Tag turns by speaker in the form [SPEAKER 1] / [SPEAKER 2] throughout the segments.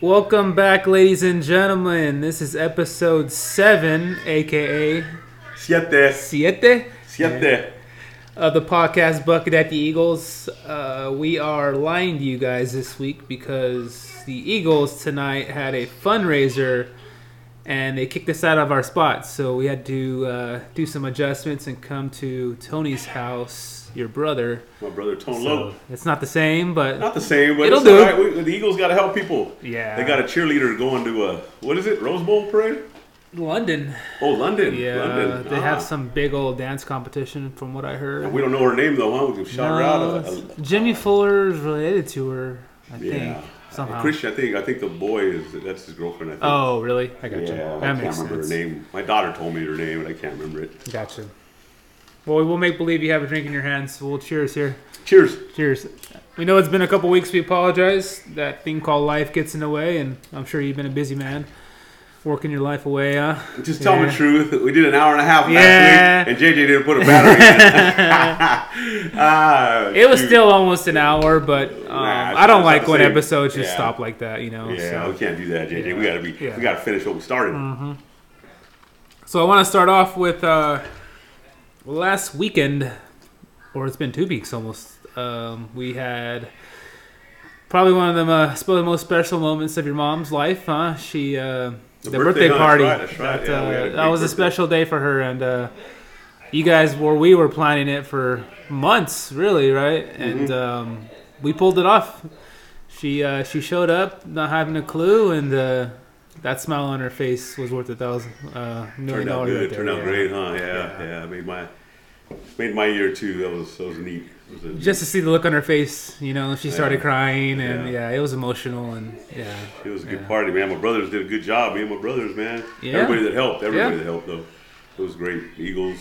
[SPEAKER 1] Welcome back, ladies and gentlemen. This is episode seven, aka
[SPEAKER 2] Siete.
[SPEAKER 1] Siete,
[SPEAKER 2] Siete.
[SPEAKER 1] of the podcast Bucket at the Eagles. Uh, we are lying to you guys this week because the Eagles tonight had a fundraiser and they kicked us out of our spot. So we had to uh, do some adjustments and come to Tony's house, your brother.
[SPEAKER 2] My brother Tone
[SPEAKER 1] So
[SPEAKER 2] Lope.
[SPEAKER 1] it's not the same, but
[SPEAKER 2] Not the same, but
[SPEAKER 1] It'll
[SPEAKER 2] it's
[SPEAKER 1] do.
[SPEAKER 2] all right. We, the Eagles got to help people.
[SPEAKER 1] yeah,
[SPEAKER 2] They got a cheerleader going to a what is it? Rose Bowl parade?
[SPEAKER 1] London.
[SPEAKER 2] Oh, London.
[SPEAKER 1] Yeah,
[SPEAKER 2] London.
[SPEAKER 1] they
[SPEAKER 2] Ah.
[SPEAKER 1] have some big old dance competition, from what I heard.
[SPEAKER 2] We don't know her name though, huh? We can shout her out. Uh,
[SPEAKER 1] No,
[SPEAKER 2] A,
[SPEAKER 1] it's- Jimmy Fuller is related to her, I
[SPEAKER 2] yeah.
[SPEAKER 1] think. Somehow.
[SPEAKER 2] Christian, I think. I think the boy is that's his girlfriend. I think.
[SPEAKER 1] oh, really? I got you.
[SPEAKER 2] yeah. I
[SPEAKER 1] That
[SPEAKER 2] can't
[SPEAKER 1] makes
[SPEAKER 2] remember
[SPEAKER 1] sense.
[SPEAKER 2] her name. My daughter told me her name, and I can't remember it.
[SPEAKER 1] Gotcha. Well, we'll make believe you have a drink in your hands. We'll cheers here.
[SPEAKER 2] Cheers.
[SPEAKER 1] Cheers. We know it's been a couple weeks. We apologize. That thing called life gets in the way, and I'm sure you've been a busy man, working your life away. Huh?
[SPEAKER 2] Just tell me
[SPEAKER 1] Yeah.
[SPEAKER 2] the truth. We did an hour and a half
[SPEAKER 1] Yeah.
[SPEAKER 2] last week, and JJ didn't put a battery in. ah,
[SPEAKER 1] It was
[SPEAKER 2] shoot.
[SPEAKER 1] still almost an hour, but um,
[SPEAKER 2] Nah, it's
[SPEAKER 1] I don't
[SPEAKER 2] not
[SPEAKER 1] like
[SPEAKER 2] the
[SPEAKER 1] when
[SPEAKER 2] same.
[SPEAKER 1] episodes just
[SPEAKER 2] Yeah.
[SPEAKER 1] stop like that. You know.
[SPEAKER 2] Yeah,
[SPEAKER 1] Oh, so.
[SPEAKER 2] we can't do that, JJ. We
[SPEAKER 1] Yeah.
[SPEAKER 2] gotta be.
[SPEAKER 1] Yeah. Mm-hmm.
[SPEAKER 2] We gotta finish what we started.
[SPEAKER 1] So I want to start off with uh, last weekend, or it's been two weeks almost. Um, we had probably one of the most, I suppose, the most special moments of your mom's life, huh? She uh, the, birthday,
[SPEAKER 2] birthday, huh? That's
[SPEAKER 1] party.
[SPEAKER 2] right, that's right.
[SPEAKER 1] That,
[SPEAKER 2] Yeah, we had a
[SPEAKER 1] uh,
[SPEAKER 2] big
[SPEAKER 1] that was a
[SPEAKER 2] birthday.
[SPEAKER 1] special day for her, and uh, you guys were we were planning it for months, really, right?
[SPEAKER 2] Mm-hmm.
[SPEAKER 1] And um, we pulled it off. She uh, she showed up, not having a clue, and uh, that smile on her face was worth a thousand uh, million
[SPEAKER 2] Turned out
[SPEAKER 1] dollars.
[SPEAKER 2] good.
[SPEAKER 1] right there,
[SPEAKER 2] Turned out
[SPEAKER 1] yeah.
[SPEAKER 2] great, huh? Yeah, yeah. Made my made my year too. That was that was neat. It was a-
[SPEAKER 1] Just to see the look on her face, you know, she started
[SPEAKER 2] Yeah.
[SPEAKER 1] crying, and yeah.
[SPEAKER 2] Yeah.
[SPEAKER 1] it was emotional, and yeah,
[SPEAKER 2] it was a good
[SPEAKER 1] yeah.
[SPEAKER 2] party, man. My brothers did a good job. Me and my brothers, man.
[SPEAKER 1] Yeah.
[SPEAKER 2] Everybody that helped. Everybody
[SPEAKER 1] Yeah.
[SPEAKER 2] that helped, though. It was great. Eagles.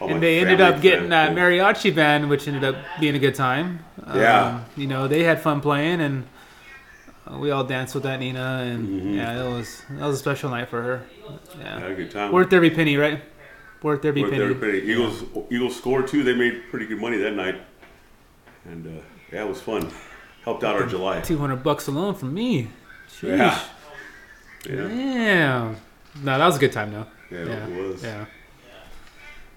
[SPEAKER 2] all my
[SPEAKER 1] And they ended
[SPEAKER 2] family
[SPEAKER 1] up getting uh, that
[SPEAKER 2] friends, man.
[SPEAKER 1] mariachi band, which ended up being a good time.
[SPEAKER 2] Yeah.
[SPEAKER 1] Um, you know, they had fun playing, and uh, we all danced with that Nina, and
[SPEAKER 2] Mm-hmm.
[SPEAKER 1] yeah, it was that was a special night for her. Yeah,
[SPEAKER 2] Had a good time.
[SPEAKER 1] worth every penny, right? Worth every
[SPEAKER 2] Worth
[SPEAKER 1] penny.
[SPEAKER 2] every penny. Eagles. Eagles scored too. They made pretty good money that night. And uh, yeah, it was fun. Helped out our July.
[SPEAKER 1] Two hundred bucks alone from me. Jeez.
[SPEAKER 2] Yeah. Yeah.
[SPEAKER 1] Damn. No, that was a good time though.
[SPEAKER 2] Yeah, it was.
[SPEAKER 1] Yeah.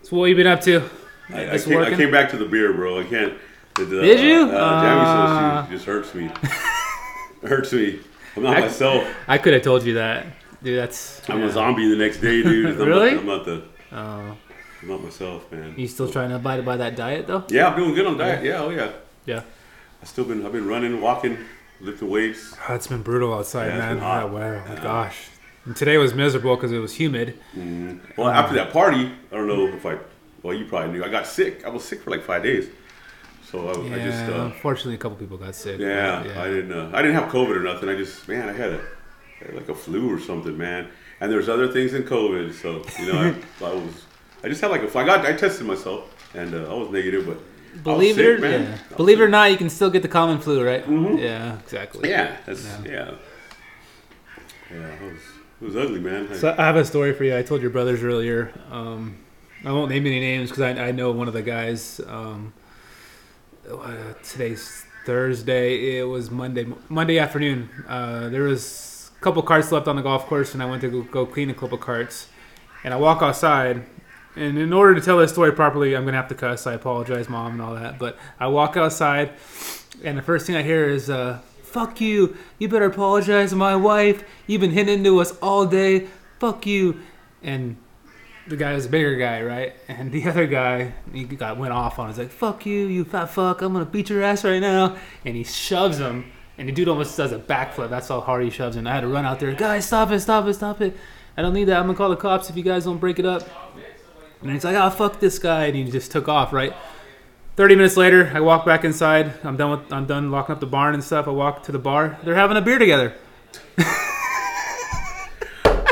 [SPEAKER 1] So what you been up to?
[SPEAKER 2] I, I,
[SPEAKER 1] It's
[SPEAKER 2] came, I
[SPEAKER 1] working?
[SPEAKER 2] came back to the beer, bro. I can't. The, the,
[SPEAKER 1] Did you?
[SPEAKER 2] Uh, Jamie
[SPEAKER 1] Uh.
[SPEAKER 2] says she just hurts me. hurts me. I'm not
[SPEAKER 1] I-
[SPEAKER 2] myself.
[SPEAKER 1] I could have told you that, dude. That's
[SPEAKER 2] I'm
[SPEAKER 1] yeah.
[SPEAKER 2] a zombie the next day, dude. I'm
[SPEAKER 1] Really?
[SPEAKER 2] Not, I'm not the.
[SPEAKER 1] Oh.
[SPEAKER 2] I'm not myself, man.
[SPEAKER 1] You still trying to abide by that diet though?
[SPEAKER 2] Yeah, I'm doing good on diet. Yeah, oh yeah.
[SPEAKER 1] Yeah.
[SPEAKER 2] I still been. I've been running, walking, lifting weights.
[SPEAKER 1] Oh, it's been brutal outside,
[SPEAKER 2] Yeah, it's
[SPEAKER 1] man.
[SPEAKER 2] been hot.
[SPEAKER 1] Oh, wow, my gosh. And today was miserable because it was humid.
[SPEAKER 2] Well,
[SPEAKER 1] Uh-huh.
[SPEAKER 2] after that party, I don't know if I. Well, you probably knew. I got sick. I was sick for like five days. So I,
[SPEAKER 1] Yeah,
[SPEAKER 2] I just. Uh,
[SPEAKER 1] unfortunately, a couple people got sick.
[SPEAKER 2] Yeah,
[SPEAKER 1] but
[SPEAKER 2] I didn't. Uh, I didn't have COVID or nothing. I just, man, I had a I had like a flu or something, man. And there's other things in COVID, so you know, I, I was, I just had like a flu. I got, I tested myself, and uh, I was negative, but I was
[SPEAKER 1] Believe it
[SPEAKER 2] sick,
[SPEAKER 1] or
[SPEAKER 2] man. Mm-hmm.
[SPEAKER 1] yeah.
[SPEAKER 2] I was
[SPEAKER 1] believe it or
[SPEAKER 2] sick.
[SPEAKER 1] not, you can still get the common flu, right? Yeah, exactly.
[SPEAKER 2] yeah, that's yeah, yeah. it, was, it was ugly, man. I-
[SPEAKER 1] So I have a story for you. I told your brothers earlier. Um, I won't name any names because I, I know one of the guys. Um, uh, today's Thursday. It was Monday Monday afternoon. Uh, there was a couple carts left on the golf course, and I went to go, go clean a couple carts. And I walk outside, and in order to tell this story properly, I'm gonna have to cuss. I apologize, mom, and all that. But I walk outside, and the first thing I hear is, uh, "Fuck you! You better apologize to my wife. You've been hitting into us all day. Fuck you!" And the guy was a bigger guy, right? And the other guy, he got went off on. He's like, "Fuck you, you fat fuck! I'm gonna beat your ass right now!" And he shoves him, and the dude almost does a backflip. That's how hard he shoves him. I had to run out there, guys, stop it, stop it, stop it! I don't need that. I'm gonna call the cops if you guys don't break it up. And he's like, "Ah, fuck this guy!" And he just took off, right? Thirty minutes later, I walk back inside. I'm done. With, I'm done locking up the barn and stuff. I walk to the bar. They're having a beer together.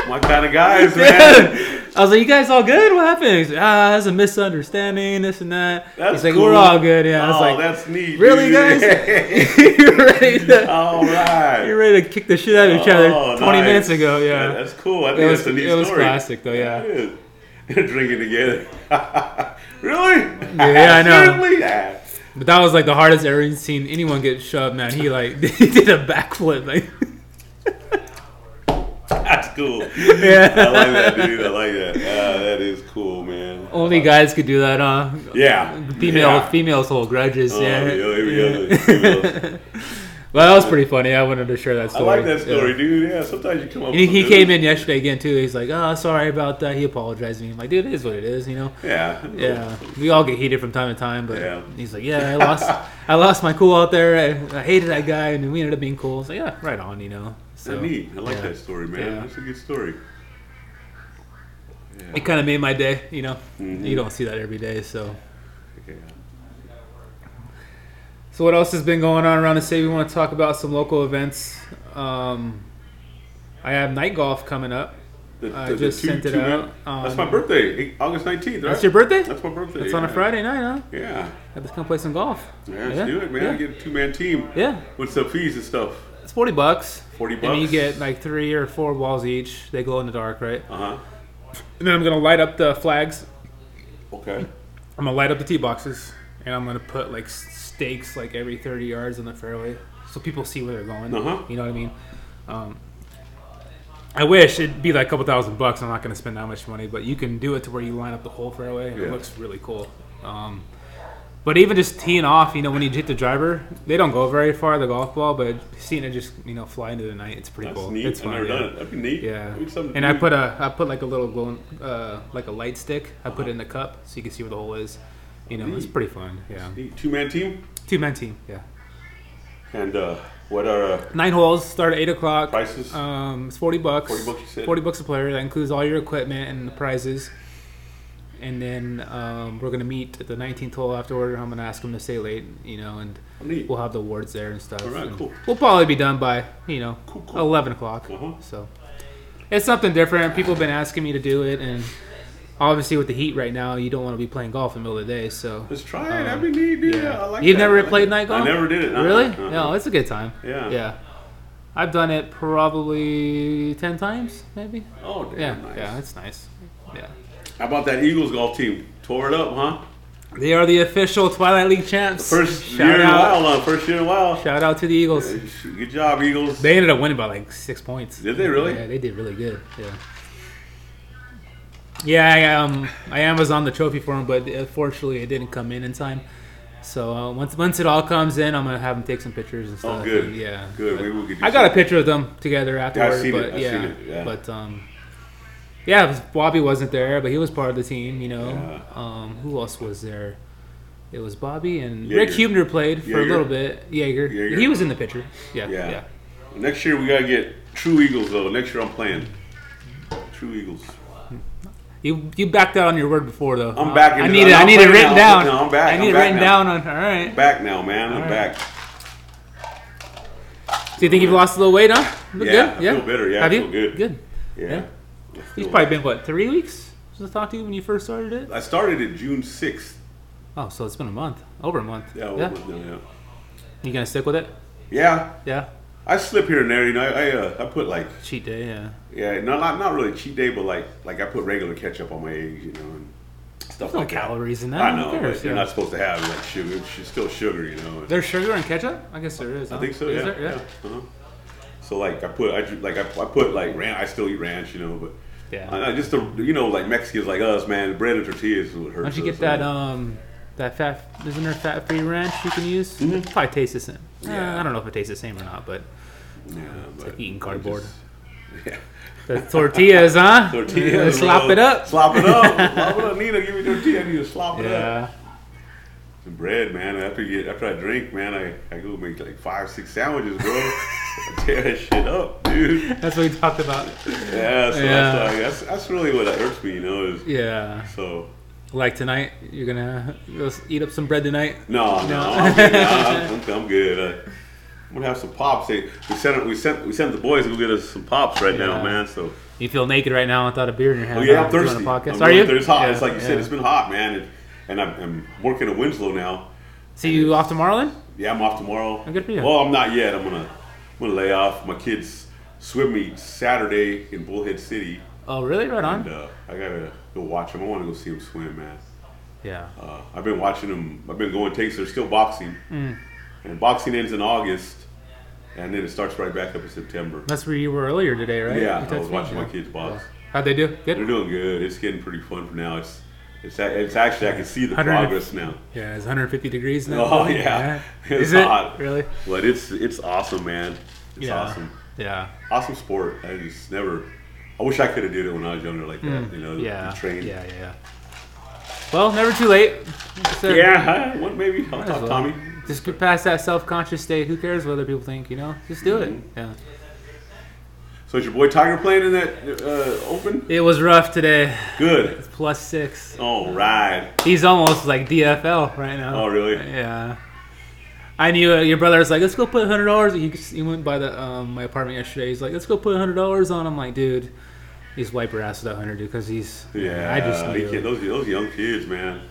[SPEAKER 2] my kind of guys, man.
[SPEAKER 1] I was like, "You guys all good? What happened?" He's like, "Ah, that's a misunderstanding, this and that."
[SPEAKER 2] That's
[SPEAKER 1] he's like,
[SPEAKER 2] cool.
[SPEAKER 1] "We're all good." Yeah, I was
[SPEAKER 2] oh,
[SPEAKER 1] like,
[SPEAKER 2] that's neat.
[SPEAKER 1] "Really,
[SPEAKER 2] dude.
[SPEAKER 1] guys? you're, ready to,
[SPEAKER 2] All right.
[SPEAKER 1] you're ready to kick the shit out of each other
[SPEAKER 2] Oh,
[SPEAKER 1] 20
[SPEAKER 2] nice.
[SPEAKER 1] minutes ago." Yeah,
[SPEAKER 2] that's cool. I think
[SPEAKER 1] it was
[SPEAKER 2] that's a neat
[SPEAKER 1] it was
[SPEAKER 2] story.
[SPEAKER 1] classic though. Yeah,
[SPEAKER 2] Yeah. Drinking together. really?
[SPEAKER 1] Yeah, I know.
[SPEAKER 2] Seriously? Yeah.
[SPEAKER 1] but that was like the hardest I've ever seen anyone get shoved. Man, he like he did a backflip. Like
[SPEAKER 2] cool. Yeah. I like that, dude. I like that. Ah, that is cool, man.
[SPEAKER 1] Only guys could do that, huh?
[SPEAKER 2] Yeah.
[SPEAKER 1] Female
[SPEAKER 2] Yeah.
[SPEAKER 1] females hold grudges.
[SPEAKER 2] Oh,
[SPEAKER 1] yeah.
[SPEAKER 2] yeah, every
[SPEAKER 1] Yeah.
[SPEAKER 2] other- every other-
[SPEAKER 1] Well, that was pretty funny. I wanted to share that
[SPEAKER 2] I
[SPEAKER 1] story.
[SPEAKER 2] like that
[SPEAKER 1] Yeah.
[SPEAKER 2] story, dude. Yeah, sometimes you come up.
[SPEAKER 1] And he,
[SPEAKER 2] with
[SPEAKER 1] he
[SPEAKER 2] a
[SPEAKER 1] came
[SPEAKER 2] dude.
[SPEAKER 1] in yesterday again too. He's like, "Oh, sorry about that." He apologized to me. I'm like, "Dude, it is what it is," you know.
[SPEAKER 2] Yeah.
[SPEAKER 1] Yeah, we all get heated from time to time, but
[SPEAKER 2] Yeah.
[SPEAKER 1] he's like, "Yeah, I lost, I lost my cool out there. I, I hated that guy, and we ended up being cool." So yeah, right on, you know. So
[SPEAKER 2] So neat. I like
[SPEAKER 1] yeah.
[SPEAKER 2] that story, man.
[SPEAKER 1] Yeah.
[SPEAKER 2] That's a good story. Yeah.
[SPEAKER 1] it kind of made my day, you know.
[SPEAKER 2] Mhm.
[SPEAKER 1] You don't see that every day, so.
[SPEAKER 2] Yeah.
[SPEAKER 1] So what else has been going on around the city? We want to talk about some local events. Um, I have night golf coming up.
[SPEAKER 2] The,
[SPEAKER 1] I just sent it out on-
[SPEAKER 2] That's my birthday, eight- August nineteenth. Right?
[SPEAKER 1] That's your birthday.
[SPEAKER 2] That's my birthday.
[SPEAKER 1] That's on a
[SPEAKER 2] yeah.
[SPEAKER 1] Friday night, huh?
[SPEAKER 2] Yeah.
[SPEAKER 1] Let's come play some golf.
[SPEAKER 2] Yeah, let's do it, man.
[SPEAKER 1] Yeah.
[SPEAKER 2] Get a two man team.
[SPEAKER 1] Yeah.
[SPEAKER 2] What's the fees and stuff?
[SPEAKER 1] It's forty bucks.
[SPEAKER 2] 40
[SPEAKER 1] And you
[SPEAKER 2] bucks?
[SPEAKER 1] get like three or four balls each. They glow in the dark, right?
[SPEAKER 2] Uh huh.
[SPEAKER 1] And then I'm gonna light up the flags.
[SPEAKER 2] Okay.
[SPEAKER 1] I'm gonna light up the tee boxes, and I'm gonna put like s- stakes like every 30 yards on the fairway, so people see where they're going.
[SPEAKER 2] Uh-huh.
[SPEAKER 1] You know what I mean? Um, I wish it'd be like a couple thousand bucks. I'm not gonna spend that much money, but you can do it to where you line up the whole fairway. and It
[SPEAKER 2] Yeah.
[SPEAKER 1] looks really cool. Um, but even just teeing off, you know, when you hit the driver, they don't go very far the golf ball, but seeing it just you know fly into the night, it's pretty
[SPEAKER 2] That's
[SPEAKER 1] cool.
[SPEAKER 2] neat.
[SPEAKER 1] It's
[SPEAKER 2] I've
[SPEAKER 1] fun.
[SPEAKER 2] never
[SPEAKER 1] yeah.
[SPEAKER 2] done it. That'd be neat.
[SPEAKER 1] Yeah,
[SPEAKER 2] That'd be something to
[SPEAKER 1] and I
[SPEAKER 2] do.
[SPEAKER 1] put a I put like a little glowing uh, like a light stick. I put it in a cup so you can see where the hole is. You know, it's
[SPEAKER 2] Neat.
[SPEAKER 1] pretty fun. Yeah,
[SPEAKER 2] Neat. two man team.
[SPEAKER 1] two man team. Yeah,
[SPEAKER 2] And uh, what are uh,
[SPEAKER 1] nine holes. Start at eight o'clock.
[SPEAKER 2] prices?
[SPEAKER 1] Um, it's forty bucks.
[SPEAKER 2] 40 bucks, you said?
[SPEAKER 1] Forty bucks a player. That includes all your equipment and the prizes. And then um, we're gonna meet at the nineteenth hole afterward. I'm gonna ask them to stay late. You know, and
[SPEAKER 2] neat.
[SPEAKER 1] we'll have the awards there and stuff.
[SPEAKER 2] All right,
[SPEAKER 1] and
[SPEAKER 2] cool.
[SPEAKER 1] We'll probably be done by you know
[SPEAKER 2] Cool, cool.
[SPEAKER 1] eleven o'clock.
[SPEAKER 2] Uh-huh.
[SPEAKER 1] So it's something different. People have been asking me to do it, and obviously with the heat right now, you don't want to be playing golf in the middle of the day. So
[SPEAKER 2] Let's try it.
[SPEAKER 1] Um,
[SPEAKER 2] That'd be neat, dude. I like
[SPEAKER 1] you've
[SPEAKER 2] that. I
[SPEAKER 1] never
[SPEAKER 2] like
[SPEAKER 1] played
[SPEAKER 2] it.
[SPEAKER 1] night golf?
[SPEAKER 2] I never did it. uh-uh,
[SPEAKER 1] Really?
[SPEAKER 2] uh-uh.
[SPEAKER 1] No, it's a good time.
[SPEAKER 2] Yeah.
[SPEAKER 1] Yeah. I've done it probably ten times, maybe.
[SPEAKER 2] Oh, damn.
[SPEAKER 1] Yeah,
[SPEAKER 2] nice.
[SPEAKER 1] yeah, it's nice. Yeah,
[SPEAKER 2] How about that Eagles golf team? Tore it up, huh?
[SPEAKER 1] they are the official Twilight League champs.
[SPEAKER 2] First
[SPEAKER 1] shout
[SPEAKER 2] year in a
[SPEAKER 1] out,
[SPEAKER 2] while, huh? First year in a while.
[SPEAKER 1] shout out to the Eagles.
[SPEAKER 2] Good job, Eagles.
[SPEAKER 1] They ended up winning by like six points.
[SPEAKER 2] Did they really?
[SPEAKER 1] Yeah, they did really good. Yeah. Yeah, I um, I Amazon the trophy for him, but unfortunately it didn't come in in time. So uh, once once it all comes in, I'm gonna have him take some pictures and stuff.
[SPEAKER 2] oh, good.
[SPEAKER 1] and, yeah.
[SPEAKER 2] Good.
[SPEAKER 1] But
[SPEAKER 2] Maybe we could do
[SPEAKER 1] I got a
[SPEAKER 2] something.
[SPEAKER 1] picture of them together afterward.
[SPEAKER 2] seen it.
[SPEAKER 1] but
[SPEAKER 2] I've
[SPEAKER 1] yeah,
[SPEAKER 2] seen it, yeah.
[SPEAKER 1] But um, yeah, it was- Bobby wasn't there, but he was part of the team. You know.
[SPEAKER 2] Yeah.
[SPEAKER 1] Um, who else was there? It was Bobby and Rick
[SPEAKER 2] Jaeger.
[SPEAKER 1] Hubner played for a
[SPEAKER 2] Jaeger.
[SPEAKER 1] little bit. Jaeger.
[SPEAKER 2] Jaeger.
[SPEAKER 1] He was in the picture. Yeah.
[SPEAKER 2] Yeah.
[SPEAKER 1] yeah.
[SPEAKER 2] Next year we gotta get True Eagles though. Next year I'm playing True Eagles.
[SPEAKER 1] You you backed out on your word before though.
[SPEAKER 2] I'm back in
[SPEAKER 1] I
[SPEAKER 2] the-
[SPEAKER 1] need it.
[SPEAKER 2] I'm
[SPEAKER 1] I need it
[SPEAKER 2] back
[SPEAKER 1] written
[SPEAKER 2] now.
[SPEAKER 1] down.
[SPEAKER 2] No, I'm back.
[SPEAKER 1] I need
[SPEAKER 2] I'm
[SPEAKER 1] it
[SPEAKER 2] back
[SPEAKER 1] written
[SPEAKER 2] now.
[SPEAKER 1] down. On all right.
[SPEAKER 2] Back now, man. I'm
[SPEAKER 1] All right.
[SPEAKER 2] back.
[SPEAKER 1] So you think you've lost a little weight, huh? Look
[SPEAKER 2] Yeah,
[SPEAKER 1] good?
[SPEAKER 2] I feel better. Yeah, I
[SPEAKER 1] Have you?
[SPEAKER 2] feel good.
[SPEAKER 1] Good.
[SPEAKER 2] Yeah.
[SPEAKER 1] You've probably been what three weeks since I talked to you when you first started it.
[SPEAKER 2] I started it June sixth.
[SPEAKER 1] Oh, so it's been a month, over a month.
[SPEAKER 2] Yeah,
[SPEAKER 1] yeah.
[SPEAKER 2] over- no, yeah.
[SPEAKER 1] You gonna stick with it?
[SPEAKER 2] Yeah.
[SPEAKER 1] Yeah.
[SPEAKER 2] I slip here and there, you know. I I, uh, I put like
[SPEAKER 1] Cheat day. Yeah.
[SPEAKER 2] yeah, not not not really cheat day, but like like I put regular ketchup on my eggs, you know, and stuff
[SPEAKER 1] No
[SPEAKER 2] like that.
[SPEAKER 1] calories in that.
[SPEAKER 2] I
[SPEAKER 1] who
[SPEAKER 2] know,
[SPEAKER 1] cares?
[SPEAKER 2] but you're
[SPEAKER 1] Yeah.
[SPEAKER 2] not supposed to have like sugar. It's just still sugar, you know.
[SPEAKER 1] There's sugar and ketchup. I guess there is.
[SPEAKER 2] I
[SPEAKER 1] huh?
[SPEAKER 2] think so.
[SPEAKER 1] Is
[SPEAKER 2] Yeah.
[SPEAKER 1] there? Yeah.
[SPEAKER 2] yeah, uh-huh. So like I put I dr- like I, I put like ranch. I still eat ranch, you know, but
[SPEAKER 1] Yeah.
[SPEAKER 2] I, I just the, you know like Mexicans like us, man, the bread and tortillas would hurt.
[SPEAKER 1] Why don't you
[SPEAKER 2] us,
[SPEAKER 1] get that
[SPEAKER 2] so-
[SPEAKER 1] um that fat isn't there fat free ranch you can use? It probably tastes the same. Eh,
[SPEAKER 2] Mm-hmm. Yeah.
[SPEAKER 1] I don't know if it tastes the same or not, but
[SPEAKER 2] yeah, but
[SPEAKER 1] like uh, eating
[SPEAKER 2] I
[SPEAKER 1] cardboard.
[SPEAKER 2] just- yeah.
[SPEAKER 1] the tortillas, huh? Yeah,
[SPEAKER 2] Tortillas,
[SPEAKER 1] slop
[SPEAKER 2] bro.
[SPEAKER 1] it up.
[SPEAKER 2] Slop it up. slop it up. Nina, give me tortilla. I need to slop it up.
[SPEAKER 1] Yeah.
[SPEAKER 2] The bread, man. After you get, after I drink, man, I, I go make like five, six sandwiches, bro. I tear that shit up, dude.
[SPEAKER 1] That's what we talked about.
[SPEAKER 2] Yeah, so
[SPEAKER 1] Yeah.
[SPEAKER 2] That's, like, that's that's really what hurts me, you know. Is
[SPEAKER 1] Yeah.
[SPEAKER 2] so
[SPEAKER 1] Like tonight, you're gonna go s- eat up some bread tonight.
[SPEAKER 2] No, no, I'm good. No, I'm, I'm, I'm good. Uh, I'm gonna have some pops. Hey, we sent we sent we sent the boys to go get us some pops right
[SPEAKER 1] Yeah.
[SPEAKER 2] now, man. So
[SPEAKER 1] You feel naked right now without a beer in your hand.
[SPEAKER 2] oh yeah,
[SPEAKER 1] huh?
[SPEAKER 2] I'm
[SPEAKER 1] Doing a
[SPEAKER 2] thirsty.
[SPEAKER 1] podcast.
[SPEAKER 2] I'm
[SPEAKER 1] Are
[SPEAKER 2] really
[SPEAKER 1] you?
[SPEAKER 2] thirsty. It's hot.
[SPEAKER 1] Yeah,
[SPEAKER 2] it's like you
[SPEAKER 1] yeah.
[SPEAKER 2] said. It's been hot, man. And, and I'm, I'm working at Winslow now.
[SPEAKER 1] So you off tomorrow then?
[SPEAKER 2] Yeah, I'm off tomorrow.
[SPEAKER 1] Oh, Good for you.
[SPEAKER 2] Well, I'm not yet. I'm gonna I'm gonna lay off. My kids swim meet Saturday in Bullhead City,
[SPEAKER 1] Oh really? Right on.
[SPEAKER 2] and uh, I gotta go watch them. I want to go see them swim, man.
[SPEAKER 1] Yeah.
[SPEAKER 2] Uh, I've been
[SPEAKER 1] Mm.
[SPEAKER 2] watching them. I've been going takes. They're still boxing, and boxing ends in August. and then it starts right back up in September.
[SPEAKER 1] That's where you were earlier today, right? You
[SPEAKER 2] Yeah, I
[SPEAKER 1] texted
[SPEAKER 2] was
[SPEAKER 1] me?
[SPEAKER 2] watching my
[SPEAKER 1] Yeah.
[SPEAKER 2] kids box.
[SPEAKER 1] How'd they do?
[SPEAKER 2] They're
[SPEAKER 1] Good.
[SPEAKER 2] doing good. It's getting pretty fun for now. It's it's a- it's actually I can see the
[SPEAKER 1] 100
[SPEAKER 2] progress now.
[SPEAKER 1] Yeah, it's 150 degrees now.
[SPEAKER 2] Oh yeah, it's
[SPEAKER 1] Is it
[SPEAKER 2] hot.
[SPEAKER 1] really?
[SPEAKER 2] But it's it's awesome, man. It's
[SPEAKER 1] Yeah.
[SPEAKER 2] awesome.
[SPEAKER 1] Yeah.
[SPEAKER 2] Awesome sport. I just never. I wish I could have did it when I was younger, like that. You know,
[SPEAKER 1] Hmm. Yeah.
[SPEAKER 2] the train.
[SPEAKER 1] Yeah, yeah, yeah. Well, never too late. Just, uh,
[SPEAKER 2] Yeah, what maybe? I'll
[SPEAKER 1] might as
[SPEAKER 2] talk
[SPEAKER 1] well.
[SPEAKER 2] Tommy.
[SPEAKER 1] Just get past that self-conscious state. Who cares what other people think? You know, just do it.
[SPEAKER 2] Mm-hmm.
[SPEAKER 1] Yeah.
[SPEAKER 2] So is your boy Tiger playing in that uh, open?
[SPEAKER 1] It was rough today.
[SPEAKER 2] Good.
[SPEAKER 1] Plus six.
[SPEAKER 2] All right.
[SPEAKER 1] He's almost like DFL right now.
[SPEAKER 2] Oh really?
[SPEAKER 1] Yeah. I knew uh, your brother was like, let's go put hundred dollars. He, just- he went by the um, my apartment yesterday. He's like, let's go put hundred dollars on. I'm like, dude, he's wipe your ass with that hundred, dude, because he's.
[SPEAKER 2] Yeah.
[SPEAKER 1] I just knew.
[SPEAKER 2] he can't- those those young kids, man.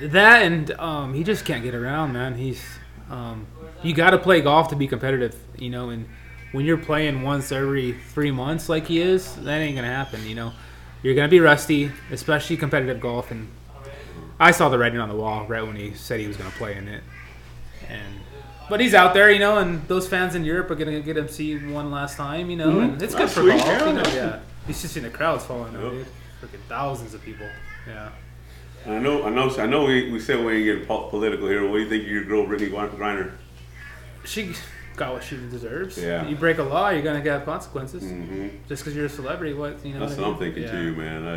[SPEAKER 1] That and um, he just can't get around, man. He's um, you got to play golf to be competitive, you know. And when you're playing once every three months, like he is, that ain't gonna happen, you know. You're gonna be rusty, especially competitive golf. And I saw the writing on the wall right when he said he was gonna play in it. And but he's out there, you know, and those fans in Europe are gonna get him see one last time, you know. And it's good
[SPEAKER 2] Mm-hmm. That's
[SPEAKER 1] for
[SPEAKER 2] sweet,
[SPEAKER 1] golf,
[SPEAKER 2] yeah.
[SPEAKER 1] you know. Yeah, he's just in the crowds following him,
[SPEAKER 2] Yep.
[SPEAKER 1] dude. Freaking thousands of people. Yeah.
[SPEAKER 2] I know, I know, I know. We, we said we ain't getting po- political here. What do you think of your girl, Brittany Gr- Griner?
[SPEAKER 1] she got what she deserves.
[SPEAKER 2] Yeah. Mm-hmm.
[SPEAKER 1] You break a law, you're gonna have consequences. Just because you're a celebrity, what you know?
[SPEAKER 2] That's
[SPEAKER 1] what
[SPEAKER 2] what
[SPEAKER 1] I mean?
[SPEAKER 2] I'm thinking
[SPEAKER 1] yeah.
[SPEAKER 2] too, man. I,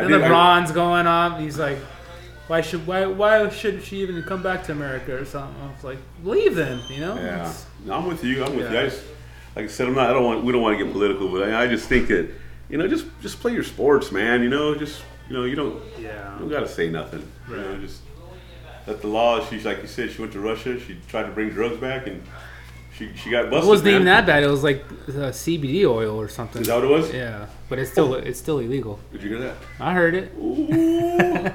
[SPEAKER 2] I
[SPEAKER 1] And
[SPEAKER 2] did- I-
[SPEAKER 1] LeBron's going off. He's like, why should why why should she even come back to America or something? I was like, leave then, you know?
[SPEAKER 2] yeah,
[SPEAKER 1] It's-
[SPEAKER 2] No, I'm with you. I'm with you.
[SPEAKER 1] Yeah.
[SPEAKER 2] I just, like I said, I'm not. I don't want. We don't want to get political, but I, I just think that, you know, just just play your sports, man. You know, just you know, you don't
[SPEAKER 1] yeah.
[SPEAKER 2] you don't gotta say nothing. You know,
[SPEAKER 1] Right.
[SPEAKER 2] just let the law. She's like you said. She went to Russia. She tried to bring drugs back, and she she got busted.
[SPEAKER 1] It wasn't
[SPEAKER 2] man.
[SPEAKER 1] even that bad. It was like uh, CBD oil or something.
[SPEAKER 2] Is that what it was?
[SPEAKER 1] yeah, but it's still it's still illegal.
[SPEAKER 2] Did you hear that?
[SPEAKER 1] I heard it.
[SPEAKER 2] Ooh.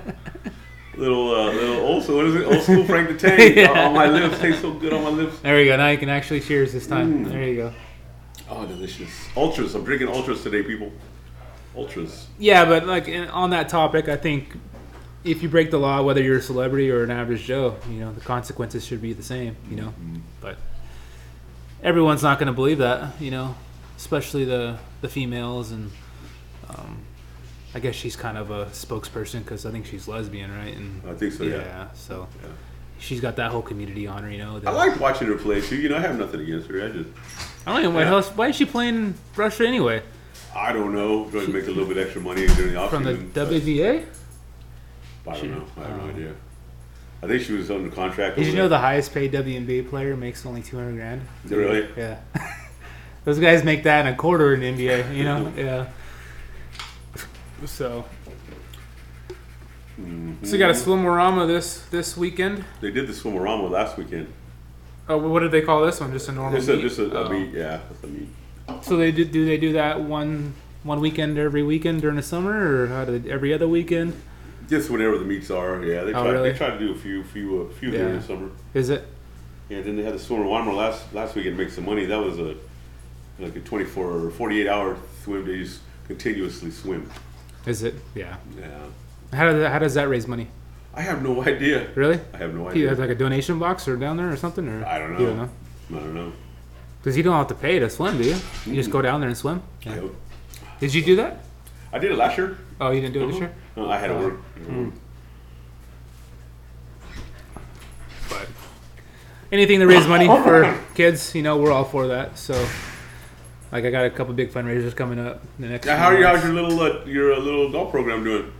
[SPEAKER 2] little uh, little old school. What is it? Old school Frank the Tank.
[SPEAKER 1] Yeah.
[SPEAKER 2] Oh, my lips taste so good on my lips.
[SPEAKER 1] There you go. Now you can actually cheers this
[SPEAKER 2] Mm.
[SPEAKER 1] time. There you go.
[SPEAKER 2] Oh, delicious. Ultras. I'm drinking ultras today, people. Ultras.
[SPEAKER 1] Yeah, but like in, on that topic, I think if you break the law, whether you're a celebrity or an average Joe, you know the consequences should be the same. You know,
[SPEAKER 2] Mm-hmm.
[SPEAKER 1] but everyone's not going to believe that. You know, especially the the females and um, I guess she's kind of a spokesperson because I think she's lesbian, right? And
[SPEAKER 2] I think so.
[SPEAKER 1] yeah,
[SPEAKER 2] Yeah.
[SPEAKER 1] so
[SPEAKER 2] Yeah.
[SPEAKER 1] she's got that whole community on her. You know, the-
[SPEAKER 2] I like watching her play too. You know, I have nothing against her. I just,
[SPEAKER 1] I don't even know
[SPEAKER 2] yeah.
[SPEAKER 1] why, why is she playing in Russia anyway
[SPEAKER 2] I don't know. Trying to make a little bit extra money during the offseason.
[SPEAKER 1] from the
[SPEAKER 2] but
[SPEAKER 1] WVA?
[SPEAKER 2] I don't know. I have no idea. I think she was under contract.
[SPEAKER 1] Did
[SPEAKER 2] over
[SPEAKER 1] you know
[SPEAKER 2] there.
[SPEAKER 1] the highest paid WNBA player makes only two hundred grand?
[SPEAKER 2] Really?
[SPEAKER 1] Yeah. Those guys make that in a quarter in the NBA, you know? Yeah. So.
[SPEAKER 2] Mm-hmm.
[SPEAKER 1] So you got a swimorama this this weekend.
[SPEAKER 2] They did the swimmerama last weekend.
[SPEAKER 1] Oh, what did they call this one? Just a normal.
[SPEAKER 2] Just a,
[SPEAKER 1] meet?
[SPEAKER 2] just a,
[SPEAKER 1] Oh.
[SPEAKER 2] a meet. Yeah, that's a meet.
[SPEAKER 1] So they do, do they do that one one weekend every weekend during the summer, or how do they, every other weekend?
[SPEAKER 2] Just whenever the meets are. Yeah, they
[SPEAKER 1] Oh,
[SPEAKER 2] try,
[SPEAKER 1] really?
[SPEAKER 2] they try to do a few, few, a few during
[SPEAKER 1] Yeah.
[SPEAKER 2] the summer.
[SPEAKER 1] Is it?
[SPEAKER 2] Yeah, then they had the swim Warmer last last weekend make some money. That was a like a 24 or 48 hour swim. They just continuously swim.
[SPEAKER 1] Is it? Yeah.
[SPEAKER 2] Yeah,
[SPEAKER 1] How does that, how does that raise money?
[SPEAKER 2] I have no idea.
[SPEAKER 1] Really?
[SPEAKER 2] I have no
[SPEAKER 1] Do you have
[SPEAKER 2] idea.
[SPEAKER 1] like a donation box or down there or something? Or
[SPEAKER 2] I don't
[SPEAKER 1] You
[SPEAKER 2] know. I don't know.
[SPEAKER 1] Because you don't have to pay to swim, do you? You just go down there and swim.
[SPEAKER 2] I, hope-
[SPEAKER 1] Did you do that?
[SPEAKER 2] I did it last year.
[SPEAKER 1] Oh, you Oh. Hmm. didn't do it this
[SPEAKER 2] Uh-huh.
[SPEAKER 1] year.
[SPEAKER 2] No, I had to work.
[SPEAKER 1] But anything to raise money for kids, you know, we're all for that. So, like, I got a couple big fundraisers coming up the next.
[SPEAKER 2] Now, how are
[SPEAKER 1] few
[SPEAKER 2] you? How's
[SPEAKER 1] months.
[SPEAKER 2] your little uh, your uh, little golf program doing?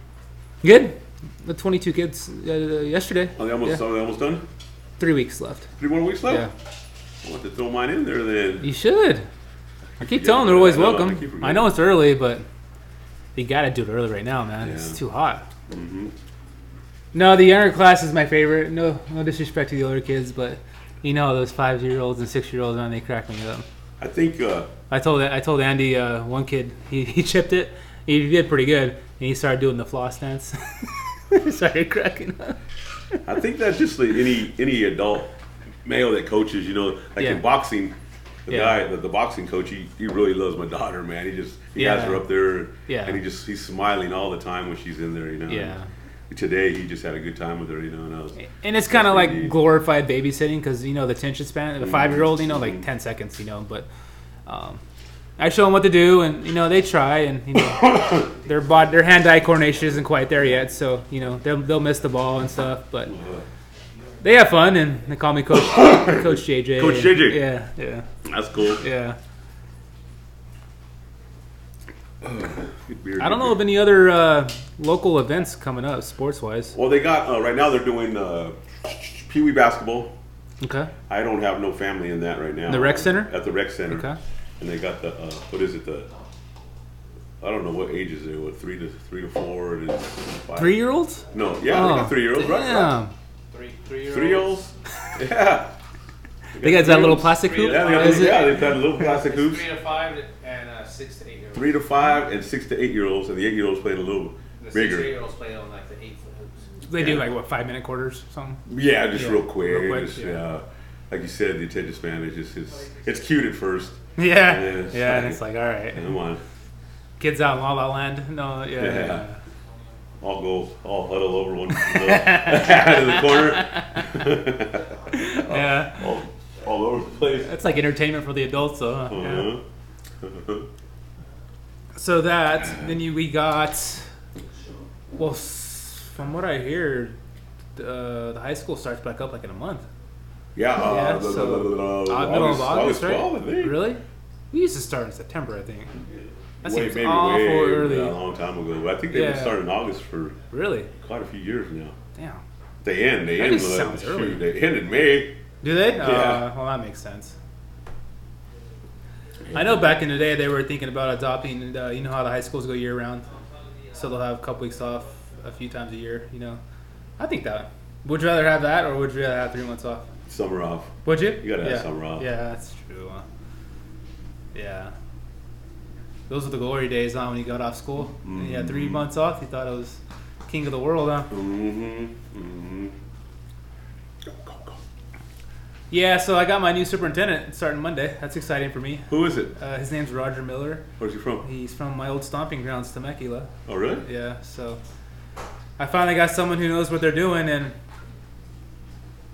[SPEAKER 1] Good. The 22 kids uh, yesterday.
[SPEAKER 2] Are they almost
[SPEAKER 1] Yeah.
[SPEAKER 2] are they almost done?
[SPEAKER 1] Three weeks left.
[SPEAKER 2] Three more weeks
[SPEAKER 1] Yeah,
[SPEAKER 2] left. I want to throw mine in there then.
[SPEAKER 1] you should. I keep
[SPEAKER 2] forgetting
[SPEAKER 1] telling them they're always
[SPEAKER 2] that. I know, I keep
[SPEAKER 1] welcome.
[SPEAKER 2] forgetting.
[SPEAKER 1] I know it's early, but you gotta do it early right now, man. It's
[SPEAKER 2] Yeah. Mm-hmm.
[SPEAKER 1] too hot. No, the younger class is my favorite. No, no disrespect to the older kids, but you know those five-year-olds and six-year-olds, man, they crack me up.
[SPEAKER 2] I think. Uh,
[SPEAKER 1] I told I told Andy uh, one kid he, he chipped it. He did pretty good, and he started doing the floss dance. started cracking up.
[SPEAKER 2] I think that's just like any any adult male that coaches, you know, like
[SPEAKER 1] Yeah.
[SPEAKER 2] in boxing, the
[SPEAKER 1] Yeah.
[SPEAKER 2] guy, the, the boxing coach, he, he really loves my daughter, man. He just he has
[SPEAKER 1] Yeah.
[SPEAKER 2] her up there,
[SPEAKER 1] Yeah.
[SPEAKER 2] and he just he's smiling all the time when she's in there, you know.
[SPEAKER 1] Yeah.
[SPEAKER 2] today he just had a good time with her, you know. And I was,
[SPEAKER 1] And it's kind of
[SPEAKER 2] That's
[SPEAKER 1] like
[SPEAKER 2] pretty neat.
[SPEAKER 1] glorified babysitting because you know the attention span of a
[SPEAKER 2] Mhm.
[SPEAKER 1] five year old, you know, like ten seconds, you know. But um, I show them what to do, and you know they try, and you know their bod their hand eye coordination isn't quite there yet, so you know they'll they'll miss the ball and stuff. But they have fun, and they call me Coach Coach JJ.
[SPEAKER 2] Coach
[SPEAKER 1] and-
[SPEAKER 2] JJ.
[SPEAKER 1] Yeah, yeah,
[SPEAKER 2] that's cool.
[SPEAKER 1] yeah.
[SPEAKER 2] Good beer,
[SPEAKER 1] I don't
[SPEAKER 2] good
[SPEAKER 1] know of any other uh, local events coming up sports wise.
[SPEAKER 2] beer. Well, they got uh, right now. They're doing uh, pee wee basketball.
[SPEAKER 1] Okay.
[SPEAKER 2] I don't have no family in that right now.
[SPEAKER 1] The rec center?
[SPEAKER 2] At the rec center.
[SPEAKER 1] Okay.
[SPEAKER 2] And they got the uh, what is it the I don't know what ages they what three to three to four and five.
[SPEAKER 1] Three year olds?
[SPEAKER 2] No, yeah, they got three year olds, right? right.
[SPEAKER 1] Oh. Damn.
[SPEAKER 3] Three, three
[SPEAKER 2] Three year olds. Yeah.
[SPEAKER 1] They got that little
[SPEAKER 2] three-year-olds.
[SPEAKER 1] plastic hoop.
[SPEAKER 2] Yeah, they
[SPEAKER 1] Is
[SPEAKER 2] got,
[SPEAKER 1] it-
[SPEAKER 2] yeah, they've got little plastic
[SPEAKER 3] It's
[SPEAKER 2] hoops.
[SPEAKER 3] three to five and uh, six to eight year olds.
[SPEAKER 2] Three to five and six to eight year olds, and the eight year olds playing a little
[SPEAKER 3] The six to eight
[SPEAKER 2] bigger.
[SPEAKER 3] year olds play on like the eight foot hoops.
[SPEAKER 1] They do
[SPEAKER 2] Yeah.
[SPEAKER 1] like what five minute quarters or something.
[SPEAKER 2] Yeah, just
[SPEAKER 1] Yeah,
[SPEAKER 2] real quick.
[SPEAKER 1] real quick,
[SPEAKER 2] just,
[SPEAKER 1] yeah.
[SPEAKER 2] uh, like you said, the attention span is just it's, it's cute at first.
[SPEAKER 1] Yeah,
[SPEAKER 2] Yeah, it's
[SPEAKER 1] yeah, and
[SPEAKER 2] like-
[SPEAKER 1] it's like all right,
[SPEAKER 2] Come on.
[SPEAKER 1] kids out in La La Land. No, yeah,
[SPEAKER 2] Yeah.
[SPEAKER 1] yeah.
[SPEAKER 2] I'll go, I'll huddle over one to the corner.
[SPEAKER 1] yeah.
[SPEAKER 2] all, all over the place.
[SPEAKER 1] That's like entertainment for the adults, though. huh? Yeah.
[SPEAKER 2] Uh-huh.
[SPEAKER 1] So that then you we got, well, s- from what I hear, uh, the high school starts back up like in a month.
[SPEAKER 2] Yeah, uh,
[SPEAKER 1] Yeah,
[SPEAKER 2] the-
[SPEAKER 1] so-
[SPEAKER 2] the- the- the-
[SPEAKER 1] Uh, middle of August, right?
[SPEAKER 2] 12, I think.
[SPEAKER 1] Really? We used to start in September, I think. That
[SPEAKER 2] Way-
[SPEAKER 1] seems
[SPEAKER 2] maybe
[SPEAKER 1] awful
[SPEAKER 2] way
[SPEAKER 1] early.
[SPEAKER 2] a long time ago. I think they've
[SPEAKER 1] Yeah.
[SPEAKER 2] been starting in August for
[SPEAKER 1] Really?
[SPEAKER 2] quite a few years now.
[SPEAKER 1] Damn.
[SPEAKER 2] They end, they
[SPEAKER 1] That
[SPEAKER 2] end.
[SPEAKER 1] just
[SPEAKER 2] with-
[SPEAKER 1] sounds
[SPEAKER 2] shoot,
[SPEAKER 1] early.
[SPEAKER 2] They end in May.
[SPEAKER 1] Do they? Uh,
[SPEAKER 2] Yeah.
[SPEAKER 1] well, that makes sense. I know back in the day they were thinking about adopting. Uh, you know how the high schools go year round, so they'll have a couple weeks off a few times a year. You know, I think that. Would you rather have that, or would you rather have three months off?
[SPEAKER 2] Summer off.
[SPEAKER 1] Would you?
[SPEAKER 2] You gotta
[SPEAKER 1] yeah.
[SPEAKER 2] have summer off.
[SPEAKER 1] Yeah, that's true. huh? Yeah. Those were the glory days, huh? When you got off school, and you had three
[SPEAKER 2] Mhm.
[SPEAKER 1] months off. You thought it was king of the world, huh?
[SPEAKER 2] Mm-hmm. Mm-hmm. Go, go, go.
[SPEAKER 1] Yeah. So I got my new superintendent starting Monday. That's exciting for me.
[SPEAKER 2] Who is it?
[SPEAKER 1] Uh, his name's Roger Miller.
[SPEAKER 2] Where's he from?
[SPEAKER 1] He's from my old stomping grounds, Temecula.
[SPEAKER 2] Oh, really?
[SPEAKER 1] Yeah, so I finally got someone who knows what they're doing, and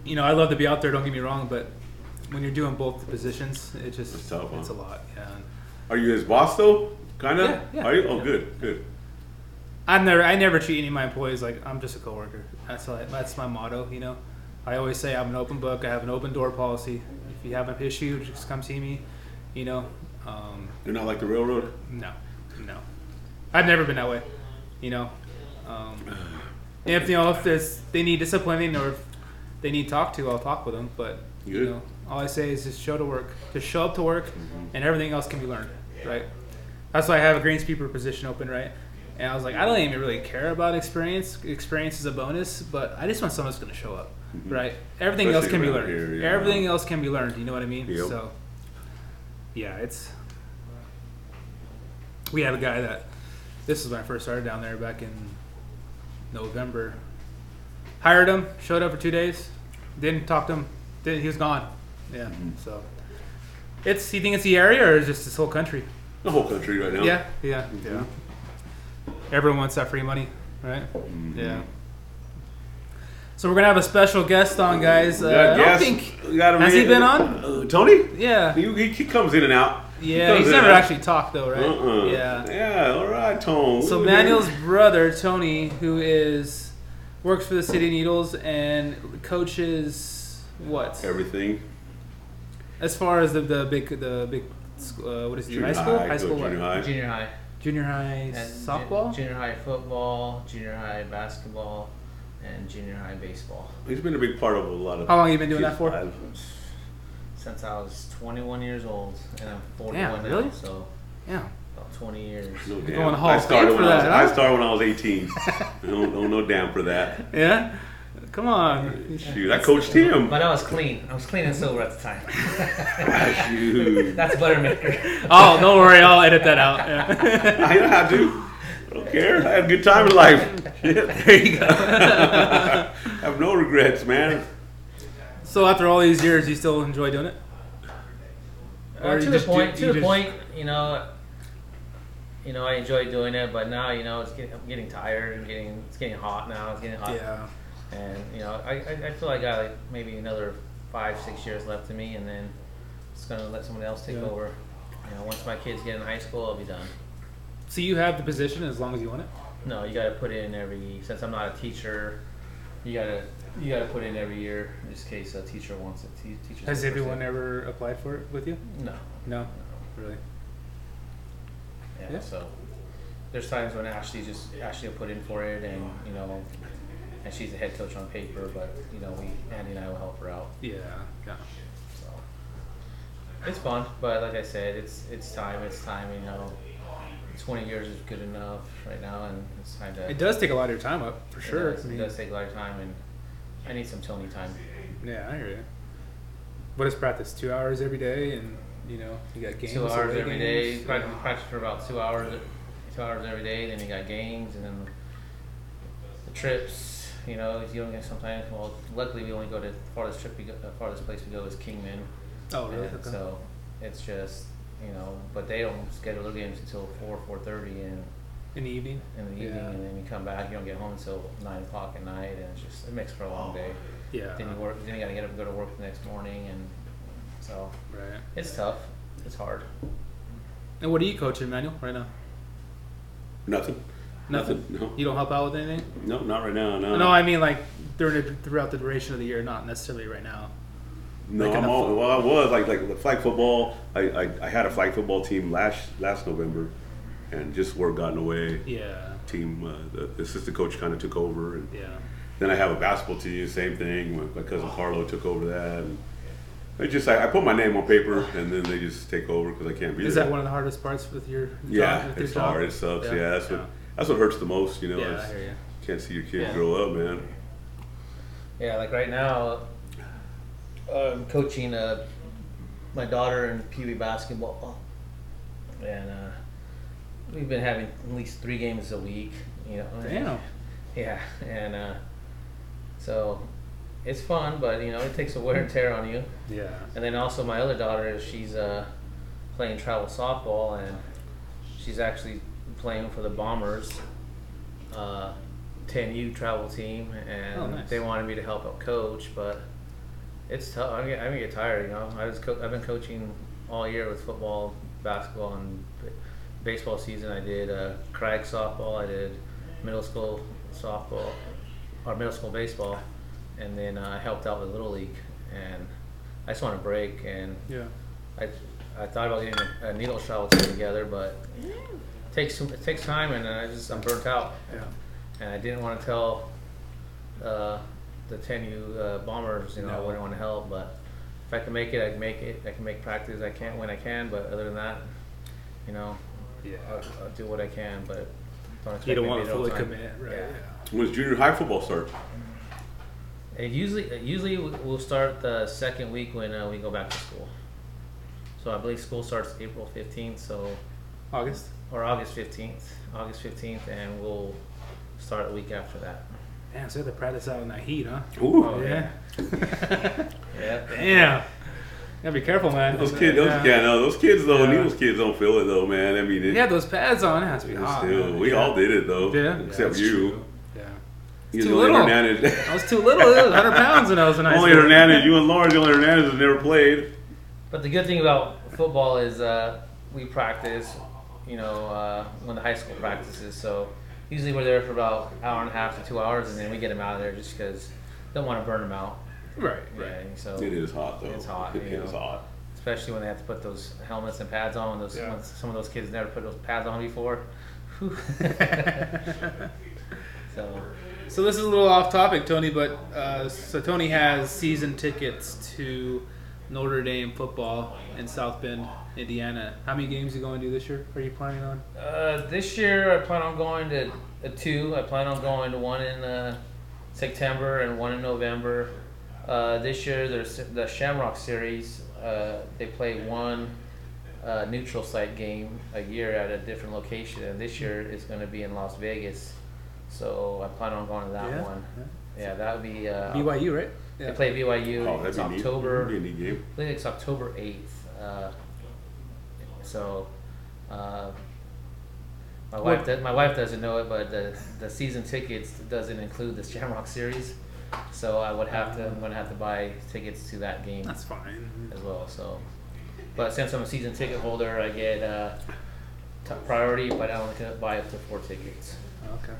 [SPEAKER 1] you know I love to be out there. Don't get me wrong, but when you're doing both positions, it just
[SPEAKER 2] It's tough, huh?
[SPEAKER 1] it's a lot. Yeah, and
[SPEAKER 2] Are you his boss though? Kind of.
[SPEAKER 1] Yeah, yeah,
[SPEAKER 2] Are you? Oh,
[SPEAKER 1] yeah.
[SPEAKER 2] good, good.
[SPEAKER 1] I've never I never treat any of my employees like I'm just a coworker. That's like, that's my motto. You know, I always say I'm an open book. I have an open door policy. If you have an issue, just come see me. You know, um,
[SPEAKER 2] You're not like the railroad.
[SPEAKER 1] No, no. I've never been that way. You know, um, if you know if there's they need disciplining or if they need talk to, I'll talk with them. But you
[SPEAKER 2] Good.
[SPEAKER 1] know, all I say is just show to work, just show up to work,
[SPEAKER 2] Mm-hmm.
[SPEAKER 1] and everything else can be learned, right? That's why I have a greenskeeper position open, right? And I was like, I don't even really care about experience. Experience is a bonus, but I just want someone that's going to show up, right? Everything
[SPEAKER 2] Mm-hmm. Especially
[SPEAKER 1] else can be
[SPEAKER 2] around
[SPEAKER 1] learned.
[SPEAKER 2] here, yeah.
[SPEAKER 1] Everything else can be learned. You know what I mean?
[SPEAKER 2] Yep.
[SPEAKER 1] So, yeah, it's we had a guy that this is when I first started down there back in November. Hired him, showed up for two days, didn't talk to him, didn't, he was gone. Yeah,
[SPEAKER 2] Mm-hmm.
[SPEAKER 1] so it's you think it's the area or is just this whole country?
[SPEAKER 2] The whole country right now.
[SPEAKER 1] Yeah, yeah, yeah. Everyone wants that free money, right?
[SPEAKER 2] Mm-hmm.
[SPEAKER 1] Yeah. So we're gonna have a special guest on, guys. Uh,
[SPEAKER 2] Yeah,
[SPEAKER 1] I don't
[SPEAKER 2] guess.
[SPEAKER 1] think,
[SPEAKER 2] We got him
[SPEAKER 1] has he
[SPEAKER 2] in.
[SPEAKER 1] been on?
[SPEAKER 2] Uh, Tony?
[SPEAKER 1] yeah,
[SPEAKER 2] He, he, he comes in and out. He
[SPEAKER 1] yeah.
[SPEAKER 2] comes
[SPEAKER 1] He's
[SPEAKER 2] in
[SPEAKER 1] never
[SPEAKER 2] and out.
[SPEAKER 1] actually talked though, right?
[SPEAKER 2] Uh-uh.
[SPEAKER 1] Yeah.
[SPEAKER 2] Yeah. All right, Tony.
[SPEAKER 1] So Manuel's brother Tony, who is works for the City Needles and coaches what
[SPEAKER 2] everything.
[SPEAKER 1] as far as the, the big the big sc- uh, what is it,
[SPEAKER 2] Junior
[SPEAKER 1] high school
[SPEAKER 2] high,
[SPEAKER 1] high school
[SPEAKER 2] coach,
[SPEAKER 1] what?
[SPEAKER 2] junior high.
[SPEAKER 3] Junior high.
[SPEAKER 1] junior high
[SPEAKER 3] And ju-
[SPEAKER 1] softball
[SPEAKER 3] Junior high football, junior high basketball, and junior high baseball.
[SPEAKER 2] He's been a big part of a lot of.
[SPEAKER 1] How long you been doing that for?
[SPEAKER 2] I've-
[SPEAKER 3] Since I was 21 years old, and I'm 41
[SPEAKER 1] Damn,
[SPEAKER 3] now,
[SPEAKER 1] really?
[SPEAKER 3] so
[SPEAKER 1] yeah
[SPEAKER 3] about 20 years.
[SPEAKER 2] No
[SPEAKER 1] going
[SPEAKER 2] damn.
[SPEAKER 1] Hall
[SPEAKER 2] I
[SPEAKER 1] of
[SPEAKER 2] started
[SPEAKER 1] Fame
[SPEAKER 2] when
[SPEAKER 1] for
[SPEAKER 2] I was.
[SPEAKER 1] that,
[SPEAKER 2] I
[SPEAKER 1] huh?
[SPEAKER 2] started when I was 18. no, no, no damn for that.
[SPEAKER 1] yeah come on
[SPEAKER 2] Shoot, I coached him.
[SPEAKER 3] But I was clean. I was clean and sober at the time.
[SPEAKER 2] Shoot.
[SPEAKER 3] That's Buttermaker.
[SPEAKER 1] oh don't worry I'll edit that out yeah.
[SPEAKER 2] I know how to. I don't care. I had a good time in life. Shit.
[SPEAKER 1] there you go
[SPEAKER 2] I have no regrets, man.
[SPEAKER 1] so after all these years you still enjoy doing it
[SPEAKER 3] Well,
[SPEAKER 1] you
[SPEAKER 3] Uh, to the
[SPEAKER 1] just do-
[SPEAKER 3] point.
[SPEAKER 1] you
[SPEAKER 3] to the
[SPEAKER 1] just-
[SPEAKER 3] point, you know. You know, I enjoy doing it, but now you know it's getting I'm getting tired. i getting it's getting hot now. It's getting hot,
[SPEAKER 1] Yeah.
[SPEAKER 3] and you know I, I I feel I got like maybe another five six years left in me, and then it's gonna let someone else take
[SPEAKER 1] Yeah.
[SPEAKER 3] over. You know, once my kids get in high school, I'll be done.
[SPEAKER 1] So you have the position as long as you want it.
[SPEAKER 3] No, you gotta put in every. Since I'm not a teacher, you gotta you gotta put in every year in this case a teacher wants it. Te- teachers
[SPEAKER 1] Has
[SPEAKER 3] look for
[SPEAKER 1] everyone
[SPEAKER 3] something.
[SPEAKER 1] ever applied for it with you?
[SPEAKER 3] No.
[SPEAKER 1] No,
[SPEAKER 3] no.
[SPEAKER 1] really.
[SPEAKER 3] Yeah,
[SPEAKER 1] Yeah.
[SPEAKER 3] So there's times when Ashley just Ashley will put in for it, and you know, and she's a head coach on paper, but you know, we Andy and I will help her out.
[SPEAKER 1] Yeah. yeah.
[SPEAKER 3] So it's fun, but like I said, it's it's time. It's time. You know, 20 years is good enough right now, and it's time to.
[SPEAKER 1] It does take a lot of your time up for
[SPEAKER 3] it
[SPEAKER 1] sure.
[SPEAKER 3] does-
[SPEAKER 1] I
[SPEAKER 3] It
[SPEAKER 1] mean,
[SPEAKER 3] does take a lot of time, and I need some Tony time.
[SPEAKER 1] Yeah, I hear you. What is practice? Two hours every day, and you know you got games.
[SPEAKER 3] two hours
[SPEAKER 1] away
[SPEAKER 3] every day.
[SPEAKER 1] games.
[SPEAKER 3] Practice, practice for about two hours, two hours every day. Then you got games, and then the trips. You know, you don't get sometimes. Well, luckily we only go to farthest trip we go, the farthest place we go is Kingman,
[SPEAKER 1] Oh really?
[SPEAKER 3] and
[SPEAKER 1] Okay.
[SPEAKER 3] so it's just you know. But they don't schedule their games until four four thirty in
[SPEAKER 1] In the evening.
[SPEAKER 3] in the evening,
[SPEAKER 1] Yeah.
[SPEAKER 3] and then you come back. You don't get home until nine o'clock at night, and it's just it makes for a long day.
[SPEAKER 1] Yeah.
[SPEAKER 3] Then you work. Then you gotta get up and go to work the next morning, and so
[SPEAKER 1] Right.
[SPEAKER 3] it's tough. It's hard.
[SPEAKER 1] And what are you coaching, Manuel, right now?
[SPEAKER 2] Nothing.
[SPEAKER 1] Nothing.
[SPEAKER 2] No.
[SPEAKER 1] You don't help out with anything?
[SPEAKER 2] No, not right now.
[SPEAKER 3] Uh,
[SPEAKER 2] No.
[SPEAKER 1] no, I mean like during the, throughout the duration of the year, not necessarily right now.
[SPEAKER 2] No,
[SPEAKER 1] Like in
[SPEAKER 2] I'm
[SPEAKER 1] a
[SPEAKER 2] all,
[SPEAKER 1] fo-
[SPEAKER 2] well, I was like like the flag football. I, I, I had a flag football team last last November, and just work got in the way.
[SPEAKER 1] Yeah.
[SPEAKER 2] Team uh, the, the assistant coach kind of took over, and
[SPEAKER 1] Yeah.
[SPEAKER 2] then I have a basketball team. Same thing. My, my cousin Carlo took over that. And I just I, I put my name on paper, and then they just take over because I can't be
[SPEAKER 1] Is
[SPEAKER 2] there.
[SPEAKER 1] that one of the hardest parts with your job?
[SPEAKER 2] yeah,
[SPEAKER 1] with your
[SPEAKER 2] it's
[SPEAKER 1] job?
[SPEAKER 2] hard. It sucks. Yeah, that's what
[SPEAKER 1] yeah.
[SPEAKER 2] that's what hurts the most. You know,
[SPEAKER 1] Yeah, I
[SPEAKER 2] it's-
[SPEAKER 1] hear you.
[SPEAKER 2] can't see your kids
[SPEAKER 3] Yeah.
[SPEAKER 2] grow up, man.
[SPEAKER 3] Yeah, like right now, I'm coaching uh, my daughter in Pee Wee basketball, and uh, we've been having at least three games a week. You know.
[SPEAKER 1] Damn.
[SPEAKER 3] Yeah, and uh, so it's fun, but you know it takes a wear and tear on you.
[SPEAKER 1] Yeah.
[SPEAKER 3] And then also my other daughter, she's uh, playing travel softball, and she's actually playing for the Bombers, uh, 10U travel team, and
[SPEAKER 1] Oh, nice.
[SPEAKER 3] they wanted me to help out coach, but it's tough. I'm get- I'm gonna get tired, you know. I was co- I've been coaching all year with football, basketball, and b- baseball season. I did uh, Craig softball. I did middle school softball or middle school baseball, and then uh, I helped out with little league. And I just want a break. And
[SPEAKER 1] Yeah.
[SPEAKER 3] I I thought about getting a, a needle shot together, but it takes some- it takes time, and uh, I just I'm burnt out
[SPEAKER 1] Yeah.
[SPEAKER 3] and I didn't want to tell uh, the ten U uh, bombers, you know, I
[SPEAKER 1] No.
[SPEAKER 3] wouldn't want to help. But if I can make it, I can make it. I can make practice. I can't when I can, but other than that, you know, I'll,
[SPEAKER 1] Yeah.
[SPEAKER 3] I'll do what I can. But don't expect
[SPEAKER 1] You don't
[SPEAKER 3] me
[SPEAKER 1] want
[SPEAKER 3] be
[SPEAKER 1] to
[SPEAKER 3] there all the
[SPEAKER 1] fully
[SPEAKER 3] time.
[SPEAKER 1] commit, right?
[SPEAKER 3] Yeah.
[SPEAKER 2] When's junior high football start?
[SPEAKER 3] It Uh, usually, it usually we- we'll start the second week when uh, we go back to school. So I believe school starts April fifteenth. So
[SPEAKER 1] August.
[SPEAKER 3] or August fifteenth, August fifteenth, and we'll start a week after that.
[SPEAKER 1] Damn, so you have to practice out in that heat, huh?
[SPEAKER 2] Ooh,
[SPEAKER 3] Oh,
[SPEAKER 1] yeah.
[SPEAKER 3] Yeah.
[SPEAKER 1] Damn. Gotta be careful, man.
[SPEAKER 2] those kids, those yeah, no, those kids though,
[SPEAKER 1] Yeah.
[SPEAKER 2] Needles kids don't feel it though, man. I mean, it,
[SPEAKER 1] Yeah, those pads on. It has to be
[SPEAKER 2] it's
[SPEAKER 1] hot.
[SPEAKER 2] still,
[SPEAKER 1] man.
[SPEAKER 2] we
[SPEAKER 1] yeah.
[SPEAKER 2] all did it though,
[SPEAKER 1] Yeah. Yeah,
[SPEAKER 2] except
[SPEAKER 1] that's
[SPEAKER 2] you.
[SPEAKER 1] true. Yeah.
[SPEAKER 2] You
[SPEAKER 1] Too
[SPEAKER 2] know,
[SPEAKER 1] little.
[SPEAKER 2] Hernandez.
[SPEAKER 1] I was too little. I was 100 pounds when I was in high
[SPEAKER 2] only
[SPEAKER 1] school.
[SPEAKER 2] Hernandez. You and Lawrence, the only Hernandez has never played.
[SPEAKER 3] But the good thing about football is uh, we practice, you know, uh, when the high school practices. So usually we're there for about an hour and a half to two hours, and then we get them out of there just because don't want to burn them out.
[SPEAKER 1] Right, right.
[SPEAKER 3] Yeah. So
[SPEAKER 2] It is hot though.
[SPEAKER 3] It's hot,
[SPEAKER 2] It
[SPEAKER 3] you
[SPEAKER 2] is
[SPEAKER 3] know.
[SPEAKER 2] hot.
[SPEAKER 3] especially when they have to put those helmets and pads on. When those
[SPEAKER 1] Yeah.
[SPEAKER 3] when some of those kids never put those pads on before. Whew. so
[SPEAKER 1] So this is a little off topic, Tony, but uh, so Tony has season tickets to Notre Dame football in South Bend, Indiana. How many games you going to do this year? Are you planning on?
[SPEAKER 3] Uh, this year I plan on going to uh, two. I plan on going to one in uh, September and one in November. Uh, this year there's the Shamrock Series. Uh, they play one uh, neutral site game a year at a different location, and this year it's going to be in Las Vegas. So I plan on going to that
[SPEAKER 1] Yeah.
[SPEAKER 3] one. Yeah, that would be. Uh,
[SPEAKER 1] BYU, right?
[SPEAKER 3] They play BYU.
[SPEAKER 2] Oh, that'd
[SPEAKER 3] it's
[SPEAKER 2] be neat.
[SPEAKER 3] October.
[SPEAKER 2] That'd be a neat game.
[SPEAKER 3] I think it's October eighth. Uh, so, uh, My wife, does, my wife doesn't know it, but the, the season tickets doesn't include the Shamrock Series, so I would have to. I'm gonna have to buy tickets to that game
[SPEAKER 1] That's fine.
[SPEAKER 3] as well. So, but since I'm a season ticket holder, I get uh, t- priority, but I only can buy up to four tickets.
[SPEAKER 1] Oh, Okay.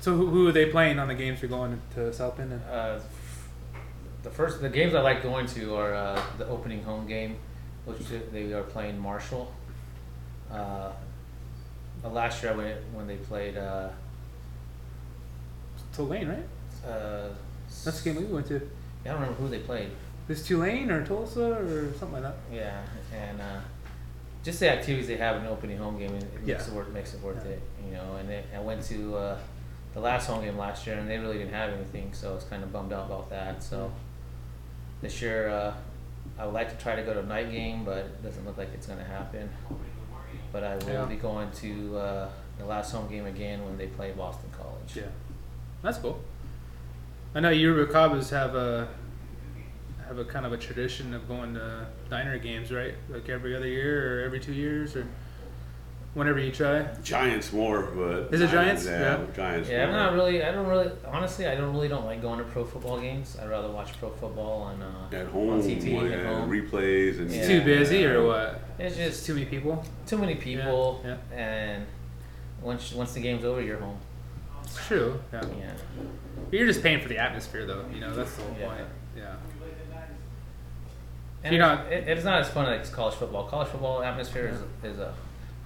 [SPEAKER 1] So who, who are they playing on the games you're going to South Bend? And,
[SPEAKER 3] Uh, the first, the games I like going to are uh, the opening home game, which they are playing Marshall. Uh, the last year I went when they played. Uh,
[SPEAKER 1] Tulane, right?
[SPEAKER 3] uh,
[SPEAKER 1] That's the game we went to.
[SPEAKER 3] I don't remember who they played.
[SPEAKER 1] Is Tulane or Tulsa or something like that?
[SPEAKER 3] Yeah, and uh, just the activities they have in the opening home game, it it makes
[SPEAKER 1] Yeah.
[SPEAKER 3] it worth makes it worth it, you know. And then I went to uh, the last home game last year, and they really didn't have anything, so I was kind of bummed out about that.
[SPEAKER 1] Mm-hmm.
[SPEAKER 3] So this year, uh, I would like to try to go to a night game, but it doesn't look like it's going to happen. But I will
[SPEAKER 1] Yeah.
[SPEAKER 3] be going to uh, the last home game again when they play Boston College.
[SPEAKER 1] Yeah, that's cool. I know Yoruba Cabas have a have a kind of a tradition of going to diner games, right? Like every other year or every two years or whenever you try.
[SPEAKER 2] Giants more, but
[SPEAKER 1] Is it Giants?
[SPEAKER 2] Yeah,
[SPEAKER 1] Yeah.
[SPEAKER 2] Giants.
[SPEAKER 3] Yeah, I'm
[SPEAKER 2] more.
[SPEAKER 3] not really. I don't really. Honestly, I don't really don't like going to pro football games. I'd rather watch pro football on. Uh,
[SPEAKER 2] at home,
[SPEAKER 3] On TT,
[SPEAKER 2] yeah,
[SPEAKER 3] at home.
[SPEAKER 2] replays, and
[SPEAKER 1] It's
[SPEAKER 3] Yeah.
[SPEAKER 1] too busy or what? It's
[SPEAKER 3] it's just
[SPEAKER 1] too
[SPEAKER 3] too
[SPEAKER 1] many people.
[SPEAKER 3] too many people,
[SPEAKER 1] yeah.
[SPEAKER 3] and once once the game's over, you're home.
[SPEAKER 1] It's true. Yeah.
[SPEAKER 3] Yeah,
[SPEAKER 1] But you're just paying for the atmosphere, though. You know that's the whole
[SPEAKER 3] Yeah.
[SPEAKER 1] point. Yeah.
[SPEAKER 3] and
[SPEAKER 1] You're
[SPEAKER 3] it's-
[SPEAKER 1] not-
[SPEAKER 3] it, it's not as fun as college football. College football atmosphere is is a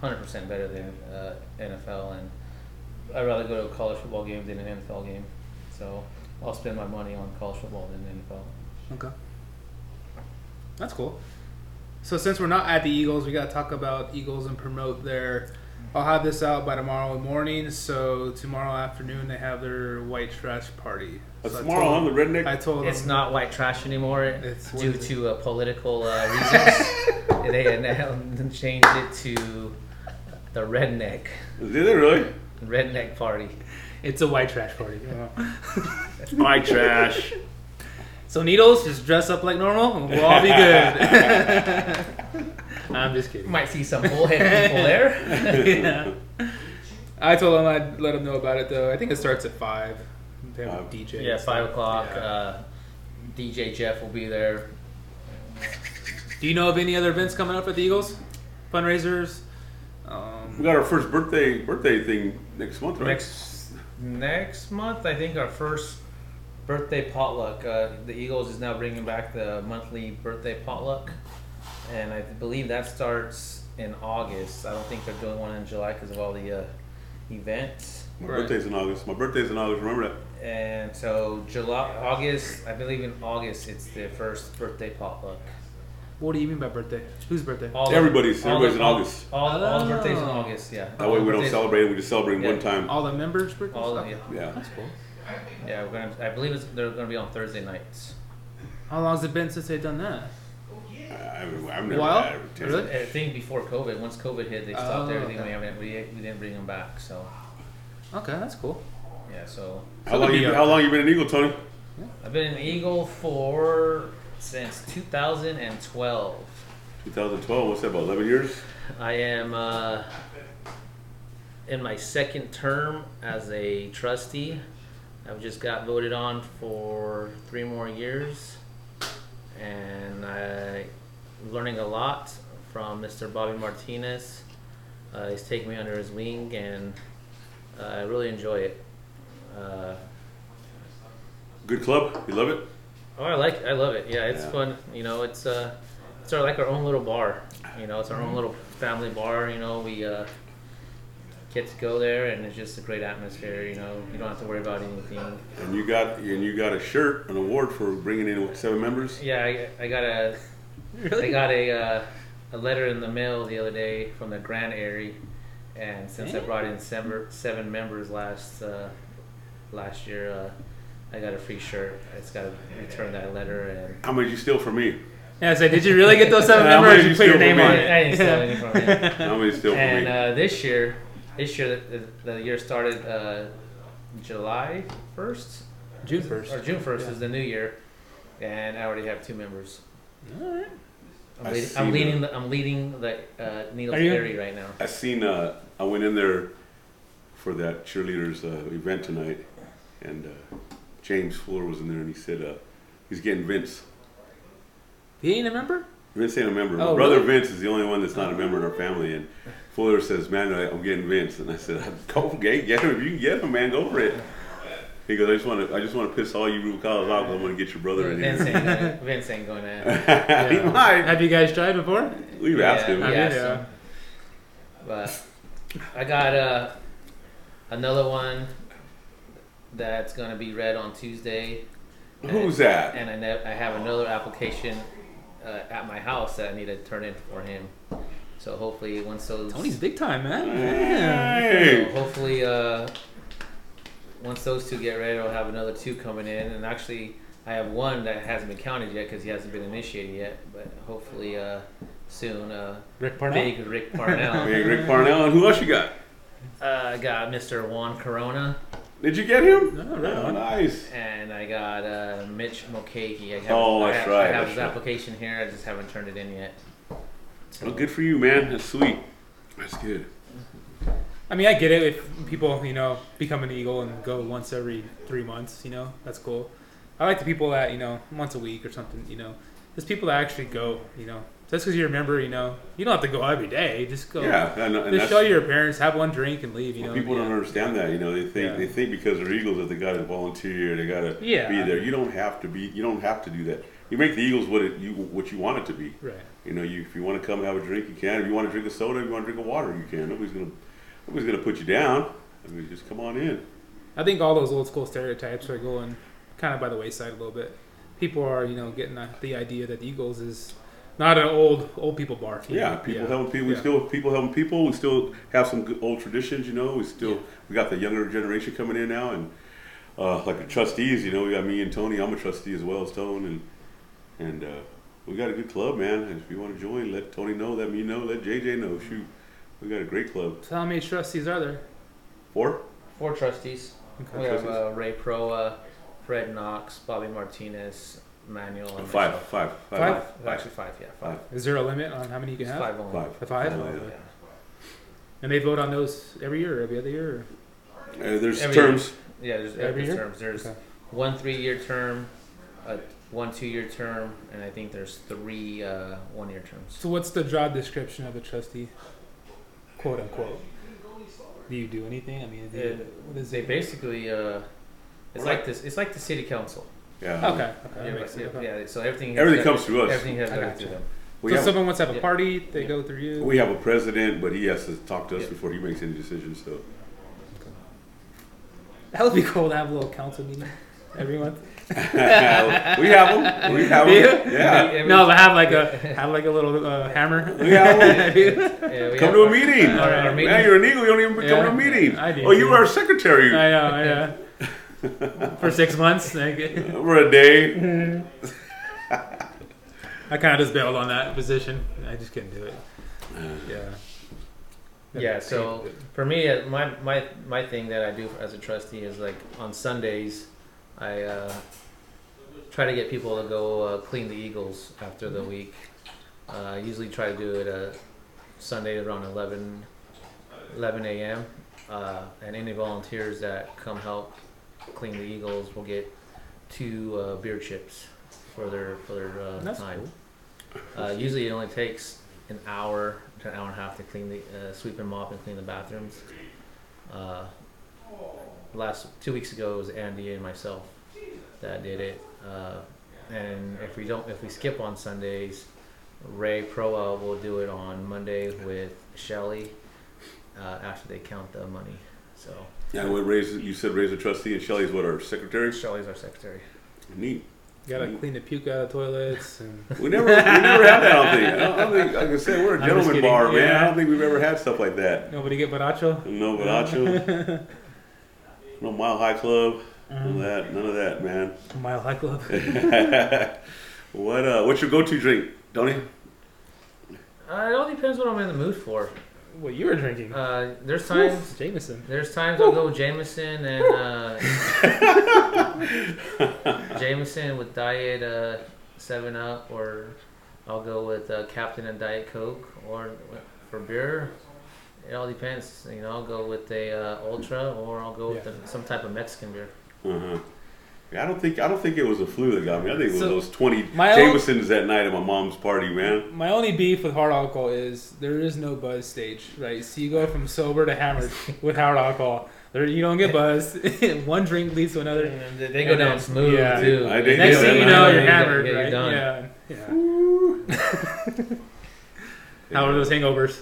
[SPEAKER 3] hundred percent better than uh, NFL, and I'd rather go to a college football game than an NFL game. So I'll spend my money on college football than NFL.
[SPEAKER 1] Okay. That's cool. So since we're not at the Eagles, we got to talk about Eagles and promote their. I'll have this out by tomorrow morning. So tomorrow afternoon they have their white trash party.
[SPEAKER 2] That's
[SPEAKER 1] so I
[SPEAKER 2] tomorrow
[SPEAKER 1] told-
[SPEAKER 2] on the Redneck.
[SPEAKER 1] I told
[SPEAKER 3] It's
[SPEAKER 1] them.
[SPEAKER 3] not white trash anymore
[SPEAKER 1] It's- what
[SPEAKER 3] due
[SPEAKER 1] is it?
[SPEAKER 3] to uh, political uh, reasons. they had now changed it to the redneck
[SPEAKER 2] Did they really?
[SPEAKER 3] redneck party.
[SPEAKER 1] It's a white trash party.
[SPEAKER 2] My trash.
[SPEAKER 1] so needles, just dress up like normal, and we'll all be good. I'm just
[SPEAKER 3] You
[SPEAKER 1] kidding.
[SPEAKER 3] might see some bullhead people there.
[SPEAKER 1] Yeah. I told them I'd let them know about it though. I think it starts at five. They have a
[SPEAKER 2] Five.
[SPEAKER 1] DJ. and
[SPEAKER 3] yeah, five o'clock.
[SPEAKER 1] Yeah.
[SPEAKER 3] Uh, DJ Jeff will be there.
[SPEAKER 1] Do you know of any other events coming up at the Eagles? Fundraisers? Um,
[SPEAKER 2] We got our first birthday birthday thing next month, right?
[SPEAKER 3] Next next month, I think our first birthday potluck. Uh, the Eagles is now bringing back the monthly birthday potluck, and I believe that starts in August. I don't think they're doing one in July because of all the uh, events.
[SPEAKER 2] My
[SPEAKER 1] Right.
[SPEAKER 2] birthday's in August. My birthday's in August. Remember that?
[SPEAKER 3] And so July, August, I believe in August, it's their first birthday potluck.
[SPEAKER 1] what do you mean by birthday? Whose birthday?
[SPEAKER 3] All
[SPEAKER 2] Everybody's-
[SPEAKER 3] all the-
[SPEAKER 2] everybody's in
[SPEAKER 3] all-
[SPEAKER 2] August.
[SPEAKER 3] All, all, the birthdays in
[SPEAKER 1] Oh.
[SPEAKER 3] August, yeah.
[SPEAKER 2] That way we don't
[SPEAKER 3] Birthdays-
[SPEAKER 2] celebrate. it, We just celebrate
[SPEAKER 3] Yeah.
[SPEAKER 2] one time.
[SPEAKER 1] All the members' birthdays?
[SPEAKER 3] All of
[SPEAKER 1] Okay.
[SPEAKER 3] you.
[SPEAKER 2] Yeah.
[SPEAKER 1] That's cool.
[SPEAKER 3] Yeah, we're gonna, I believe it's, they're going to be on Thursday nights.
[SPEAKER 1] How long has it been since they've done that?
[SPEAKER 2] I, I've never
[SPEAKER 1] Well,
[SPEAKER 2] had a chance.
[SPEAKER 1] really?
[SPEAKER 3] I think before COVID, once COVID hit, they stopped
[SPEAKER 1] Oh,
[SPEAKER 3] everything.
[SPEAKER 1] okay.
[SPEAKER 3] We, haven't, we, we didn't bring them back. So,
[SPEAKER 1] Okay, that's cool.
[SPEAKER 3] yeah, so
[SPEAKER 2] How long, you,
[SPEAKER 1] Somebody-
[SPEAKER 2] how long you been an Eagle, Tony?
[SPEAKER 3] I've been an Eagle for since 2012.
[SPEAKER 2] 2012. What's that? About 11 years.
[SPEAKER 3] I am uh, in my second term as a trustee. I've just got voted on for three more years. And I'm learning a lot from Mr. Bobby Martinez. Uh, he's taken me under his wing, and uh, I really enjoy it. Uh,
[SPEAKER 2] Good club. You love it?
[SPEAKER 3] Oh, I like, I love it. Yeah, it's
[SPEAKER 2] Yeah.
[SPEAKER 3] fun. You know, it's uh, it's our like our own little bar. You know, it's our own little family bar. You know, we uh, get to go there, and it's just a great atmosphere. You know, you don't have to worry about anything.
[SPEAKER 2] And you got and you got a shirt, an award for bringing in what, seven members.
[SPEAKER 3] Yeah, I, I got a, I got a uh, a letter in the mail the other day from the Grand Airy, and since I brought in seven seven members last uh, last year, uh, I got a free shirt. I just got to return that letter and.
[SPEAKER 2] How many did you steal from me?
[SPEAKER 1] Yeah, I said, did you really get those seven
[SPEAKER 2] How
[SPEAKER 1] members?
[SPEAKER 2] many did
[SPEAKER 1] You
[SPEAKER 2] you
[SPEAKER 1] put your name
[SPEAKER 2] steal from
[SPEAKER 1] on
[SPEAKER 2] me?
[SPEAKER 1] it.
[SPEAKER 3] I didn't steal anything from him.
[SPEAKER 2] How many did you steal from
[SPEAKER 3] And
[SPEAKER 2] me?
[SPEAKER 3] uh, this year, this year the, the year started uh, July first
[SPEAKER 1] June 1st.
[SPEAKER 3] or June first
[SPEAKER 1] Yeah.
[SPEAKER 3] is the new year, and I already have two members.
[SPEAKER 1] All right.
[SPEAKER 3] I'm
[SPEAKER 2] I
[SPEAKER 3] leading.
[SPEAKER 2] see
[SPEAKER 3] I'm
[SPEAKER 2] that.
[SPEAKER 3] leading the, I'm leading the uh, needle
[SPEAKER 1] Are you?
[SPEAKER 3] theory right now.
[SPEAKER 2] I seen. Uh, I went in there for that cheerleaders uh, event tonight, and uh, James Fuller was in there, and he said uh, he's getting Vince.
[SPEAKER 1] He ain't a member?
[SPEAKER 2] Vince ain't a member. My
[SPEAKER 1] Oh,
[SPEAKER 2] brother
[SPEAKER 1] really?
[SPEAKER 2] Vince is the only one that's not a member in our family, and Fuller says, "Man, I- I'm getting Vince," and I said, "Go get, get him. If you can get him, man, go for it." He goes, "I just want to. I just want to piss all you root collars off. 'cause I'm going to get your brother in
[SPEAKER 3] Vince
[SPEAKER 2] here."
[SPEAKER 3] ain't, gonna, Vince ain't going to.
[SPEAKER 2] he
[SPEAKER 1] Yeah.
[SPEAKER 2] might.
[SPEAKER 1] Have you guys tried before?
[SPEAKER 2] We've asked him.
[SPEAKER 1] I
[SPEAKER 3] Yeah,
[SPEAKER 1] did,
[SPEAKER 3] so- But I got uh, another one that's gonna be read on Tuesday,
[SPEAKER 2] Who's that?
[SPEAKER 3] and I, ne- I have another application uh, at my house that I need to turn in for him. So hopefully, once those
[SPEAKER 1] Tony's big time, man. Yeah.
[SPEAKER 3] So
[SPEAKER 2] Hey.
[SPEAKER 3] hopefully, uh, once those two get ready, I'll have another two coming in. And actually, I have one that hasn't been counted yet because he hasn't been initiated yet. But hopefully, uh, soon, uh,
[SPEAKER 1] Rick Parnell.
[SPEAKER 3] big Rick Parnell.
[SPEAKER 2] Big Rick Parnell. And who else you got?
[SPEAKER 3] uh, I got Mr. Juan Corona
[SPEAKER 2] Did you get him?
[SPEAKER 1] No, right
[SPEAKER 2] Oh,
[SPEAKER 1] on.
[SPEAKER 2] nice.
[SPEAKER 3] and I got uh, Mitch Mulcahy. I have,
[SPEAKER 2] Oh,
[SPEAKER 3] I
[SPEAKER 2] that's
[SPEAKER 3] have,
[SPEAKER 2] right,
[SPEAKER 3] I have
[SPEAKER 2] that's
[SPEAKER 3] his
[SPEAKER 2] right.
[SPEAKER 3] application here. I just haven't turned it in yet.
[SPEAKER 2] Well, good for you, man. That's sweet. That's good.
[SPEAKER 1] I mean, I get it if people, you know, become an Eagle and go once every three months, you know, that's cool. I like the people that, you know, once a week or something, you know. There's people that actually go, you know. Just because you remember, you know, you don't have to go every day. Just go.
[SPEAKER 2] Yeah, and, and
[SPEAKER 1] Just
[SPEAKER 2] that's,
[SPEAKER 1] show your parents, have one drink, and leave, you know.
[SPEAKER 2] people don't
[SPEAKER 1] yeah.
[SPEAKER 2] understand that. You know, they think
[SPEAKER 1] Yeah.
[SPEAKER 2] they think because they're Eagles that they got to volunteer, they got to
[SPEAKER 1] Yeah.
[SPEAKER 2] be there. You don't have to be. You don't have to do that. You make the Eagles what it, you what you want it to be.
[SPEAKER 1] Right.
[SPEAKER 2] You know, you, if you want to come have a drink, you can. If you want to drink a soda, if you want to drink a water, you can. Nobody's gonna nobody's gonna put you down. I mean, just come on in.
[SPEAKER 1] I think all those old school stereotypes are going kind of by the wayside a little bit. People are, you know, getting the, the idea that the Eagles is not an old old people bar. you
[SPEAKER 2] Yeah,
[SPEAKER 1] know?
[SPEAKER 2] people helping people. We
[SPEAKER 1] Yeah.
[SPEAKER 2] still have people helping people. We still have some good old traditions, you know. We still we got the younger generation coming in now, and uh, like the trustees, you know, we got me and Tony. I'm a trustee as well as Tone, and and uh, we got a good club, man. And if you want to join, let Tony know, let me know, let JJ know. Shoot, we got a great club.
[SPEAKER 1] So how many trustees are there?
[SPEAKER 2] Four.
[SPEAKER 3] Four trustees.
[SPEAKER 1] Okay.
[SPEAKER 3] We have uh, Ray Proa, Fred Knox, Bobby Martinez, Manuel, and
[SPEAKER 2] Five,
[SPEAKER 3] myself.
[SPEAKER 2] five, five,
[SPEAKER 1] Five?
[SPEAKER 3] Actually, five. Yeah, five.
[SPEAKER 1] Is there a limit on how many you can
[SPEAKER 3] It's
[SPEAKER 1] have?
[SPEAKER 3] five only.
[SPEAKER 2] Five.
[SPEAKER 1] The five?
[SPEAKER 2] Oh,
[SPEAKER 3] Yeah.
[SPEAKER 2] yeah.
[SPEAKER 1] And they vote on those every year or every other year? Or?
[SPEAKER 2] Uh, there's
[SPEAKER 3] Every-
[SPEAKER 2] terms.
[SPEAKER 3] Yeah, there's
[SPEAKER 1] Every
[SPEAKER 3] every
[SPEAKER 1] year?
[SPEAKER 3] terms. There's
[SPEAKER 1] Okay.
[SPEAKER 3] one three-year term, a one two-year term, and I think there's three uh, one-year terms.
[SPEAKER 1] So what's the job description of the trustee? Quote unquote. Do you do anything? I mean, do you, what is
[SPEAKER 3] They
[SPEAKER 1] it?
[SPEAKER 3] basically, uh,
[SPEAKER 2] Right.
[SPEAKER 3] it's like this. It's like the city council.
[SPEAKER 2] Yeah.
[SPEAKER 1] Okay. okay, that
[SPEAKER 3] Yeah,
[SPEAKER 1] makes sense,
[SPEAKER 3] yeah,
[SPEAKER 1] okay.
[SPEAKER 3] yeah, So everything.
[SPEAKER 2] Everything
[SPEAKER 3] got-
[SPEAKER 2] comes through us.
[SPEAKER 3] Everything has
[SPEAKER 1] I
[SPEAKER 3] to go
[SPEAKER 1] gotcha.
[SPEAKER 3] through them.
[SPEAKER 2] We
[SPEAKER 1] So if
[SPEAKER 2] have,
[SPEAKER 1] someone wants to have a
[SPEAKER 3] yeah.
[SPEAKER 1] party, they
[SPEAKER 3] Yeah.
[SPEAKER 1] go through you.
[SPEAKER 2] we have a president, but he has to talk to us
[SPEAKER 3] Yeah.
[SPEAKER 2] before he makes any decisions. So
[SPEAKER 1] That would be cool to have a little council meeting every month.
[SPEAKER 2] we have them. We have them. Yeah.
[SPEAKER 3] Every-
[SPEAKER 1] No, but have like a have like a little uh, hammer.
[SPEAKER 2] We have 'em.
[SPEAKER 3] Yeah, we
[SPEAKER 2] Come
[SPEAKER 3] have
[SPEAKER 2] to a
[SPEAKER 3] our-
[SPEAKER 2] meeting.
[SPEAKER 3] Our, our
[SPEAKER 1] Alright.
[SPEAKER 3] meeting.
[SPEAKER 2] Man, you're an eagle. You don't even
[SPEAKER 1] Yeah.
[SPEAKER 2] come to a meeting.
[SPEAKER 1] I do,
[SPEAKER 2] Oh, you
[SPEAKER 1] yeah.
[SPEAKER 2] were our secretary
[SPEAKER 1] I know, yeah. For six months, I,
[SPEAKER 2] for a day.
[SPEAKER 1] kind of Mm-hmm. just bailed on that position. I just couldn't do it. Yeah.
[SPEAKER 3] Yeah, so for me, uh, my, my my thing that I do as a trustee is like on Sundays, I uh, try to get people to go uh, clean the eagles after the week. Uh, I usually try to do it uh, Sunday around 11, 11 a.m. Uh, and any volunteers that come help clean the eagles will get two uh, beer chips for their for their uh,
[SPEAKER 1] That's
[SPEAKER 3] time. Uh, usually, it only takes an hour to an hour and a half to clean the uh, sweep and mop and clean the bathrooms. Uh, last two weeks ago, it was Andy and myself that did it. Uh, and if we don't, if we skip on Sundays, Ray Proa will do it on Monday with Shelly uh, after they count the money. So
[SPEAKER 2] Yeah, what raise you said raise a trustee and Shelley's what our secretary.
[SPEAKER 3] Shelly's our secretary.
[SPEAKER 2] Neat.
[SPEAKER 1] gotta clean the puke out of toilets. And
[SPEAKER 2] We never we never had that. I don't think. I don't, I don't think. Like I said, we're a
[SPEAKER 1] I'm just
[SPEAKER 2] gentleman
[SPEAKER 1] kidding.
[SPEAKER 2] bar, man.
[SPEAKER 1] Yeah.
[SPEAKER 2] I don't think we've ever had stuff like that.
[SPEAKER 1] nobody get Baracho.
[SPEAKER 2] No Velacho. no Mile High Club.
[SPEAKER 1] Uh-huh.
[SPEAKER 2] None of that. None of that,
[SPEAKER 1] Mm-hmm. Mile High Club.
[SPEAKER 2] man. what uh? What's your go-to drink, Tony?
[SPEAKER 3] Uh, it all depends what I'm in the mood for.
[SPEAKER 1] What you were drinking?
[SPEAKER 3] Uh, there's times
[SPEAKER 1] Oof, Jameson.
[SPEAKER 3] There's times I'll go Jameson and uh, Jameson with diet uh, Seven Up or I'll go with uh, Captain and Diet Coke, or for beer, it all depends. You know, I'll go with a uh, ultra, or I'll go with
[SPEAKER 1] Yeah.
[SPEAKER 3] a- some type of Mexican beer.
[SPEAKER 2] Uh-huh. Yeah, I don't think I don't think it was a flu that got me. I think it was
[SPEAKER 1] So-
[SPEAKER 2] those twenty
[SPEAKER 1] My own-
[SPEAKER 2] Jamesons that night at my mom's party, man.
[SPEAKER 1] My only beef with hard alcohol is there is no buzz stage, right? So you go from sober to hammered with hard alcohol. There, you don't get buzzed. One drink leads to another.
[SPEAKER 3] And they, they go
[SPEAKER 1] And
[SPEAKER 3] down
[SPEAKER 1] then-
[SPEAKER 3] smooth
[SPEAKER 1] yeah.
[SPEAKER 3] too.
[SPEAKER 2] I think
[SPEAKER 1] Next
[SPEAKER 2] Yeah,
[SPEAKER 1] thing you
[SPEAKER 2] man.
[SPEAKER 1] know,
[SPEAKER 2] Yeah,
[SPEAKER 1] you're
[SPEAKER 3] you're
[SPEAKER 1] hammered,
[SPEAKER 3] you're
[SPEAKER 1] right?
[SPEAKER 3] done.
[SPEAKER 1] Yeah. yeah.
[SPEAKER 2] Woo.
[SPEAKER 1] How are those hangovers?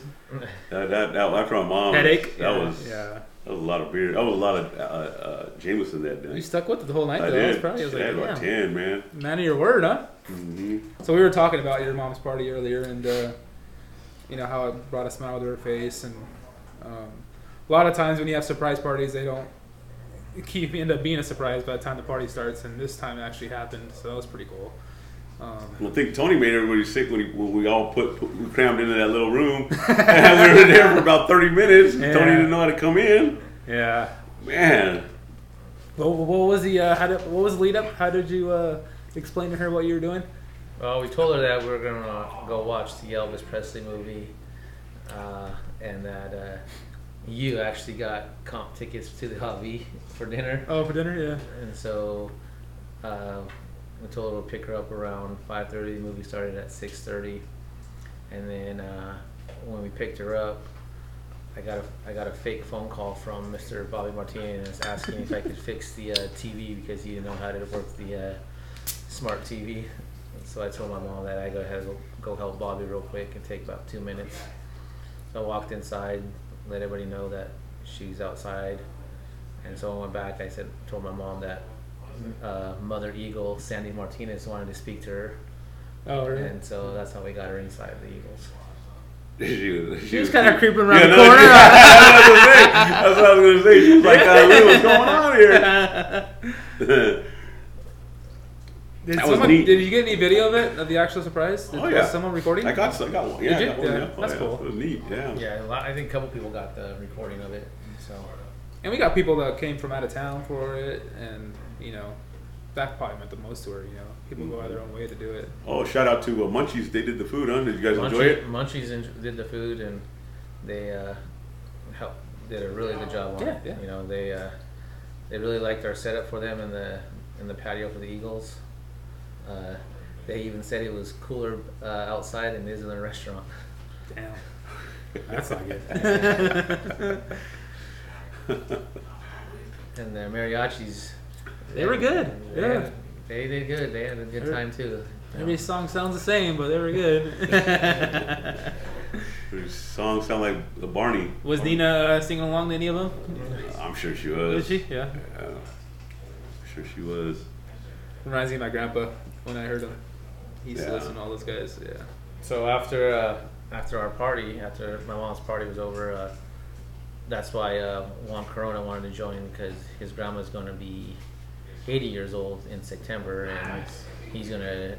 [SPEAKER 2] That, that, that after my mom
[SPEAKER 1] Headache.
[SPEAKER 2] That
[SPEAKER 1] yeah.
[SPEAKER 2] was
[SPEAKER 1] Yeah.
[SPEAKER 2] that was a lot of beer. That was a lot of uh, uh, Jameson that
[SPEAKER 1] You
[SPEAKER 2] night.
[SPEAKER 1] stuck with it the whole night
[SPEAKER 2] I
[SPEAKER 1] though. That was
[SPEAKER 2] did.
[SPEAKER 1] probably I was
[SPEAKER 2] Shit, I had about
[SPEAKER 1] like, damn,
[SPEAKER 2] ten, man.
[SPEAKER 1] man of your word, huh?
[SPEAKER 2] hmm
[SPEAKER 1] So we were talking about your mom's party earlier, and uh, you know how it brought a smile to her face. And um, a lot of times when you have surprise parties, they don't it keep end up being a surprise by the time the party starts. And this time it actually happened, so that was pretty cool. Um,
[SPEAKER 2] I think Tony made everybody sick when, he, when we all put, put we crammed into that little room. and we were there for about thirty minutes. and Tony
[SPEAKER 1] Yeah.
[SPEAKER 2] didn't know how to come in.
[SPEAKER 1] yeah.
[SPEAKER 2] Man,
[SPEAKER 1] What, what was the uh, how did, what was the lead up? How did you uh, explain to her what you were doing?
[SPEAKER 3] Well, we told her that we were gonna go watch the Elvis Presley movie, uh, and that uh, you actually got comp tickets to the hobby for dinner,
[SPEAKER 1] Oh, for dinner, yeah.
[SPEAKER 3] and so uh, we told her we'll pick her up around 5:30. The movie started at 6:30, and then uh, when we picked her up, I got a I got a fake phone call from Mr. Bobby Martinez asking if I could fix the uh, TV because he didn't know how to work the uh, smart TV. And so I told my mom that I go ahead go help Bobby real quick and take about two minutes. So I walked inside, let everybody know that she's outside, and so I went back. I said told my mom that uh, Mother Eagle Sandy Martinez wanted to speak to her,
[SPEAKER 1] Oh, really?
[SPEAKER 3] and so that's how we got her inside the Eagles.
[SPEAKER 2] she was, she
[SPEAKER 1] She was kind of creeping around
[SPEAKER 2] Yeah,
[SPEAKER 1] the
[SPEAKER 2] no,
[SPEAKER 1] corner.
[SPEAKER 2] she- that's, what I was gonna say. That's what I was gonna say. She was like, uh, Lou, "What's going on here?"
[SPEAKER 1] Did,
[SPEAKER 2] That was
[SPEAKER 1] someone,
[SPEAKER 2] neat.
[SPEAKER 1] did you get any video of it of the actual surprise? Did,
[SPEAKER 2] Oh, yeah.
[SPEAKER 1] Was someone recording?
[SPEAKER 2] I got, I got one. Yeah,
[SPEAKER 1] Did
[SPEAKER 2] I
[SPEAKER 1] you?
[SPEAKER 2] got one.
[SPEAKER 1] Yeah,
[SPEAKER 2] Yeah, oh,
[SPEAKER 1] that's
[SPEAKER 2] yeah.
[SPEAKER 1] cool.
[SPEAKER 2] It was neat. Yeah.
[SPEAKER 3] Yeah, a lot- I think a couple people got the recording of it. So
[SPEAKER 1] And we got people that came from out of town for it, and you know, that probably meant the most to her. You know, people go out of their own way to do it.
[SPEAKER 2] Oh, shout out to uh, Munchies. They did the food, huh? Did you guys enjoy it?
[SPEAKER 3] Munchies en- did the food and they uh, helped, did a really good job on
[SPEAKER 1] Yeah,
[SPEAKER 3] it.
[SPEAKER 1] yeah.
[SPEAKER 3] You know, they uh, they really liked our setup for them in the in the patio for the Eagles. Uh, they even said it was cooler uh, outside than it is in the restaurant.
[SPEAKER 1] Damn, that's not good.
[SPEAKER 3] And the mariachis,
[SPEAKER 1] They were good,
[SPEAKER 3] They,
[SPEAKER 1] yeah.
[SPEAKER 3] had- they did good. They had a good
[SPEAKER 1] They were-
[SPEAKER 3] time too.
[SPEAKER 1] Every song sounds the same, but they were good.
[SPEAKER 2] Her song sound like the Barney.
[SPEAKER 1] was Nina uh, singing along to any of them?
[SPEAKER 2] I'm sure she
[SPEAKER 1] Was
[SPEAKER 2] was.
[SPEAKER 1] she? Yeah.
[SPEAKER 2] Yeah. I'm sure she was.
[SPEAKER 1] Reminds me of my grandpa when I heard him. He used to
[SPEAKER 2] Yeah.
[SPEAKER 1] listen to all those guys. Yeah.
[SPEAKER 3] So after uh, after our party, after my mom's party was over, uh, that's why uh, Juan Corona wanted to join because his grandma's going to be 80 years old in September, and he's going to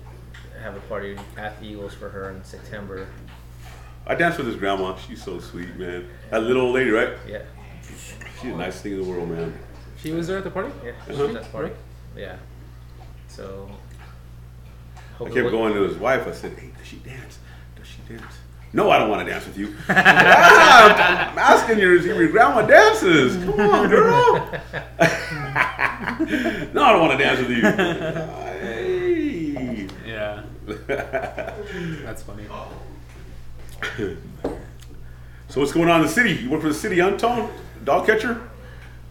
[SPEAKER 3] have a party at the Eagles for her in September.
[SPEAKER 2] I danced with his grandma. She's so sweet, man. That little old lady, right?
[SPEAKER 3] Yeah,
[SPEAKER 2] She's the nicest thing in the world, man.
[SPEAKER 1] She was there at the party.
[SPEAKER 3] yeah,
[SPEAKER 2] Uh-huh.
[SPEAKER 3] that's party. Yeah, so.
[SPEAKER 2] I kept going to his wife. I said, "Hey, does she dance? Does she dance?" No, I don't want to dance with you. ah, I'm asking you, if your grandma dances. Come on, girl. no, I don't want to dance with you. Hey.
[SPEAKER 1] Yeah. That's funny.
[SPEAKER 2] so what's going on in the city? You work for the city, huh, Tone? Dog catcher?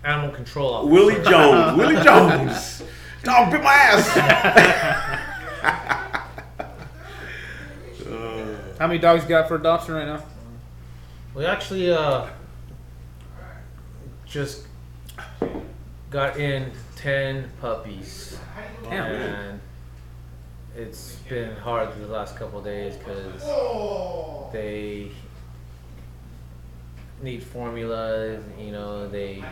[SPEAKER 3] Animal control officer.
[SPEAKER 2] Willie Jones. Willie Jones. Dog bit my ass.
[SPEAKER 1] How many dogs you got for adoption right now?
[SPEAKER 3] We actually uh, just got in 10 puppies.
[SPEAKER 1] Damn.
[SPEAKER 3] And it's been hard the last couple of days because they need formula, you know, they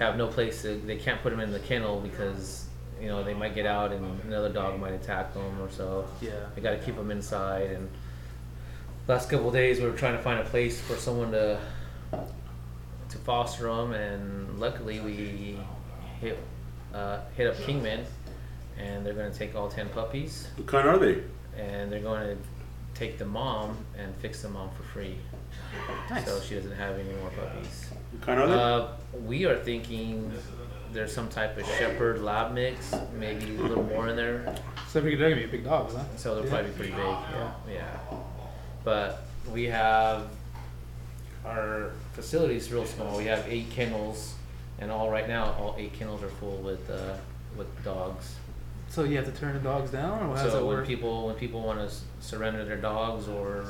[SPEAKER 3] have no place to, they can't put them in the kennel because, you know, they might get out and another dog might attack them or so.
[SPEAKER 1] Yeah.
[SPEAKER 3] We got to keep them inside. And last couple of days, we were trying to find a place for someone to to foster them, and luckily we hit uh, hit up Kingman, and they're gonna take all ten puppies.
[SPEAKER 2] What kind are they?
[SPEAKER 3] and they're going to take the mom and fix the mom for free,
[SPEAKER 4] Nice.
[SPEAKER 3] so she doesn't have any more puppies.
[SPEAKER 2] What kind are they?
[SPEAKER 3] Uh, we are thinking there's some type of shepherd lab mix, maybe a little more in there.
[SPEAKER 1] So they're gonna be big dogs, huh?
[SPEAKER 3] So they'll
[SPEAKER 1] Yeah.
[SPEAKER 3] probably be pretty big. Yeah. yeah. But we have our facility is real small. We have eight kennels, and all right now, all eight kennels are full with uh, with dogs.
[SPEAKER 1] So you have to turn the dogs down, or how does that
[SPEAKER 3] so when
[SPEAKER 1] work?
[SPEAKER 3] people when people want to surrender their dogs, or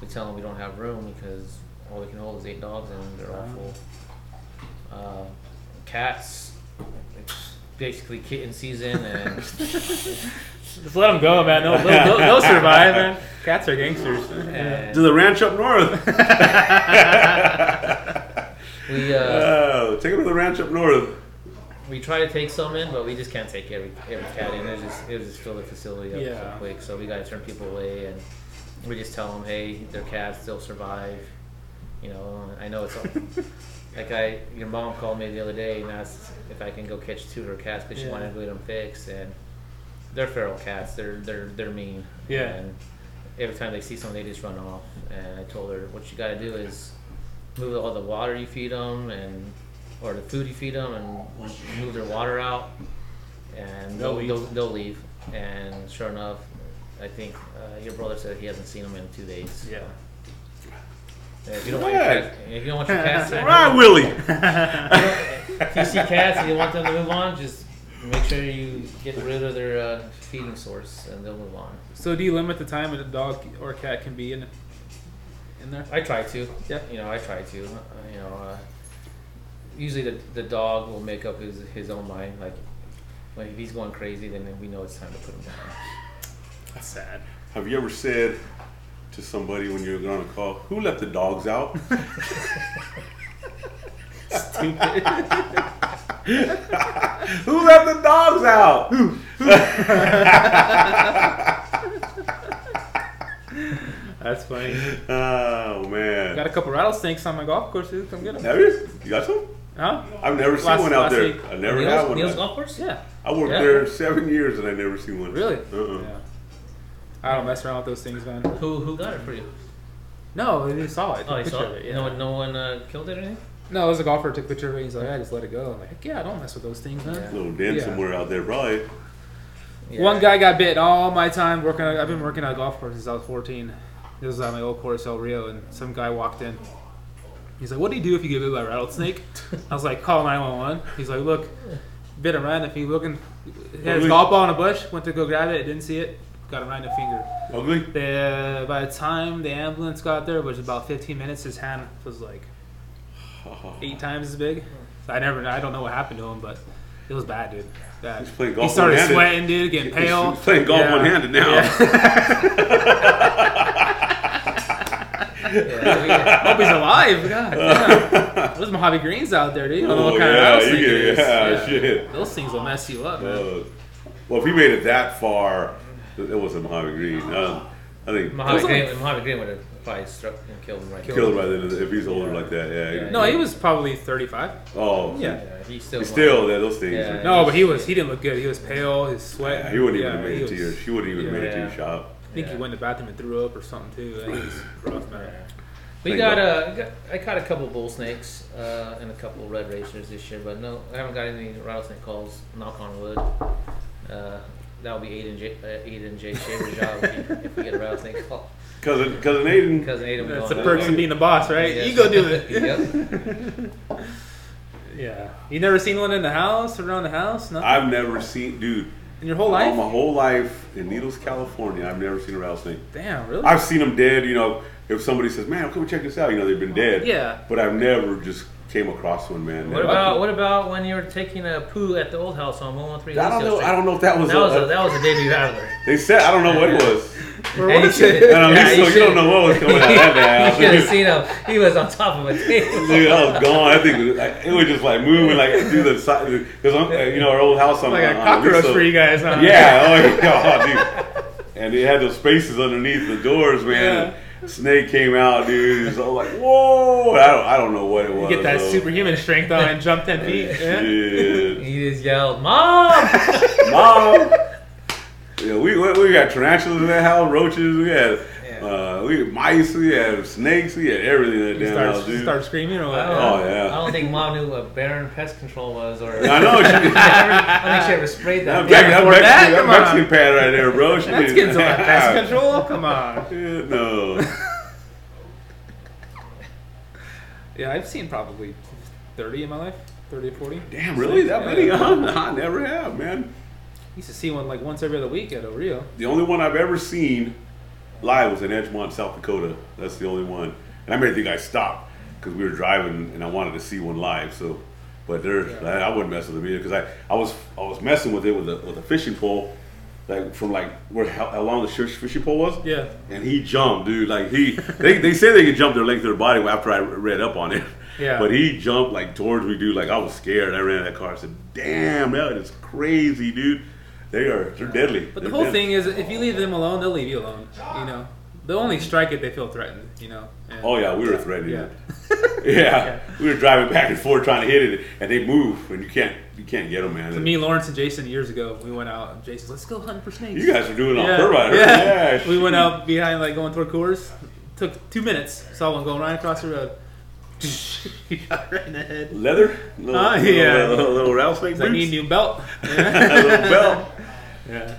[SPEAKER 3] we tell them we don't have room because all we can hold is eight dogs, and they're all
[SPEAKER 1] Wow.
[SPEAKER 3] full. Uh, cats, it's basically kitten season, and
[SPEAKER 1] Just let them go, man. They'll, they'll, they'll survive, man. Cats are gangsters.
[SPEAKER 3] and
[SPEAKER 2] to the ranch up north.
[SPEAKER 3] we uh,
[SPEAKER 2] Oh, take them to the ranch up north.
[SPEAKER 3] we try to take some in, but we just can't take every every cat in. It just it just fill the facility up
[SPEAKER 1] Yeah.
[SPEAKER 3] so quick. So we gotta turn people away, and we just tell them, hey, their cats, they'll survive. You know, I know it's like I your mom called me the other day and asked if I can go catch two of her cats because she
[SPEAKER 1] Yeah.
[SPEAKER 3] wanted to get them fixed, and they're feral cats. They're they're they're mean.
[SPEAKER 1] Yeah.
[SPEAKER 3] And every time they see someone, they just run off. And I told her what you gotta do is move all the water you feed them and or the food you feed them and move their water out and
[SPEAKER 1] They'll
[SPEAKER 3] they'll,
[SPEAKER 1] leave.
[SPEAKER 3] they'll, they'll leave and sure enough i think uh, your brother said he hasn't seen them in two days
[SPEAKER 1] Yeah.
[SPEAKER 3] Uh, if you don't want your
[SPEAKER 2] Right.
[SPEAKER 3] cats if you don't want your cats to
[SPEAKER 2] All right, Willie.
[SPEAKER 3] if you see cats and you want them to move on just make sure you get rid of their uh, feeding source and they'll move on
[SPEAKER 1] So do you limit the time that a dog or cat can be in in there?
[SPEAKER 3] I try to.
[SPEAKER 1] Yeah.
[SPEAKER 3] You know, I try to. Uh, you know, uh, usually the the dog will make up his his own mind. Like, when if he's going crazy, then we know it's time to put him down.
[SPEAKER 1] That's sad.
[SPEAKER 2] Have you ever said to somebody when you're on a call, "Who let the dogs out?"
[SPEAKER 1] Stupid.
[SPEAKER 2] Who let the dogs out?
[SPEAKER 1] That's funny.
[SPEAKER 2] Oh
[SPEAKER 1] Got
[SPEAKER 2] man.
[SPEAKER 1] a couple rattlesnakes on my golf course. Dude. Come get them.
[SPEAKER 2] Have you? You got some?
[SPEAKER 1] Huh?
[SPEAKER 2] I've never seen
[SPEAKER 1] Last-
[SPEAKER 2] one out
[SPEAKER 1] last
[SPEAKER 2] there.
[SPEAKER 1] week.
[SPEAKER 2] I never
[SPEAKER 3] Neil's,
[SPEAKER 2] had one.
[SPEAKER 3] Neil's
[SPEAKER 2] I,
[SPEAKER 3] golf course?
[SPEAKER 1] Yeah.
[SPEAKER 2] I worked
[SPEAKER 3] Yeah.
[SPEAKER 2] there seven years and I never seen one.
[SPEAKER 1] Really?
[SPEAKER 2] Uh-uh.
[SPEAKER 1] Yeah. I don't mess around with those things, man.
[SPEAKER 3] Who who got it for you?
[SPEAKER 1] No, they saw it.
[SPEAKER 3] Oh, you
[SPEAKER 1] Took a
[SPEAKER 3] saw
[SPEAKER 1] picture of
[SPEAKER 3] it. No one no one uh, killed it or anything.
[SPEAKER 1] No, it was a golfer took a picture of it. He's like, I just let it go. I'm like, heck yeah, I don't mess with those things, man.
[SPEAKER 2] Little den
[SPEAKER 1] Yeah.
[SPEAKER 2] somewhere out there, probably.
[SPEAKER 3] Yeah.
[SPEAKER 1] One guy got bit all my time working. I've been working on a golf course since I was 14. This was at my old course, El Rio, and some guy walked in. He's like, "What do you do if you get bit by a rattlesnake?" I was like, "Call 911." He's like, "Look, bit him right in the finger. Looking, he had his
[SPEAKER 2] Really?
[SPEAKER 1] golf ball in a bush. Went to go grab it, didn't see it. Got him right in the finger.
[SPEAKER 2] Ugly.
[SPEAKER 1] The, by the time the ambulance got there, which was about 15 minutes, his hand was like eight times as big. So I never, I don't know what happened to him, but it was bad, dude. Bad.
[SPEAKER 2] He's playing golf
[SPEAKER 1] he started
[SPEAKER 2] one-handed.
[SPEAKER 1] sweating, dude, getting
[SPEAKER 2] He's
[SPEAKER 1] pale.
[SPEAKER 2] playing golf
[SPEAKER 1] Yeah.
[SPEAKER 2] one-handed now.
[SPEAKER 3] Yeah,
[SPEAKER 1] Hope he's alive. God, damn. Those Mojave Greens out there, dude. You don't know
[SPEAKER 2] Oh
[SPEAKER 1] what kind of
[SPEAKER 2] yeah,
[SPEAKER 1] rattlesnake
[SPEAKER 2] you
[SPEAKER 1] it is.
[SPEAKER 2] get yeah, shit.
[SPEAKER 1] Those things will mess you up, man.
[SPEAKER 2] Uh, well, if he made it that far, th- it wasn't Mojave Green. Uh, I think
[SPEAKER 3] we- Mojave
[SPEAKER 1] Those
[SPEAKER 3] Green,
[SPEAKER 1] are-
[SPEAKER 3] Mojave Green would have probably struck and killed him right.
[SPEAKER 2] killed by then if he's older like that. Yeah.
[SPEAKER 3] Yeah.
[SPEAKER 1] No, he was probably 35.
[SPEAKER 2] Oh.
[SPEAKER 1] Yeah.
[SPEAKER 3] Yeah, he still
[SPEAKER 2] But
[SPEAKER 3] won.
[SPEAKER 2] Still, yeah, those things.
[SPEAKER 3] Yeah.
[SPEAKER 2] are-
[SPEAKER 1] No, but he was. He didn't look good. He was pale. His sweat.
[SPEAKER 2] Yeah, he wouldn't even
[SPEAKER 1] Yeah,
[SPEAKER 2] have made
[SPEAKER 1] he
[SPEAKER 2] it to your.
[SPEAKER 1] was-
[SPEAKER 2] She wouldn't even made it to your
[SPEAKER 3] Yeah.
[SPEAKER 2] shop.
[SPEAKER 1] I think he
[SPEAKER 3] Yeah.
[SPEAKER 1] went to the bathroom and threw up or something too. Like, he was rough, man.
[SPEAKER 3] We
[SPEAKER 2] Thank
[SPEAKER 3] got, uh, we got I caught a couple bull snakes uh, and a couple red racers this year, but no, I haven't got any rattlesnake calls. Knock on wood. Uh, that'll be Aiden J, uh, Aiden J Shaver's job if, we- if we get a rattlesnake call.
[SPEAKER 2] Cousin, cousin Aiden.
[SPEAKER 3] Cousin Aiden
[SPEAKER 1] That's
[SPEAKER 3] was
[SPEAKER 1] the
[SPEAKER 3] going.
[SPEAKER 1] perks of being a boss, right?
[SPEAKER 3] Yes.
[SPEAKER 1] You go do it.
[SPEAKER 3] Yep.
[SPEAKER 1] Yeah. You never seen one in the house, around the house, nothing
[SPEAKER 2] I've never seen, dude.
[SPEAKER 1] in your whole
[SPEAKER 2] all Oh my
[SPEAKER 1] life?
[SPEAKER 2] whole life in Needles, California, I've never seen a rattlesnake.
[SPEAKER 1] Damn, really?
[SPEAKER 2] I've seen them dead. You know, if somebody says, "Man, come check this out," you know, they've been dead.
[SPEAKER 1] Yeah.
[SPEAKER 2] But I've never just came across one, man.
[SPEAKER 3] What about what about when you were taking a poo at the old house on 113
[SPEAKER 2] I don't
[SPEAKER 3] Hillsdale
[SPEAKER 2] know.
[SPEAKER 3] Street?
[SPEAKER 2] I don't know if that was.
[SPEAKER 3] That was
[SPEAKER 2] a-
[SPEAKER 3] a, that was a debut rattler.
[SPEAKER 2] they said I don't know what it was.
[SPEAKER 1] Where
[SPEAKER 3] Hey,
[SPEAKER 1] was
[SPEAKER 3] you
[SPEAKER 1] it?
[SPEAKER 3] should-
[SPEAKER 2] And at
[SPEAKER 3] Yeah,
[SPEAKER 2] least
[SPEAKER 3] you
[SPEAKER 2] so you don't
[SPEAKER 3] should-
[SPEAKER 2] know what was coming out of
[SPEAKER 3] You
[SPEAKER 2] that
[SPEAKER 3] should have
[SPEAKER 2] house.
[SPEAKER 3] seen him. He was on top of a table.
[SPEAKER 2] Dude, I was gone. I think it was, like, it was just like moving, like do the side because you know our old house on
[SPEAKER 1] Like a
[SPEAKER 2] on- on
[SPEAKER 1] cockroach
[SPEAKER 2] Aliso.
[SPEAKER 1] for you guys, huh?
[SPEAKER 2] Yeah, oh, yeah, oh, dude. And they had those spaces underneath the doors, man. And Snake came out, dude. It was all like, whoa! I don't, I don't know what it was.
[SPEAKER 1] Get that
[SPEAKER 2] though.
[SPEAKER 1] superhuman strength on and jump 10 feet. Yeah.
[SPEAKER 2] Shit.
[SPEAKER 3] He just yelled, "Mom!"
[SPEAKER 2] Mom. Yeah, we we we got tarantulas in that house, roaches, we had
[SPEAKER 3] Yeah.
[SPEAKER 2] uh, we had mice, we had snakes, we had everything in that
[SPEAKER 1] You
[SPEAKER 2] damn
[SPEAKER 1] start,
[SPEAKER 2] house, dude.
[SPEAKER 1] start screaming or
[SPEAKER 3] I
[SPEAKER 1] what?
[SPEAKER 3] don't,
[SPEAKER 2] Oh,
[SPEAKER 3] know.
[SPEAKER 2] yeah.
[SPEAKER 3] uh, I don't think mom knew what Baron Pest Control was, or
[SPEAKER 2] I know. She,
[SPEAKER 3] I don't think she ever sprayed
[SPEAKER 2] that,
[SPEAKER 3] that.
[SPEAKER 2] Mex-
[SPEAKER 1] Yeah,
[SPEAKER 2] that,
[SPEAKER 1] before
[SPEAKER 2] Mexican,
[SPEAKER 1] that,
[SPEAKER 2] that
[SPEAKER 1] come on.
[SPEAKER 2] Mexican pad right there, bro. She
[SPEAKER 1] That's
[SPEAKER 2] didn't-
[SPEAKER 1] getting some pest control. Come on.
[SPEAKER 2] Yeah, no.
[SPEAKER 1] Yeah, I've seen probably 30 in my life, 30 or 40.
[SPEAKER 2] Damn, really? That many?
[SPEAKER 1] Yeah.
[SPEAKER 2] Huh? I never have, man.
[SPEAKER 1] Used to see one like once every other week at a Rio.
[SPEAKER 2] The only one I've ever seen live was in Edgemont, South Dakota. That's the only one. And I made the guy stop because we were driving and I wanted to see one live. So, but there, I, I wouldn't mess with them either because I, I was I was messing with it with a with a fishing pole, like from like where how, how long the fish- fishing pole was.
[SPEAKER 1] Yeah.
[SPEAKER 2] And he jumped, dude. Like he, they, they say they can jump their length of their body after I read up on it.
[SPEAKER 1] Yeah.
[SPEAKER 2] But he jumped like towards me, dude. Like I was scared. I ran that car. I said, "Damn, that is crazy, dude. They are, they're deadly."
[SPEAKER 1] But the
[SPEAKER 2] They're
[SPEAKER 1] whole
[SPEAKER 2] deadly.
[SPEAKER 1] thing is, if you leave them alone, they'll leave you alone. You know, they'll only strike if they feel threatened. You know. And-
[SPEAKER 2] Oh yeah, we were threatening
[SPEAKER 1] Yeah.
[SPEAKER 2] it. yeah, we were driving back and forth trying to hit it, and they move, and you can't you can't get them, man.
[SPEAKER 1] Me, Lawrence, and Jason years ago, we went out. And Jason, let's go hunting for snakes.
[SPEAKER 2] you guys were doing it on
[SPEAKER 1] yeah,
[SPEAKER 2] purpose. I heard.
[SPEAKER 1] yeah.
[SPEAKER 2] Yeah,
[SPEAKER 1] we went
[SPEAKER 2] shoot.
[SPEAKER 1] out behind, like going toward Coors. Took two minutes. Saw one going right across the road. Shot right in the head.
[SPEAKER 2] Leather, little,
[SPEAKER 1] Ah,
[SPEAKER 2] little-
[SPEAKER 1] yeah.
[SPEAKER 2] little, little, little rattlesnake
[SPEAKER 1] He's like, need a
[SPEAKER 2] boots,
[SPEAKER 1] new belt.
[SPEAKER 2] little belt.
[SPEAKER 1] yeah.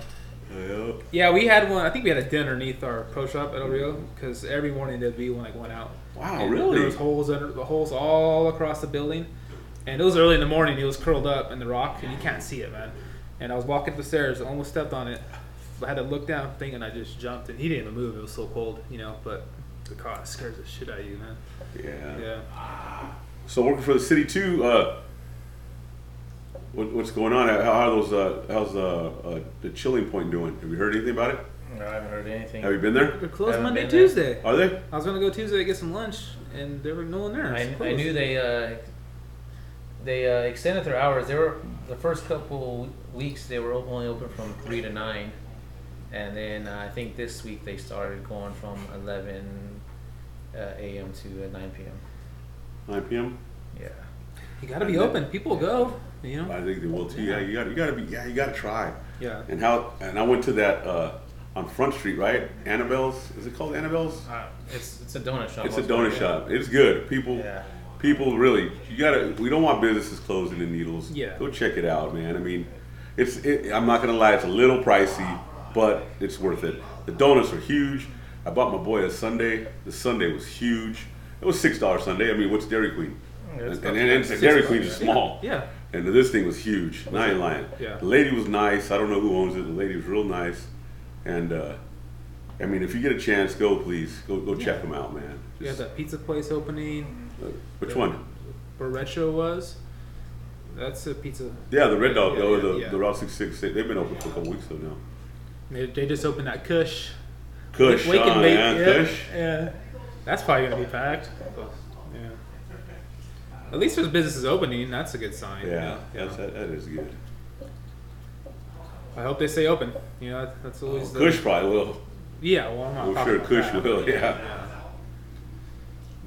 [SPEAKER 2] Yeah.
[SPEAKER 1] Yeah, we had one. I think we had a den underneath our pro shop at El Rio because every morning there'd be one like one out.
[SPEAKER 2] Wow,
[SPEAKER 1] And
[SPEAKER 2] really?
[SPEAKER 1] There was holes under the holes all across the building, and it was early in the morning. It was curled up in the rock, and you can't see it, man. And I was walking up the stairs, I almost stepped on it. I had to look down, thinking I just jumped, and he didn't even move. It was so cold, you know. But the car scares the shit out of you, man.
[SPEAKER 2] Yeah.
[SPEAKER 1] Yeah.
[SPEAKER 2] So working for the city too. Uh, what, what's going on? How, how are those? Uh, how's uh, uh, the chilling point doing? Have you heard anything about it?
[SPEAKER 3] No, I haven't heard anything.
[SPEAKER 2] Have you been there?
[SPEAKER 1] They're closed
[SPEAKER 3] Haven't
[SPEAKER 1] Monday,
[SPEAKER 3] been there.
[SPEAKER 1] Tuesday.
[SPEAKER 2] Are they?
[SPEAKER 1] I was gonna go Tuesday to get some lunch, and there were no one there.
[SPEAKER 3] I,
[SPEAKER 1] It's
[SPEAKER 3] I
[SPEAKER 1] closed.
[SPEAKER 3] knew they uh, they uh, extended their hours. They were the first couple weeks they were op- only open from three to nine, and then uh, I think this week they started going from eleven uh, a.m. to uh, nine p.m.
[SPEAKER 2] 9 p.m.
[SPEAKER 3] Yeah,
[SPEAKER 1] You gotta be open. People will go. You know.
[SPEAKER 2] I think they will too. Yeah, you got to you got to be. Yeah, you got to try.
[SPEAKER 1] Yeah.
[SPEAKER 2] And how? And I went to that uh, on Front Street, right? Annabelle's. Is it called Annabelle's?
[SPEAKER 3] uh, it's it's a donut shop.
[SPEAKER 2] It's a
[SPEAKER 3] Let's
[SPEAKER 2] donut
[SPEAKER 3] put it-
[SPEAKER 2] shop. It's good. People,
[SPEAKER 3] Yeah.
[SPEAKER 2] people really. You gotta. We don't want businesses closing in needles.
[SPEAKER 1] Yeah.
[SPEAKER 2] Go check it out, man. I mean, it's. It, I'm not gonna lie. It's a little pricey, but it's worth it. The donuts are huge. I bought my boy a Sunday. The Sunday was huge. It was six dollar Sunday. I mean, what's Dairy Queen?
[SPEAKER 3] Yeah,
[SPEAKER 2] And,
[SPEAKER 3] it's
[SPEAKER 2] and,
[SPEAKER 3] not-
[SPEAKER 2] and it's- Dairy Queen is small.
[SPEAKER 1] Yeah.
[SPEAKER 2] And this thing was huge. And I ain't lying.
[SPEAKER 1] Yeah.
[SPEAKER 2] The lady was nice. I don't know who owns it. The lady was real nice. And uh, I mean, if you get a chance, go please. Go go check them out, man.
[SPEAKER 1] We had
[SPEAKER 2] Just-
[SPEAKER 1] that pizza place opening
[SPEAKER 2] uh, which one?
[SPEAKER 1] where Red Show was. That's a pizza.
[SPEAKER 2] Yeah, the Red Dog
[SPEAKER 1] Yeah,
[SPEAKER 2] or
[SPEAKER 1] yeah,
[SPEAKER 2] the,
[SPEAKER 1] yeah.
[SPEAKER 2] the Route 66. They, have been open for a couple weeks though now.
[SPEAKER 1] They, they just opened that Kush.
[SPEAKER 2] Kush,
[SPEAKER 1] Wake
[SPEAKER 2] huh,
[SPEAKER 1] and Bake.
[SPEAKER 2] man,
[SPEAKER 1] Yeah,
[SPEAKER 2] Kush.
[SPEAKER 1] yeah. That's probably gonna be packed. Yeah. At least there's businesses opening. That's a good sign.
[SPEAKER 2] Yeah,
[SPEAKER 1] you know?
[SPEAKER 2] That's, that, that is good.
[SPEAKER 1] I hope they stay open. You know, that- that's always the.
[SPEAKER 2] Oh, Kush probably will.
[SPEAKER 1] Yeah. Well, I'm not.
[SPEAKER 2] I'm
[SPEAKER 1] talking
[SPEAKER 2] sure
[SPEAKER 1] about
[SPEAKER 2] Kush
[SPEAKER 1] that.
[SPEAKER 2] will. Yeah.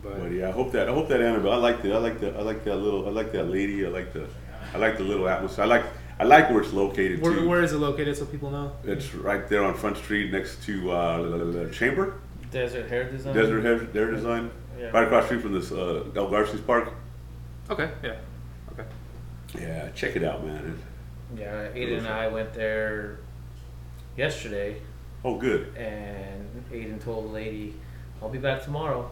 [SPEAKER 1] But
[SPEAKER 2] But yeah, I hope that I hope that Annabelle. I like the I like the I like that little I like that lady. I like the I like the little atmosphere. I like I like where it's located
[SPEAKER 1] where,
[SPEAKER 2] too.
[SPEAKER 1] where is it located so people know?
[SPEAKER 2] It's right there on Front Street next to uh, la- la- la- la- Chamber,
[SPEAKER 3] Desert Hair Design.
[SPEAKER 1] Uh-huh.
[SPEAKER 2] Desert Hair, Hair Design,
[SPEAKER 3] Yeah.
[SPEAKER 2] right across the street from this uh, El Garces Park.
[SPEAKER 1] Okay. Yeah. Okay.
[SPEAKER 2] Yeah, check it out, man. It-
[SPEAKER 3] Yeah, Aiden and I went there yesterday.
[SPEAKER 2] oh, good.
[SPEAKER 3] and Aiden told the lady, "I'll be back tomorrow."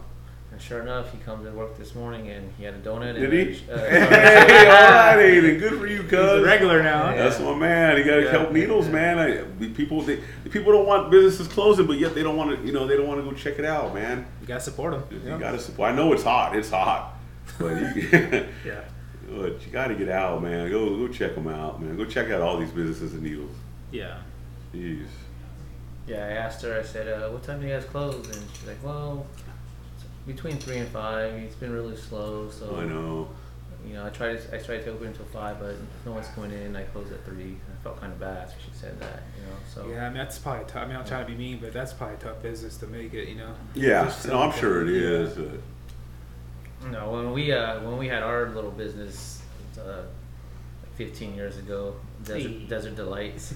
[SPEAKER 3] And sure enough, he comes to work this morning and he had a donut.
[SPEAKER 2] Did
[SPEAKER 3] and
[SPEAKER 2] he?
[SPEAKER 3] A, uh,
[SPEAKER 2] hey, all right, Aiden. Good for you,
[SPEAKER 1] He's a
[SPEAKER 2] cuz.
[SPEAKER 1] regular now.
[SPEAKER 3] Yeah.
[SPEAKER 2] That's my man. He got to
[SPEAKER 1] Yeah.
[SPEAKER 2] help needles, man. I, the people, they, the people don't want businesses closing, but yet they don't want to. You know, they don't want to go check it out, man.
[SPEAKER 1] You gotta support him.
[SPEAKER 2] You
[SPEAKER 1] Yeah.
[SPEAKER 2] got to support. I know it's hot. It's hot, but you,
[SPEAKER 1] yeah.
[SPEAKER 2] but you got to get out, man. Go go check them out, man. Go check out all these businesses in needles.
[SPEAKER 1] Yeah.
[SPEAKER 2] Jeez.
[SPEAKER 3] yeah, I asked her. I said, uh, "What time do you guys close?" And she's like, "Well, it's between three and five. It's been really slow, so
[SPEAKER 2] I know.
[SPEAKER 3] you know, I tried. To, I tried to open until five, but no one's going in. I closed at three. I felt kind of bad. So she said that, you know. So
[SPEAKER 1] Yeah, I mean that's probably tough. I mean, I'm trying to be mean, but that's probably tough business to make it. You know.
[SPEAKER 2] Yeah,
[SPEAKER 1] Just
[SPEAKER 2] no, I'm
[SPEAKER 1] something.
[SPEAKER 2] sure it is. Uh,
[SPEAKER 3] No, when we uh, when we had our little business, uh, 15 years ago, Desert,
[SPEAKER 1] Hey.
[SPEAKER 3] Desert Delights,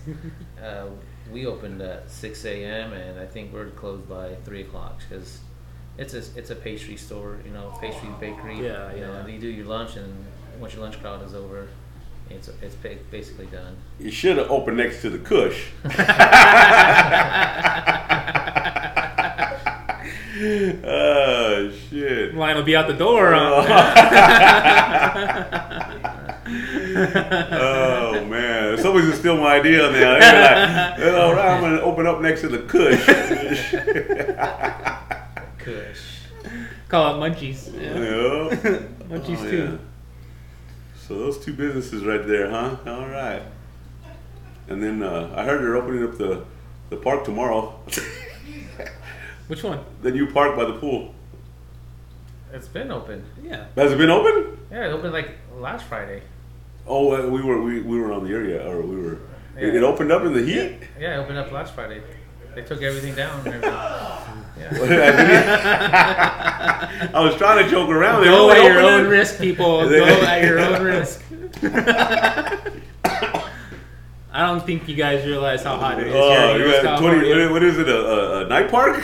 [SPEAKER 3] uh, we opened at six a.m. and I think we're closed by three o'clock because it's a it's a pastry store, you know, pastry bakery.
[SPEAKER 1] Yeah,
[SPEAKER 3] You know,
[SPEAKER 1] yeah.
[SPEAKER 3] and you do your lunch, and once your lunch crowd is over, it's it's ba- basically done.
[SPEAKER 2] You should have opened next to the Kush. oh shit!
[SPEAKER 1] Line will be out the door. uh,
[SPEAKER 2] Oh man, somebody's gonna steal my idea now. They're like, "All right, I'm gonna open up next to the Kush."
[SPEAKER 3] Kush.
[SPEAKER 1] Call it munchies. Yeah.
[SPEAKER 2] Yeah.
[SPEAKER 1] Munchies
[SPEAKER 2] Oh,
[SPEAKER 1] too.
[SPEAKER 2] So those two businesses right there, huh? All right. And then uh, I heard they're opening up the, the park tomorrow.
[SPEAKER 1] Which one?
[SPEAKER 2] the new park by the pool.
[SPEAKER 3] It's been open.
[SPEAKER 1] Yeah.
[SPEAKER 2] Has it been open?
[SPEAKER 3] Yeah, it opened like last Friday.
[SPEAKER 2] Oh, uh, we were we, we were on the area, or we were. It,
[SPEAKER 3] Yeah.
[SPEAKER 2] it opened up in the heat.
[SPEAKER 3] Yeah, it opened up last Friday. They took everything down. and everything. Yeah.
[SPEAKER 2] I was trying to joke around. They
[SPEAKER 1] Go
[SPEAKER 2] only
[SPEAKER 1] at your
[SPEAKER 2] opened
[SPEAKER 1] own
[SPEAKER 2] it-
[SPEAKER 1] risk, people.
[SPEAKER 2] They-
[SPEAKER 1] Go at your own risk. I don't think you guys realize how hot it is.
[SPEAKER 2] Oh,
[SPEAKER 1] here in
[SPEAKER 2] you
[SPEAKER 1] East
[SPEAKER 2] got twenty.
[SPEAKER 1] California.
[SPEAKER 2] what is- What is it? A, a, a night park?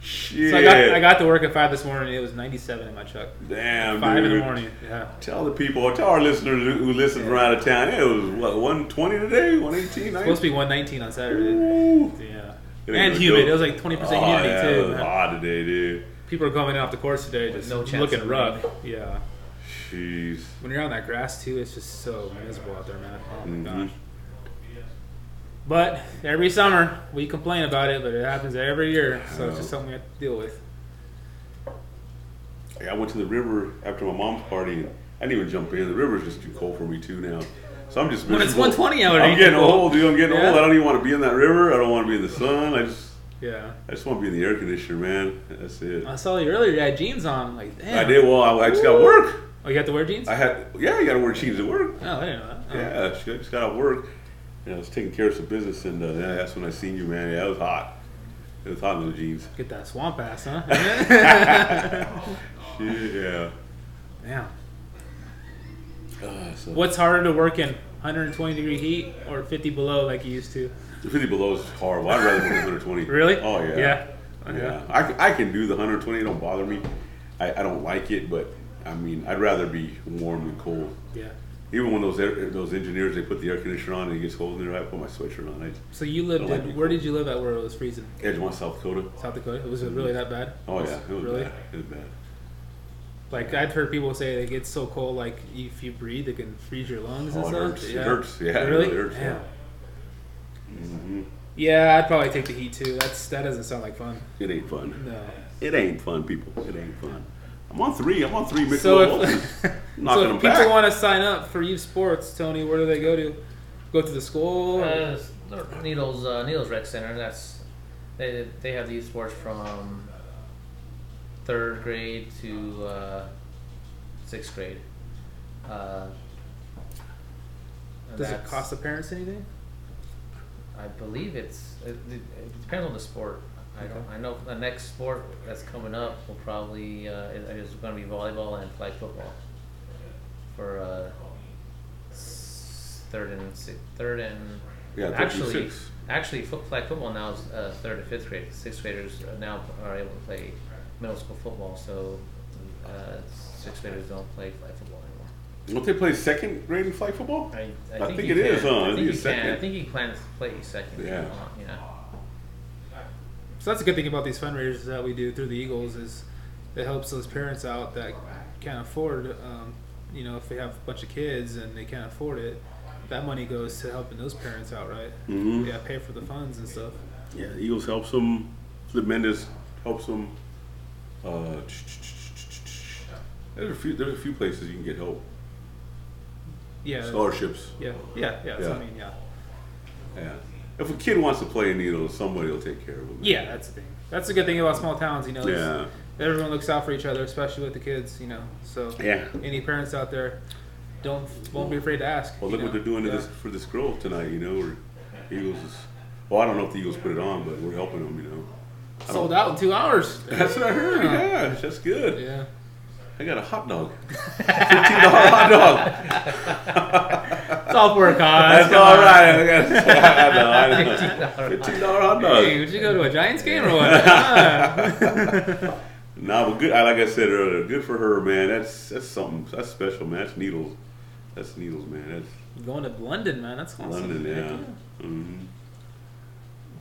[SPEAKER 2] Shit!
[SPEAKER 1] So I got, I got to work at five this morning. It was 97 in my truck.
[SPEAKER 2] Damn,
[SPEAKER 1] Five in the
[SPEAKER 2] dude.
[SPEAKER 1] morning. Yeah.
[SPEAKER 2] Tell the people, tell our listeners who who listen from out of town. It was what 120 today, 118,
[SPEAKER 1] Supposed to be 119 on Saturday. Yeah.
[SPEAKER 2] It ain't
[SPEAKER 1] And
[SPEAKER 2] no
[SPEAKER 1] humid.
[SPEAKER 2] joke.
[SPEAKER 1] It was like 20%
[SPEAKER 2] Oh,
[SPEAKER 1] humidity
[SPEAKER 2] yeah, it
[SPEAKER 1] too.
[SPEAKER 2] was
[SPEAKER 1] man.
[SPEAKER 2] hot today, dude.
[SPEAKER 1] People are coming off the course today, just
[SPEAKER 3] no chance
[SPEAKER 1] looking
[SPEAKER 3] of
[SPEAKER 1] rough. Yeah.
[SPEAKER 2] Jeez.
[SPEAKER 1] When you're on that grass too, it's just so miserable out there, man. Oh my
[SPEAKER 2] Mhm.
[SPEAKER 1] gosh. But every summer we complain about it, but it happens every year, so it's just something we have to deal with.
[SPEAKER 2] Like, I went to the river after my mom's party. And I didn't even jump in. The river's just too cold for me too now. So I'm just
[SPEAKER 1] When it's
[SPEAKER 2] miserable.
[SPEAKER 1] 120 out, it
[SPEAKER 2] I'm
[SPEAKER 1] ain't
[SPEAKER 2] getting
[SPEAKER 1] too cold.
[SPEAKER 2] old, dude. I'm getting
[SPEAKER 1] Yeah.
[SPEAKER 2] old. I don't even want to be in that river. I don't want to be in the sun. I just,
[SPEAKER 1] Yeah.
[SPEAKER 2] I just want to be in the air conditioner, man. That's it.
[SPEAKER 1] I saw you earlier. You had jeans on. I'm like, damn.
[SPEAKER 2] I did. Well, I, I just got work.
[SPEAKER 1] Oh, you have to wear jeans.
[SPEAKER 2] I had, yeah, you got to wear jeans at work.
[SPEAKER 1] oh, I didn't know that. Oh.
[SPEAKER 2] Yeah, she just got out of work. And I was taking care of some business, and uh, yeah, that's when I seen you, man. Yeah, it was hot. It was hot in the jeans.
[SPEAKER 1] Get that swamp ass, huh?
[SPEAKER 2] Shit, yeah.
[SPEAKER 1] Damn.
[SPEAKER 2] Uh, so
[SPEAKER 1] What's harder to work in, 120 degree heat or 50 below like you used to?
[SPEAKER 2] 50 below is horrible. I'd rather go to 120.
[SPEAKER 1] Really?
[SPEAKER 2] Oh, yeah.
[SPEAKER 1] Yeah. Uh-huh.
[SPEAKER 2] Yeah. I, c- I can do the 120. It don't bother me. I, I don't like it, but I mean, I'd rather be warm than cold.
[SPEAKER 1] Yeah.
[SPEAKER 2] Even when those air, those engineers, they put the air conditioner on and it gets cold in there, I put my sweatshirt on. I
[SPEAKER 1] So you lived
[SPEAKER 2] I like
[SPEAKER 1] in
[SPEAKER 2] it.
[SPEAKER 1] where did you live at where it was freezing?
[SPEAKER 2] Edgemont, South Dakota.
[SPEAKER 1] South Dakota. Was it really that bad?
[SPEAKER 2] Oh, yeah. It was
[SPEAKER 1] really.
[SPEAKER 2] bad. It was bad.
[SPEAKER 1] Like I've heard people say, it gets so cold. Like if you breathe, it can freeze your lungs and
[SPEAKER 2] Oh, it
[SPEAKER 1] stuff.
[SPEAKER 2] hurts. It hurts. Yeah, it really hurts,
[SPEAKER 1] Yeah.
[SPEAKER 2] yeah. Mm-hmm.
[SPEAKER 1] Yeah, I'd probably take the heat too. That's that doesn't sound like fun.
[SPEAKER 2] It ain't fun.
[SPEAKER 1] No.
[SPEAKER 2] It ain't fun, people. It ain't fun. I'm on three. I'm on three mixed
[SPEAKER 1] So
[SPEAKER 2] doubles.
[SPEAKER 1] if, so
[SPEAKER 2] Knocking
[SPEAKER 1] if
[SPEAKER 2] them
[SPEAKER 1] people
[SPEAKER 2] back.
[SPEAKER 1] want to sign up for Eve Sports, Tony, where do they go to? Go to the school. or-
[SPEAKER 3] Uh, Needles uh, Needles Rec Center. That's they they have youth sports from third grade to uh, sixth grade. Uh, and
[SPEAKER 1] Does it
[SPEAKER 3] that's-
[SPEAKER 1] cost the parents anything?
[SPEAKER 3] I believe it's it, it, it depends on the sport. I don't. I know the next sport that's coming up will probably uh, is, is going to be volleyball and flag football for uh, s- third and sixth, third and
[SPEAKER 2] Yeah, third through
[SPEAKER 3] actually
[SPEAKER 2] six.
[SPEAKER 3] actually foot, flag football now is uh, third and fifth grade. Sixth graders are now are able to play middle school football, so uh, sixth graders don't play flag football anymore.
[SPEAKER 2] Don't they play second grade in flag football?
[SPEAKER 3] I,
[SPEAKER 2] I think
[SPEAKER 3] you
[SPEAKER 2] it is,
[SPEAKER 3] can.
[SPEAKER 2] huh? I
[SPEAKER 3] I
[SPEAKER 2] think
[SPEAKER 3] think,
[SPEAKER 2] it's
[SPEAKER 3] you can.
[SPEAKER 2] second.
[SPEAKER 3] I think you plan to play second.
[SPEAKER 2] Yeah.
[SPEAKER 3] If you want, yeah.
[SPEAKER 1] So that's a good thing about these fundraisers that we do through the Eagles is it helps those parents out that can't afford, um, you know, if they have a bunch of kids and they can't afford it, that money goes to helping those parents out, right?
[SPEAKER 2] Mhm.
[SPEAKER 1] Yeah, pay for the funds and stuff.
[SPEAKER 2] Yeah, the Eagles helps them. Flip Mendes helps them. Uh, there's a few. There's a few places you can get help.
[SPEAKER 1] Yeah,
[SPEAKER 2] Scholarships.
[SPEAKER 1] yeah, yeah, yeah. That's what I
[SPEAKER 2] Yeah.
[SPEAKER 1] mean, yeah,
[SPEAKER 2] Yeah. If a kid wants to play in Needles, somebody will take care of them.
[SPEAKER 1] yeah. That's the thing. That's the good thing about small towns, you know. is
[SPEAKER 2] Yeah.
[SPEAKER 1] Everyone looks out for each other, especially with the kids, you know. So
[SPEAKER 2] Yeah.
[SPEAKER 1] any parents out there, don't won't be afraid to ask.
[SPEAKER 2] Well,
[SPEAKER 1] you
[SPEAKER 2] look what
[SPEAKER 1] know?
[SPEAKER 2] they're doing to
[SPEAKER 1] Yeah.
[SPEAKER 2] this for this girl tonight. You know, where Eagles is. Well, I don't know if the Eagles put it on, but we're helping them. You know.
[SPEAKER 1] Sold out in two hours.
[SPEAKER 2] That's what I heard. Yeah, that's good.
[SPEAKER 1] Yeah.
[SPEAKER 2] I got a hot dog. Fifteen dollar hot dog.
[SPEAKER 1] It's all for a cause.
[SPEAKER 2] That's all right. I got a hot dog.
[SPEAKER 3] $15
[SPEAKER 2] Fifteen dollar hot
[SPEAKER 1] Hey,
[SPEAKER 2] dog.
[SPEAKER 1] would you go to a Giants game or what? Ah.
[SPEAKER 2] Nah, but good. I- Like I said earlier, good for her, man. That's that's something. That's special, man. That's needles. That's needles, man. That's
[SPEAKER 1] Going to London, man. That's awesome.
[SPEAKER 2] London,
[SPEAKER 1] Heck
[SPEAKER 2] yeah. hmm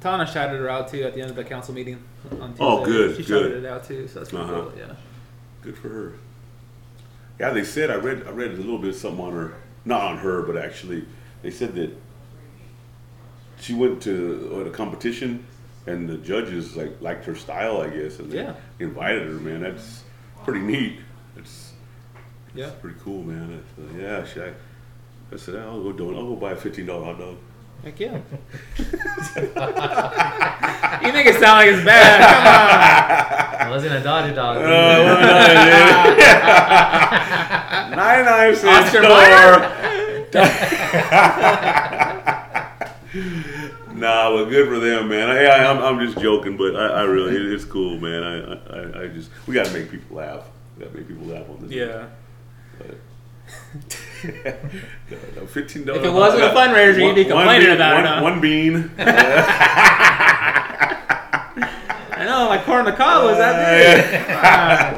[SPEAKER 1] Tana shouted her out too at the end of the council meeting on Tuesday.
[SPEAKER 2] Oh, good,
[SPEAKER 1] She
[SPEAKER 2] good.
[SPEAKER 1] shouted it out too, so that's pretty
[SPEAKER 2] Uh-huh.
[SPEAKER 1] cool. Yeah.
[SPEAKER 2] Good for her. Yeah, they said I read I read a little bit of something on her, not on her, but actually they said that she went to what, a competition and the judges like liked her style, I guess, and they
[SPEAKER 1] Yeah.
[SPEAKER 2] invited her. Man, that's pretty neat. That's
[SPEAKER 1] Yeah.
[SPEAKER 2] pretty cool, man. That's, uh, yeah, she, I, I said I'll go do it. I'll go buy a fifteen dollar hot dog.
[SPEAKER 1] Heck yeah. you make it sound like it's bad.
[SPEAKER 3] I was gonna dodge a dog.
[SPEAKER 2] Uh, Nine knives in
[SPEAKER 1] Oscar
[SPEAKER 2] store. nah, but good for them, man. I, I, I'm, I'm just joking, but I, I really, it, it's cool, man. I, I, I just, we gotta make people laugh. We gotta make people laugh on this.
[SPEAKER 1] Come on. Yeah.
[SPEAKER 2] No, no, Fifteen dollars.
[SPEAKER 1] If it wasn't a fundraiser, you'd be complaining about it, huh?
[SPEAKER 2] one, one bean.
[SPEAKER 1] I know, like corn on the cob was Oh, that
[SPEAKER 2] Uh,
[SPEAKER 1] big.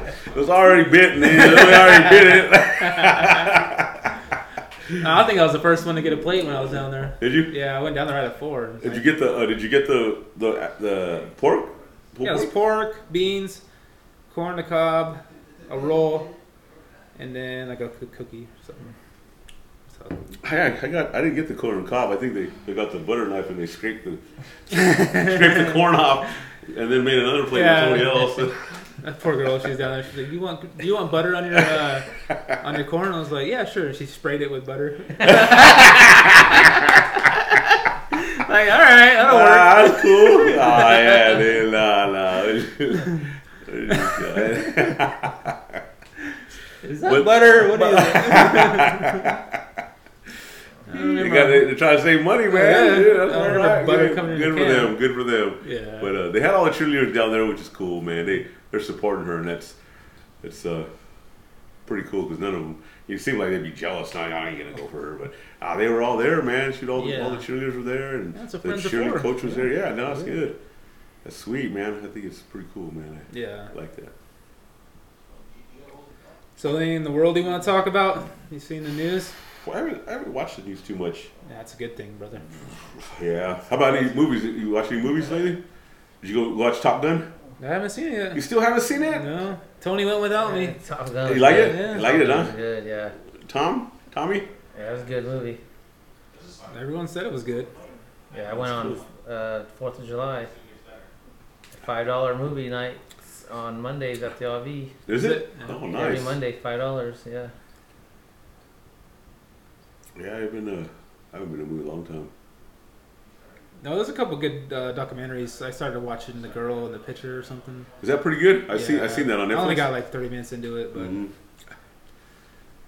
[SPEAKER 2] Yeah. it was already bitten. In. We already bit it.
[SPEAKER 1] No, I think I was the first one to get a plate when I was down there.
[SPEAKER 2] Did you?
[SPEAKER 1] Yeah, I went down there right at four.
[SPEAKER 2] Did you get the? Uh, did you get the the the pork? Pulled
[SPEAKER 1] Yeah, it was
[SPEAKER 2] pork?
[SPEAKER 1] pork, beans, corn on the cob, a roll, and then like a coo- cookie or something. So,
[SPEAKER 2] I, I got. I didn't get the corn on cob. I think they, they got the butter knife and they scraped the scraped the corn off, and then made another plate
[SPEAKER 1] Yeah.
[SPEAKER 2] with somebody else.
[SPEAKER 1] that poor girl, she's down there. She's like, "You want, do you want butter on your uh, on your corn?" I was like, "Yeah, sure." She sprayed it with butter. like, all right, that'll work.
[SPEAKER 2] Ah, that's cool. Ah, yeah, they, nah, nah.
[SPEAKER 1] Is that
[SPEAKER 2] But-
[SPEAKER 1] butter? What is it? I don't
[SPEAKER 2] they
[SPEAKER 1] remember.
[SPEAKER 2] got they, they're trying to save money, man.
[SPEAKER 1] Yeah.
[SPEAKER 2] Yeah, that's
[SPEAKER 1] I
[SPEAKER 2] all
[SPEAKER 1] remember
[SPEAKER 2] right.
[SPEAKER 1] butter
[SPEAKER 2] Good,
[SPEAKER 1] coming in
[SPEAKER 2] good
[SPEAKER 1] the
[SPEAKER 2] for
[SPEAKER 1] can.
[SPEAKER 2] them. Good for them.
[SPEAKER 1] Yeah.
[SPEAKER 2] But uh, they had all the cheerleaders down there, which is cool, man. They they're supporting her, and that's it's uh pretty cool because none of them. You seem like they'd be jealous. Now I ain't gonna go for her, but uh, they were all there, man. Shoot, all the
[SPEAKER 1] Yeah.
[SPEAKER 2] all the cheerleaders were there, and
[SPEAKER 1] That's what
[SPEAKER 2] the
[SPEAKER 1] friends are
[SPEAKER 2] cheerleading
[SPEAKER 1] for.
[SPEAKER 2] coach was there. Yeah, no, that's good. That's sweet, man. I think it's pretty cool, man.
[SPEAKER 1] yeah.
[SPEAKER 2] I like that.
[SPEAKER 1] So, anything in the world you want to talk about? You seen the news?
[SPEAKER 2] Well, I haven't, I haven't watched the news too much.
[SPEAKER 1] That's a good thing, brother.
[SPEAKER 2] Yeah. How about any movies? You watch any movies lately? Did you go watch Top Gun?
[SPEAKER 1] I haven't seen it
[SPEAKER 2] You
[SPEAKER 1] yet.
[SPEAKER 2] still haven't seen it?
[SPEAKER 1] No, Tony went without me.
[SPEAKER 3] Top Gun.
[SPEAKER 2] You like it?
[SPEAKER 1] Yeah.
[SPEAKER 2] You like it,
[SPEAKER 3] That
[SPEAKER 2] huh?
[SPEAKER 3] was good, yeah.
[SPEAKER 2] Tom? Tommy?
[SPEAKER 3] Yeah, that was a good movie.
[SPEAKER 1] Everyone said it was good.
[SPEAKER 3] Yeah, I went on uh, Fourth of July. Five dollar movie night on Mondays at the RV.
[SPEAKER 2] Is it?
[SPEAKER 1] Yeah.
[SPEAKER 2] Oh,
[SPEAKER 3] Every
[SPEAKER 2] nice.
[SPEAKER 3] Monday, five dollars. Yeah.
[SPEAKER 2] Yeah, I've been uh, I haven't been to a movie in a long time.
[SPEAKER 1] No, there's a couple good uh, documentaries. I started watching The Girl in the Picture or something.
[SPEAKER 2] Is that pretty good? I seen
[SPEAKER 1] Yeah.
[SPEAKER 2] I seen that on Netflix.
[SPEAKER 1] I only got like 30 minutes into it, but
[SPEAKER 2] Mhm.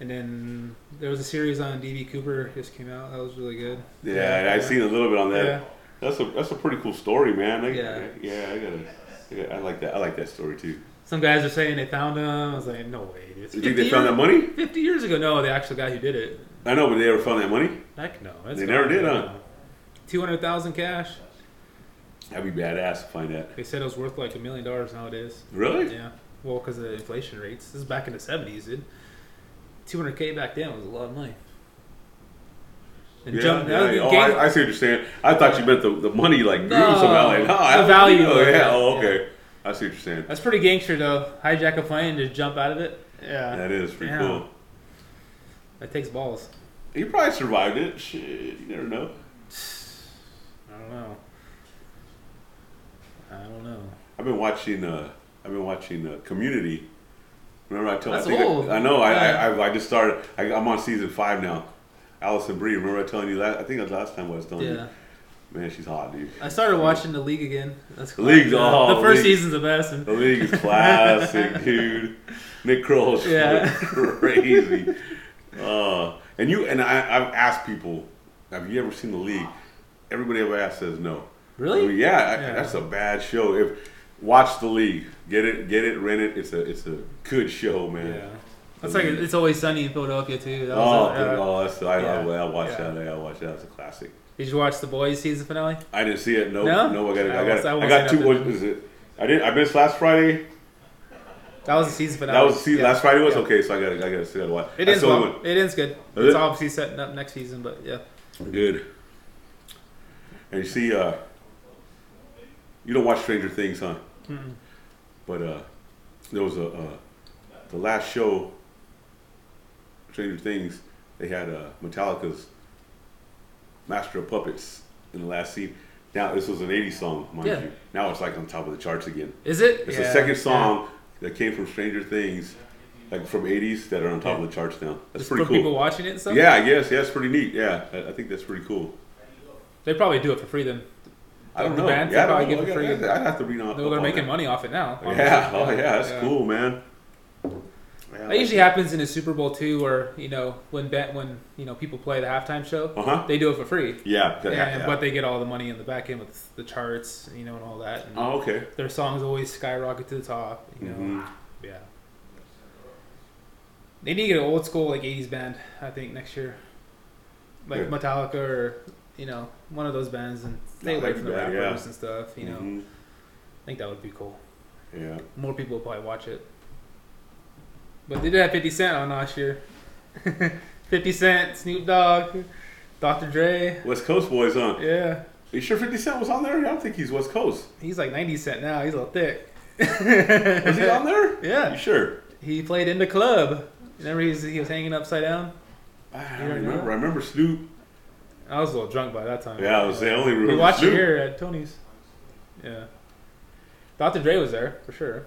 [SPEAKER 1] and then there was a series on DB Cooper just came out. That was really good.
[SPEAKER 2] Yeah,
[SPEAKER 1] Yeah.
[SPEAKER 2] I seen a little bit on that.
[SPEAKER 1] Yeah.
[SPEAKER 2] That's a that's a pretty cool story, man. I,
[SPEAKER 1] Yeah.
[SPEAKER 2] yeah, yeah, I gotta. I gotta- I like that. I like that story too.
[SPEAKER 1] Some guys are saying they found him. I was like, no way. Dude. It's
[SPEAKER 2] Do you think
[SPEAKER 1] 50
[SPEAKER 2] they found
[SPEAKER 1] years-
[SPEAKER 2] that money?
[SPEAKER 1] 50 years ago. No, the actual guy who did it.
[SPEAKER 2] I know, but they ever found that money?
[SPEAKER 1] Heck no. That's
[SPEAKER 2] They never
[SPEAKER 1] gone.
[SPEAKER 2] did, huh?
[SPEAKER 1] 200,000 cash.
[SPEAKER 2] That'd be badass to find that.
[SPEAKER 1] They said it was worth like a million dollars nowadays.
[SPEAKER 2] Really?
[SPEAKER 1] Yeah. Well, because of the inflation rates. This is back in the 70s, dude. 200K back then was a lot of money. And jump, that was
[SPEAKER 2] yeah.
[SPEAKER 1] the
[SPEAKER 2] Oh,
[SPEAKER 1] game-
[SPEAKER 2] I, I see what you're saying. I thought you meant the, the money like grew
[SPEAKER 1] No,
[SPEAKER 2] somehow. Like,
[SPEAKER 1] the
[SPEAKER 2] oh, I-
[SPEAKER 1] value
[SPEAKER 2] Oh,
[SPEAKER 1] of it,
[SPEAKER 2] yeah.
[SPEAKER 1] yeah.
[SPEAKER 2] Oh, okay. I see what you're saying.
[SPEAKER 1] That's pretty gangster, though. Hijack a plane and just jump out of it. Yeah.
[SPEAKER 2] That is pretty
[SPEAKER 1] Uh, Yeah.
[SPEAKER 2] cool.
[SPEAKER 1] That takes balls.
[SPEAKER 2] He probably survived it. Shit, you never know.
[SPEAKER 1] I don't know. I don't know.
[SPEAKER 2] I've been watching. Uh, I've been watching uh, Community. Remember, I told.
[SPEAKER 1] That's
[SPEAKER 2] I, think
[SPEAKER 1] old.
[SPEAKER 2] I, I know. I,
[SPEAKER 1] Yeah.
[SPEAKER 2] I, I I just started. I, I'm on season five now. Allison Brie. Remember, I telling you last. I think it was last time I was telling
[SPEAKER 1] Yeah.
[SPEAKER 2] you. Man, she's hot, dude.
[SPEAKER 1] I started watching The League again. That's
[SPEAKER 2] The League's-
[SPEAKER 1] Yeah.
[SPEAKER 2] oh,
[SPEAKER 1] The first
[SPEAKER 2] League.
[SPEAKER 1] season's the best. And
[SPEAKER 2] The league is classic, dude. Nick Kroll's
[SPEAKER 1] Yeah.
[SPEAKER 2] crazy. Uh, and you and I, I've asked people, have you ever seen the league? Everybody I've asked says no.
[SPEAKER 1] Really?
[SPEAKER 2] I mean, yeah, I-
[SPEAKER 1] Yeah.
[SPEAKER 2] that's a bad show. If watch the league. Get it, get it, rent it. It's a it's a good show, man.
[SPEAKER 1] Yeah. That's like it's always sunny in Philadelphia too. That
[SPEAKER 2] Oh,
[SPEAKER 1] was uh,
[SPEAKER 2] oh, that's I, I,
[SPEAKER 1] Yeah.
[SPEAKER 2] I watched
[SPEAKER 1] Yeah.
[SPEAKER 2] that. I watched that. It's a classic.
[SPEAKER 1] did you watch the boys season finale?
[SPEAKER 2] I didn't see it. No,
[SPEAKER 1] No?
[SPEAKER 2] no, I got, it.
[SPEAKER 1] I
[SPEAKER 2] I
[SPEAKER 1] won't-
[SPEAKER 2] got,
[SPEAKER 1] I
[SPEAKER 2] I,
[SPEAKER 1] won't
[SPEAKER 2] got
[SPEAKER 1] say
[SPEAKER 2] two. What
[SPEAKER 1] nothing.
[SPEAKER 2] is it? I did. I missed last Friday.
[SPEAKER 1] That was the season finale.
[SPEAKER 2] That was see,
[SPEAKER 1] Yeah.
[SPEAKER 2] last Friday was
[SPEAKER 1] Yeah.
[SPEAKER 2] okay. So I got, I got, still got to watch.
[SPEAKER 1] It
[SPEAKER 2] That's
[SPEAKER 1] ends
[SPEAKER 2] the only
[SPEAKER 1] well. It ends good.
[SPEAKER 2] Is
[SPEAKER 1] it's
[SPEAKER 2] it?
[SPEAKER 1] obviously setting up next season, but yeah.
[SPEAKER 2] one. Good. And you see, uh, you don't watch Stranger Things, huh? But uh, there was a uh, the last show, Stranger Things. They had uh, Metallica's Master of Puppets in the last scene. Now this was an '80s song, mind
[SPEAKER 1] Yeah.
[SPEAKER 2] you. Now it's like on top of the charts again.
[SPEAKER 1] Is it?
[SPEAKER 2] It's
[SPEAKER 1] Yeah.
[SPEAKER 2] the second song that came from Stranger Things, like from '80s that are on top of the charts now.
[SPEAKER 1] Yeah.
[SPEAKER 2] That's
[SPEAKER 1] Just
[SPEAKER 2] pretty
[SPEAKER 1] for
[SPEAKER 2] cool.
[SPEAKER 1] people watching it and stuff.
[SPEAKER 2] Yeah, I guess. Yeah, it's pretty neat. Yeah, I, I think that's pretty cool.
[SPEAKER 1] They probably do it for free then.
[SPEAKER 2] I don't
[SPEAKER 1] The
[SPEAKER 2] know.
[SPEAKER 1] bands
[SPEAKER 2] yeah, I
[SPEAKER 1] probably
[SPEAKER 2] don't know.
[SPEAKER 1] give it
[SPEAKER 2] I
[SPEAKER 1] free.
[SPEAKER 2] gotta- I'd have to read on.
[SPEAKER 1] They're making money off it now.
[SPEAKER 2] Yeah.
[SPEAKER 1] obviously.
[SPEAKER 2] Oh, yeah. That's
[SPEAKER 1] Yeah.
[SPEAKER 2] cool, man. Yeah,
[SPEAKER 1] That usually happens in a Super Bowl too, where you know when bet when you know people play the halftime show,
[SPEAKER 2] Uh huh.
[SPEAKER 1] they do it for free,
[SPEAKER 2] Yeah. that-
[SPEAKER 1] and,
[SPEAKER 2] yeah.
[SPEAKER 1] but they get all the money in the back end with the charts, you know, and all that. And
[SPEAKER 2] oh, okay.
[SPEAKER 1] Their songs always skyrocket to the top, you know.
[SPEAKER 2] Mhm.
[SPEAKER 1] Yeah. They need to get an old school like '80s band, I think, next year, like
[SPEAKER 2] Yeah.
[SPEAKER 1] Metallica or you know one of those bands, and stay away
[SPEAKER 2] that'd
[SPEAKER 1] from
[SPEAKER 2] be
[SPEAKER 1] the
[SPEAKER 2] bad,
[SPEAKER 1] rappers
[SPEAKER 2] yeah.
[SPEAKER 1] and stuff. You know,
[SPEAKER 2] Mhm.
[SPEAKER 1] I think that would be cool.
[SPEAKER 2] Yeah.
[SPEAKER 1] More people would probably watch it. But they did have 50 Cent on last year. 50 Cent, Snoop Dogg, Dr. Dre.
[SPEAKER 2] West Coast boys, huh?
[SPEAKER 1] Yeah,
[SPEAKER 2] You sure 50 Cent was on there? I don't think he's West Coast.
[SPEAKER 1] he's like 90 Cent now. He's a little thick.
[SPEAKER 2] Was he on there? You
[SPEAKER 1] Yeah,
[SPEAKER 2] sure?
[SPEAKER 1] he played in the club. Remember, he was, he was hanging upside down.
[SPEAKER 2] Ah, I
[SPEAKER 1] You
[SPEAKER 2] don't
[SPEAKER 1] don't
[SPEAKER 2] remember.
[SPEAKER 1] know?
[SPEAKER 2] I remember Snoop.
[SPEAKER 1] I was a little drunk by that time.
[SPEAKER 2] Yeah, I was the only
[SPEAKER 1] We
[SPEAKER 2] room.
[SPEAKER 1] watched it
[SPEAKER 2] Snoop.
[SPEAKER 1] here at Tony's. Yeah. Dr. Dre was there for sure.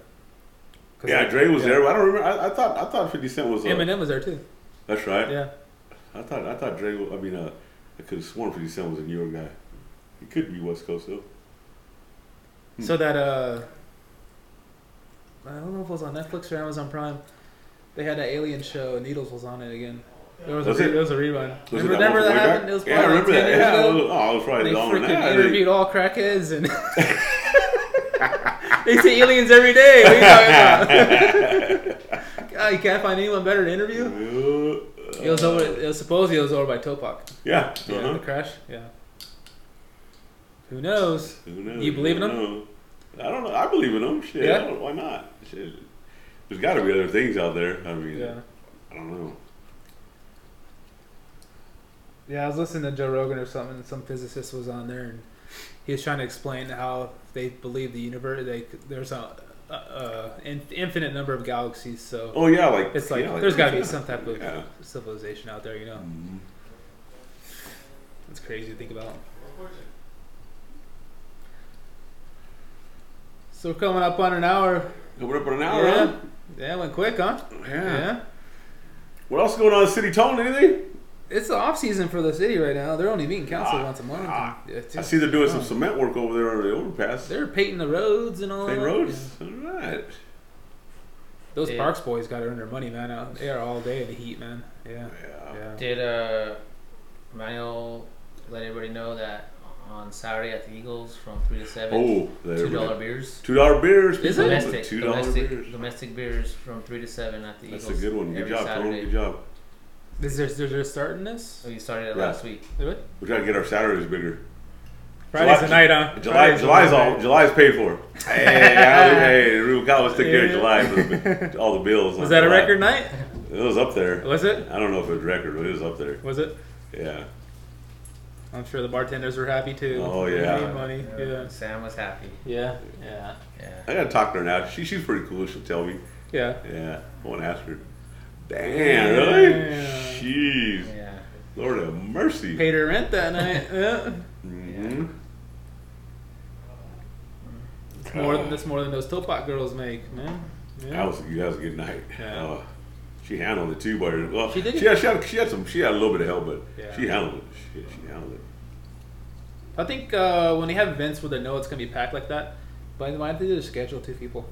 [SPEAKER 1] 'Cause
[SPEAKER 2] Yeah,
[SPEAKER 1] like,
[SPEAKER 2] Dre was
[SPEAKER 1] yeah.
[SPEAKER 2] there. but I don't remember. I, I thought I thought 50 Cent was. Uh,
[SPEAKER 1] Eminem was there too.
[SPEAKER 2] That's right.
[SPEAKER 1] Yeah.
[SPEAKER 2] I thought I thought Dre. wa- I mean, uh, I could have sworn 50 Cent was a New York guy. He could be West Coast though. Hmm.
[SPEAKER 1] So that uh, I don't know if it was on Netflix or Amazon Prime. They had that Alien show, and Needles was on it again. There was,
[SPEAKER 2] Was
[SPEAKER 1] a re-
[SPEAKER 2] it?
[SPEAKER 1] there was a rerun.
[SPEAKER 2] Was
[SPEAKER 1] remember remember
[SPEAKER 2] it
[SPEAKER 1] that
[SPEAKER 2] one from way back?
[SPEAKER 1] happened? It was
[SPEAKER 2] yeah, I
[SPEAKER 1] probably like 10 years
[SPEAKER 2] remember that. Yeah, I
[SPEAKER 1] ago.
[SPEAKER 2] was, oh, I was
[SPEAKER 1] They
[SPEAKER 2] probably long on
[SPEAKER 1] freaking
[SPEAKER 2] that.
[SPEAKER 1] interviewed all crackheads and they see aliens every day. What are you talking about? God, you can't find anyone better to interview.
[SPEAKER 2] Yeah.
[SPEAKER 1] It was over. It was supposedly it was over by Topak.
[SPEAKER 2] Yeah.
[SPEAKER 1] Yeah,
[SPEAKER 2] Uh-huh.
[SPEAKER 1] the crash. Yeah. Who knows?
[SPEAKER 2] Who knows?
[SPEAKER 1] You believe in
[SPEAKER 2] I don't know. I don't know. I believe in them. Shit.
[SPEAKER 1] Yeah?
[SPEAKER 2] I don't- Why not? Shit. There's got to be other things out there. I mean,
[SPEAKER 1] Yeah.
[SPEAKER 2] I don't know.
[SPEAKER 1] Yeah, I was listening to Joe Rogan or something, and some physicist was on there, and he was trying to explain how they believe the universe. They there's a, a, a an infinite number of galaxies, so
[SPEAKER 2] Oh yeah, like
[SPEAKER 1] it's like
[SPEAKER 2] yeah,
[SPEAKER 1] there's got to be some type of
[SPEAKER 2] Yeah.
[SPEAKER 1] civilization out there. You know,
[SPEAKER 3] Mm-hmm.
[SPEAKER 2] Mhm.
[SPEAKER 1] it's crazy to think about. So we're coming up on an hour.
[SPEAKER 2] We're up on an hour.
[SPEAKER 1] yeah,
[SPEAKER 2] huh?
[SPEAKER 1] yeah, it went quick, huh?
[SPEAKER 2] Yeah.
[SPEAKER 1] yeah.
[SPEAKER 2] What else going on in City Tone? Anything?
[SPEAKER 1] It's the off season for the city right now. They're only meeting council
[SPEAKER 2] Ah,
[SPEAKER 1] once a month.
[SPEAKER 2] ah.
[SPEAKER 1] Yeah, it's
[SPEAKER 2] I
[SPEAKER 1] just-
[SPEAKER 2] see they're doing some
[SPEAKER 1] Oh.
[SPEAKER 2] cement work over there on the overpass.
[SPEAKER 1] They're painting the roads and all.
[SPEAKER 2] Same
[SPEAKER 1] that.
[SPEAKER 2] roads. All right.
[SPEAKER 1] Those
[SPEAKER 3] Yeah.
[SPEAKER 1] Parks boys got to earn their money, man. Out they are all day in the heat, man. Yeah,
[SPEAKER 2] Yeah.
[SPEAKER 1] yeah.
[SPEAKER 3] Did uh, Manuel let everybody know that on Saturday at the Eagles from three to seven,
[SPEAKER 2] Oh, there
[SPEAKER 3] two
[SPEAKER 2] we
[SPEAKER 3] dollar
[SPEAKER 2] go.
[SPEAKER 3] beers,
[SPEAKER 2] Two dollar beers.
[SPEAKER 1] Is
[SPEAKER 2] people.
[SPEAKER 1] it?
[SPEAKER 3] domestic,
[SPEAKER 2] Two dollar
[SPEAKER 3] domestic,
[SPEAKER 2] beers.
[SPEAKER 3] domestic beers from three to seven at the
[SPEAKER 2] That's a
[SPEAKER 3] Eagles.
[SPEAKER 2] good one. Good
[SPEAKER 3] every
[SPEAKER 2] job, Tone.
[SPEAKER 3] Saturday.
[SPEAKER 2] Good job.
[SPEAKER 1] Is there, they're just starting this?
[SPEAKER 3] So you started it
[SPEAKER 2] Yeah.
[SPEAKER 3] last week.
[SPEAKER 1] Do it.
[SPEAKER 2] We try to get our Saturdays bigger.
[SPEAKER 1] Friday's the
[SPEAKER 2] July-
[SPEAKER 1] night, huh?
[SPEAKER 2] July,
[SPEAKER 1] Friday's the
[SPEAKER 2] July's
[SPEAKER 1] night.
[SPEAKER 2] all. July's paid for. Hey, hey, hey, Rube Cal was taking care of
[SPEAKER 1] Yeah.
[SPEAKER 2] July. for the- All the bills.
[SPEAKER 1] Was
[SPEAKER 2] on
[SPEAKER 1] that a
[SPEAKER 2] July.
[SPEAKER 1] record night?
[SPEAKER 2] It was up there.
[SPEAKER 1] Was it?
[SPEAKER 2] I don't know if it was record, but it was up there.
[SPEAKER 1] Was it?
[SPEAKER 2] Yeah.
[SPEAKER 1] I'm sure the bartenders were happy too.
[SPEAKER 2] Oh,
[SPEAKER 1] They
[SPEAKER 2] yeah.
[SPEAKER 1] made money. Yeah.
[SPEAKER 3] Uh, Sam was happy.
[SPEAKER 1] Yeah. Yeah.
[SPEAKER 3] Yeah.
[SPEAKER 2] I gotta talk to her now. She, she's pretty cool. She'll tell me.
[SPEAKER 1] Yeah.
[SPEAKER 2] Yeah. I want to ask her. Damn, really?
[SPEAKER 1] Damn.
[SPEAKER 2] Jeez.
[SPEAKER 3] Yeah.
[SPEAKER 2] Lord have mercy.
[SPEAKER 1] Paid her rent that night. Yeah.
[SPEAKER 2] Mhm.
[SPEAKER 1] It's more. That's more than those Topak girls make, man.
[SPEAKER 2] That
[SPEAKER 1] Yeah.
[SPEAKER 2] was that was a good night.
[SPEAKER 1] Yeah.
[SPEAKER 2] Uh, she handled it too, but uh, well,
[SPEAKER 1] She
[SPEAKER 2] she
[SPEAKER 1] did.
[SPEAKER 2] did. She had, she had she had some. She had a little bit of help, but
[SPEAKER 1] Yeah.
[SPEAKER 2] she handled it. She, she handled it.
[SPEAKER 1] I think uh, when they have events where they know it's gonna be packed like that, by the way, they just schedule two people.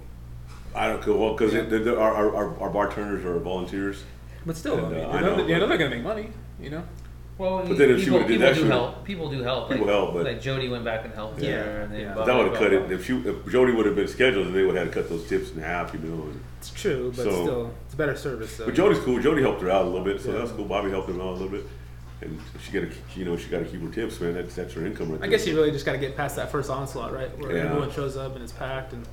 [SPEAKER 2] I don't know. Well, because
[SPEAKER 1] Yeah.
[SPEAKER 2] our, our our our bartenders are volunteers.
[SPEAKER 1] But still,
[SPEAKER 2] And,
[SPEAKER 1] I mean,
[SPEAKER 2] uh,
[SPEAKER 1] they
[SPEAKER 2] I
[SPEAKER 1] know,
[SPEAKER 2] know,
[SPEAKER 1] they know
[SPEAKER 2] but-
[SPEAKER 1] they're gonna make money. You know.
[SPEAKER 3] Well,
[SPEAKER 2] But then if she
[SPEAKER 3] people,
[SPEAKER 2] would've did
[SPEAKER 3] people
[SPEAKER 2] that,
[SPEAKER 3] do
[SPEAKER 2] she would've-
[SPEAKER 3] help. People do help.
[SPEAKER 2] People
[SPEAKER 3] like,
[SPEAKER 2] help, but-
[SPEAKER 3] like Jody went back and helped
[SPEAKER 4] Yeah.
[SPEAKER 3] her. And
[SPEAKER 1] Yeah.
[SPEAKER 3] then
[SPEAKER 2] That would have cut it. If she, if Jody would have been scheduled, then they would have had to cut those tips in half, you know. And,
[SPEAKER 1] It's true, but
[SPEAKER 2] So-
[SPEAKER 1] still, it's a better service. Though.
[SPEAKER 2] but Jody's cool. Jody helped her out a little bit, so
[SPEAKER 1] Yeah.
[SPEAKER 2] that's cool. Bobby helped her out a little bit, and she got to, you know, she got to keep her tips, man. That's that's her income right
[SPEAKER 1] I
[SPEAKER 2] there.
[SPEAKER 1] guess you really just got to get past that first onslaught, right? Where
[SPEAKER 2] Yeah.
[SPEAKER 1] everyone shows up and it's packed, and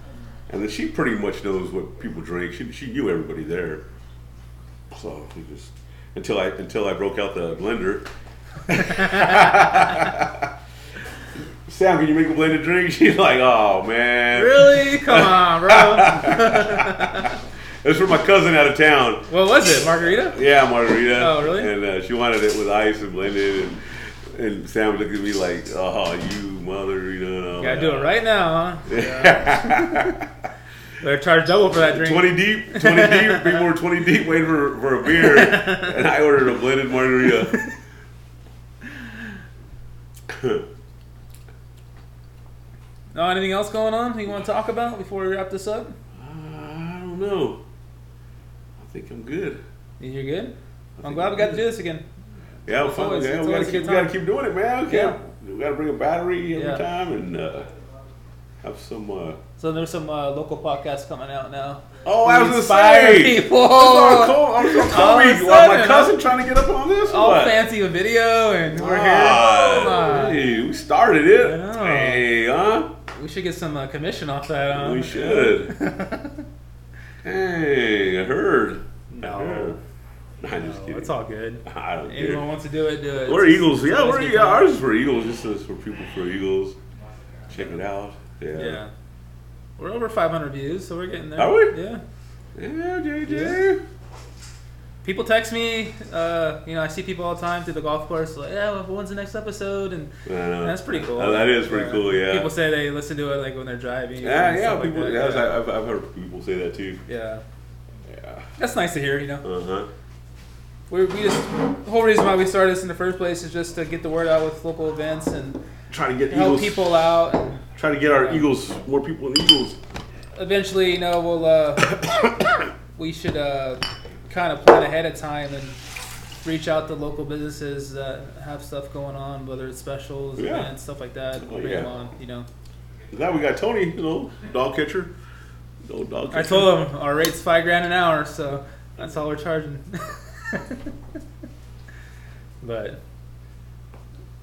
[SPEAKER 2] And then she pretty much knows what people drink. She, she knew everybody there. So she just until I until I broke out the blender. Sam, can you make a blended drink? She's like, oh man,
[SPEAKER 1] really, come on, bro.
[SPEAKER 2] it's for my cousin out of town.
[SPEAKER 1] What was it, margarita?
[SPEAKER 2] Yeah, margarita.
[SPEAKER 1] Oh, really?
[SPEAKER 2] And uh, she wanted it with ice and blended. And, and Sam looked at me like, oh, you margarita.
[SPEAKER 1] Gotta do it right now, huh?
[SPEAKER 2] right.
[SPEAKER 1] Better charge double for that drink.
[SPEAKER 2] 20 deep, 20 deep. People were 20 deep waiting for, for a beer, and I ordered a blended margarita.
[SPEAKER 1] No, Oh, anything else going on you want to talk about before we wrap this up?
[SPEAKER 2] I don't know. I think I'm good.
[SPEAKER 1] You're good.
[SPEAKER 2] I
[SPEAKER 1] I'm
[SPEAKER 2] think
[SPEAKER 1] glad we got to do this again.
[SPEAKER 2] Yeah,
[SPEAKER 1] It's
[SPEAKER 2] fun.
[SPEAKER 1] always-
[SPEAKER 2] yeah,
[SPEAKER 1] it's
[SPEAKER 2] we, gotta
[SPEAKER 1] always good
[SPEAKER 2] keep, we gotta
[SPEAKER 1] time.
[SPEAKER 2] keep doing it, man. Okay.
[SPEAKER 1] Yeah.
[SPEAKER 2] We gotta bring a battery every
[SPEAKER 1] Yeah.
[SPEAKER 2] time and uh, have some. Uh...
[SPEAKER 1] So there's some uh, local podcasts coming out now.
[SPEAKER 2] Oh, I was gonna
[SPEAKER 1] Inspire
[SPEAKER 2] say.
[SPEAKER 1] people.
[SPEAKER 2] I'm so cold. I'm so cold.
[SPEAKER 1] All of a
[SPEAKER 2] Why, my
[SPEAKER 1] sudden,
[SPEAKER 2] cousin trying to get up on this. or
[SPEAKER 1] All
[SPEAKER 2] what?
[SPEAKER 1] fancy with video, and we're here.
[SPEAKER 2] Ah,
[SPEAKER 1] Come on.
[SPEAKER 2] hey, we started it.
[SPEAKER 1] I know.
[SPEAKER 2] Hey, huh?
[SPEAKER 1] We should get some uh, commission off that. Huh?
[SPEAKER 2] We should. Hey, I heard. I heard.
[SPEAKER 1] no,
[SPEAKER 2] Nah, I'm just
[SPEAKER 1] no,
[SPEAKER 2] kidding.
[SPEAKER 1] it's all good.
[SPEAKER 2] I don't
[SPEAKER 1] Anyone
[SPEAKER 2] care.
[SPEAKER 1] wants to do it? Do it.
[SPEAKER 2] We're
[SPEAKER 1] It's-
[SPEAKER 2] Eagles.
[SPEAKER 1] it's
[SPEAKER 2] Yeah,
[SPEAKER 1] always
[SPEAKER 2] we're
[SPEAKER 1] good
[SPEAKER 2] yeah,
[SPEAKER 1] fun.
[SPEAKER 2] ours is for Eagles. This is for people for Eagles. Check it out. Yeah.
[SPEAKER 1] Yeah. We're over 500 views, so we're getting there.
[SPEAKER 2] Are we?
[SPEAKER 1] Yeah.
[SPEAKER 2] Yeah, JJ.
[SPEAKER 1] People text me. Uh, you know, I see people all the time through the golf course. Like, yeah, well, when's the next episode? And
[SPEAKER 2] I know.
[SPEAKER 1] that's pretty cool.
[SPEAKER 2] Uh, that is pretty cool, yeah.
[SPEAKER 1] People say they listen to it like when they're driving.
[SPEAKER 2] yeah,
[SPEAKER 1] and
[SPEAKER 2] yeah.
[SPEAKER 1] stuff like
[SPEAKER 2] people,
[SPEAKER 1] that,
[SPEAKER 2] yeah,
[SPEAKER 1] yeah.
[SPEAKER 2] I've, I've heard people say that too.
[SPEAKER 1] Yeah.
[SPEAKER 2] Yeah.
[SPEAKER 1] That's nice to hear. You know,
[SPEAKER 2] Uh huh.
[SPEAKER 1] we we just the whole reason why we started this in the first place is just to get the word out with local events and
[SPEAKER 2] Trying to get
[SPEAKER 1] help
[SPEAKER 2] Eagles.
[SPEAKER 1] people out. And
[SPEAKER 2] Trying to get our Eagles more people in Eagles.
[SPEAKER 1] eventually, you know, we'll uh, we should uh, kind of plan ahead of time and reach out to local businesses that have stuff going on, whether it's specials,
[SPEAKER 2] Oh, Yeah.
[SPEAKER 1] events, stuff like that.
[SPEAKER 2] Oh,
[SPEAKER 1] bring
[SPEAKER 2] yeah.
[SPEAKER 1] them on, you know.
[SPEAKER 2] Glad we got Tony. You know, dog catcher. Old dog catcher.
[SPEAKER 1] I told them our rate's five grand an hour, so that's all we're charging. but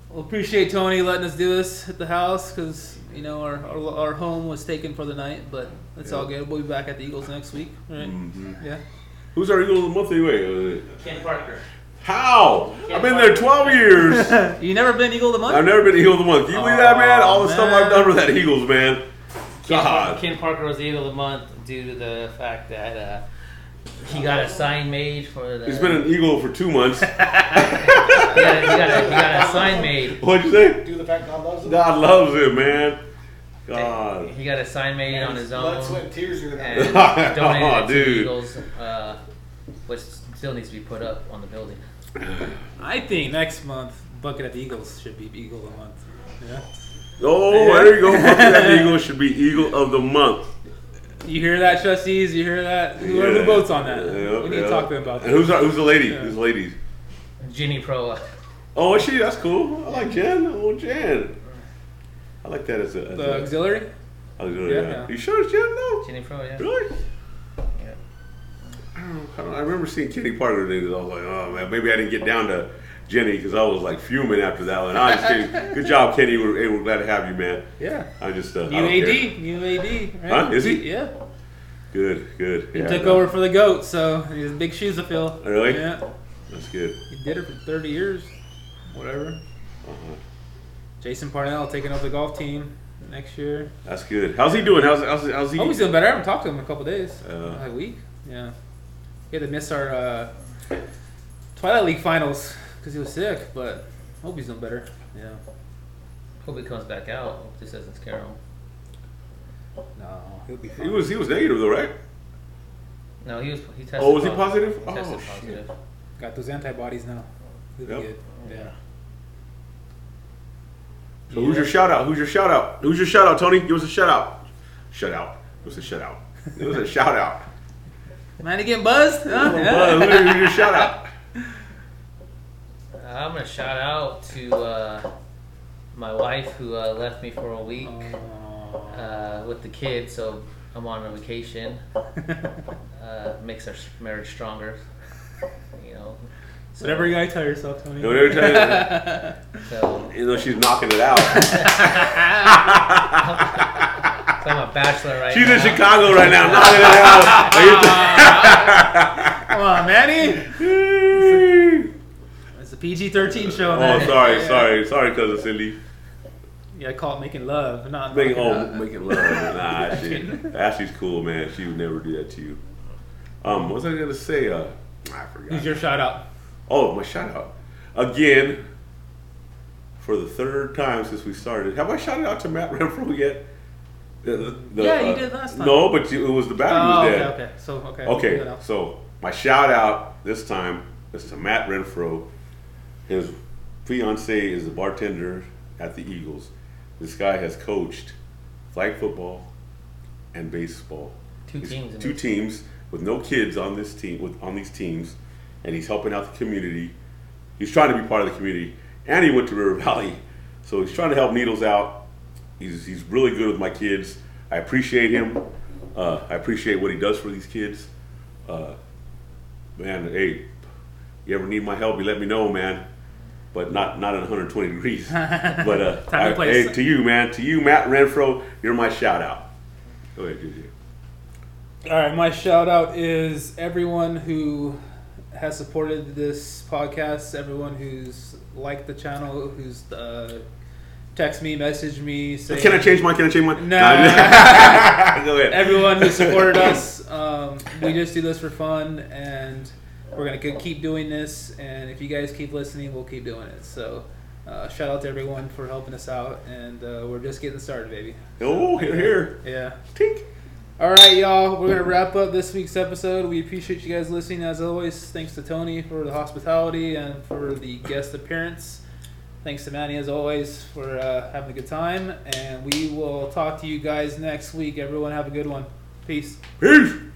[SPEAKER 1] we'll appreciate Tony letting us do this at the house because you know our, our our home was taken for the night, but it's all
[SPEAKER 2] Yeah.
[SPEAKER 1] good. We'll be back at the Eagles next week, right?
[SPEAKER 2] Mhm.
[SPEAKER 1] Yeah.
[SPEAKER 2] Who's our Eagle of the Month anyway? Uh,
[SPEAKER 3] Ken Parker.
[SPEAKER 2] How? I've been there 12 years.
[SPEAKER 1] You never been Eagle of the
[SPEAKER 2] I've
[SPEAKER 1] month?
[SPEAKER 2] never been Eagle of the Month. Can you believe that, man? All the stuff I've
[SPEAKER 1] man.
[SPEAKER 2] done for that Eagles, man.
[SPEAKER 3] Ken, Par-
[SPEAKER 2] God.
[SPEAKER 3] Ken Parker was the Eagle of the Month due to the fact that uh, he got a sign made for the.
[SPEAKER 2] He's been an Eagle for two months.
[SPEAKER 3] he, got a, he, got a, he got a sign made.
[SPEAKER 2] What'd you say?
[SPEAKER 4] Due to the fact God loves him.
[SPEAKER 2] God loves him, man. God.
[SPEAKER 3] He got a sign made on his
[SPEAKER 4] Blood,
[SPEAKER 3] own.
[SPEAKER 4] sweat, and tears are
[SPEAKER 3] and
[SPEAKER 4] that.
[SPEAKER 3] donated
[SPEAKER 2] Aw,
[SPEAKER 3] it to
[SPEAKER 2] dude.
[SPEAKER 3] the Eagles, uh, which still needs to be put up on the building.
[SPEAKER 1] I think next month Bucket of Eagles should be Eagle of the month. Yeah.
[SPEAKER 2] Oh, there you go. Fuck that Eagle should be Eagle of the Month.
[SPEAKER 1] You hear that, trustees? You hear that? Who, who
[SPEAKER 2] Yeah.
[SPEAKER 1] votes on that?
[SPEAKER 2] Yeah,
[SPEAKER 1] we need to
[SPEAKER 2] yeah.
[SPEAKER 1] talk to them about
[SPEAKER 2] And
[SPEAKER 1] that.
[SPEAKER 2] who's, our, who's the lady?
[SPEAKER 1] Yeah.
[SPEAKER 2] Who's the lady?
[SPEAKER 3] Ginny Proa.
[SPEAKER 2] Oh, is she? That's cool. I like Jen. I want Jen. I like that as a. As
[SPEAKER 1] The
[SPEAKER 2] a
[SPEAKER 1] auxiliary?
[SPEAKER 2] I was doing
[SPEAKER 1] Yeah,
[SPEAKER 2] yeah,
[SPEAKER 1] yeah.
[SPEAKER 2] You sure it's Jen? No.
[SPEAKER 3] Ginny Proa, yeah.
[SPEAKER 2] Really?
[SPEAKER 3] Yeah.
[SPEAKER 2] I don't know. I, don't, I remember seeing Kenny Parker and I was like, oh man, maybe I didn't get down to Jenny because I was like fuming after that one. I was just kidding. Good job, Kenny. We're, hey, we're glad to have you, man.
[SPEAKER 1] Yeah.
[SPEAKER 2] I just uh, I
[SPEAKER 1] New
[SPEAKER 2] don't care.
[SPEAKER 1] AD, new AD, right?
[SPEAKER 2] Huh? Is he?
[SPEAKER 1] Yeah,
[SPEAKER 2] Good, good.
[SPEAKER 1] he
[SPEAKER 2] Yeah,
[SPEAKER 1] took
[SPEAKER 2] no, Oh,
[SPEAKER 1] over for the goat, so he has big shoes to fill.
[SPEAKER 2] Really?
[SPEAKER 1] Yeah,
[SPEAKER 2] That's good.
[SPEAKER 1] he did it for 30 years, whatever.
[SPEAKER 2] Uh-huh.
[SPEAKER 1] Jason Parnell taking over the golf team next year.
[SPEAKER 2] That's good. How's he doing? How's how's, how's he?
[SPEAKER 1] Oh, he's doing better. I haven't talked to him in a couple days,
[SPEAKER 2] Uh.
[SPEAKER 1] a week. Yeah, he had to miss our uh, Twilight League finals because he was sick, but hope he's doing better. Yeah,
[SPEAKER 3] Hope he comes back out. Hope this doesn't scare him.
[SPEAKER 1] no, he'll be
[SPEAKER 2] he
[SPEAKER 1] fine.
[SPEAKER 2] was he was negative though, right?
[SPEAKER 3] No, he was. He tested
[SPEAKER 2] Oh, was he
[SPEAKER 3] positive.
[SPEAKER 2] positive?
[SPEAKER 3] He tested
[SPEAKER 2] Oh, shit.
[SPEAKER 3] positive.
[SPEAKER 1] Got those antibodies now. He'll
[SPEAKER 2] Yep.
[SPEAKER 1] be good. Yeah.
[SPEAKER 2] So who's your shout out? Who's your shout out? Who's your shout out, Tony? Give us a shout out. Shut out. Give us a shout out. Give us a shout out.
[SPEAKER 1] Man, he getting buzzed? Huh?
[SPEAKER 2] Who's your shout out?
[SPEAKER 3] Uh, I'm gonna shout out to uh, my wife who uh, left me for a week uh, with the kids, so I'm on a vacation. Uh, makes our s- marriage stronger, you know. So,
[SPEAKER 1] Whatever you gotta tell yourself, Tony.
[SPEAKER 2] Don't ever tell
[SPEAKER 3] So,
[SPEAKER 2] you, you know she's knocking it out.
[SPEAKER 3] so I'm a bachelor right
[SPEAKER 2] She's
[SPEAKER 3] now.
[SPEAKER 2] in Chicago right now, knocking it out. Are you
[SPEAKER 1] Come on, Manny.
[SPEAKER 2] th-
[SPEAKER 1] It's a PG-13 show.
[SPEAKER 2] oh,
[SPEAKER 1] Manny.
[SPEAKER 2] sorry,
[SPEAKER 1] Yeah.
[SPEAKER 2] sorry, sorry, cousin Cindy.
[SPEAKER 1] You gotta call it making love, not
[SPEAKER 2] Making
[SPEAKER 1] making
[SPEAKER 2] oh, making love. Nah, shit. Ashley's cool, man. She would never do that to you. Um, what was I gonna say? Uh, I forgot.
[SPEAKER 1] Use your shout out.
[SPEAKER 2] Oh, my shout out. Again, for the third time since we started. Have I shouted out to Matt Renfro yet? The- the-
[SPEAKER 1] Yeah, you
[SPEAKER 2] uh,
[SPEAKER 1] did last time.
[SPEAKER 2] No, but you, it was the battery
[SPEAKER 1] Oh,
[SPEAKER 2] was
[SPEAKER 1] okay,
[SPEAKER 2] dead.
[SPEAKER 1] okay. So okay.
[SPEAKER 2] Okay,
[SPEAKER 1] Good enough.
[SPEAKER 2] so my shout out this time is to Matt Renfro. His fiance is a bartender at the Eagles. This guy has coached flag football and baseball.
[SPEAKER 3] Two
[SPEAKER 2] He's-
[SPEAKER 3] teams. in
[SPEAKER 2] two
[SPEAKER 3] it.
[SPEAKER 2] teams with no kids on this team with on these teams, and he's helping out the community. He's trying to be part of the community, and he went to River Valley, so he's trying to help Needles out. He's he's really good with my kids. I appreciate him. Uh, I appreciate what he does for these kids. Uh, man, hey, you ever need my help? You let me know, man. But not not at 120 degrees. but uh,
[SPEAKER 1] Time and
[SPEAKER 2] I-
[SPEAKER 1] place.
[SPEAKER 2] hey, to you, man, to you, Matt Renfro, you're my shout out. Go ahead, JJ.
[SPEAKER 1] All right, my shout out is everyone who has supported this podcast, everyone who's liked the channel, who's uh, text me, messaged me, saying,
[SPEAKER 2] Can I change mine? Can I change mine?
[SPEAKER 1] No.
[SPEAKER 2] Go ahead.
[SPEAKER 1] everyone who supported us. Um, we just do this for fun, and we're gonna ke- keep doing this. And if you guys keep listening, we'll keep doing it. So, uh, shout out to everyone for helping us out, and uh, we're just getting started, baby.
[SPEAKER 2] oh, here, here.
[SPEAKER 1] Yeah.
[SPEAKER 2] Tink.
[SPEAKER 1] All right, y'all. We're gonna wrap up this week's episode. We appreciate you guys listening as always. Thanks to Tony for the hospitality and for the guest appearance. Thanks to Manny as always for uh, having a good time, and we will talk to you guys next week. Everyone, have a good one. Peace.
[SPEAKER 2] Peace.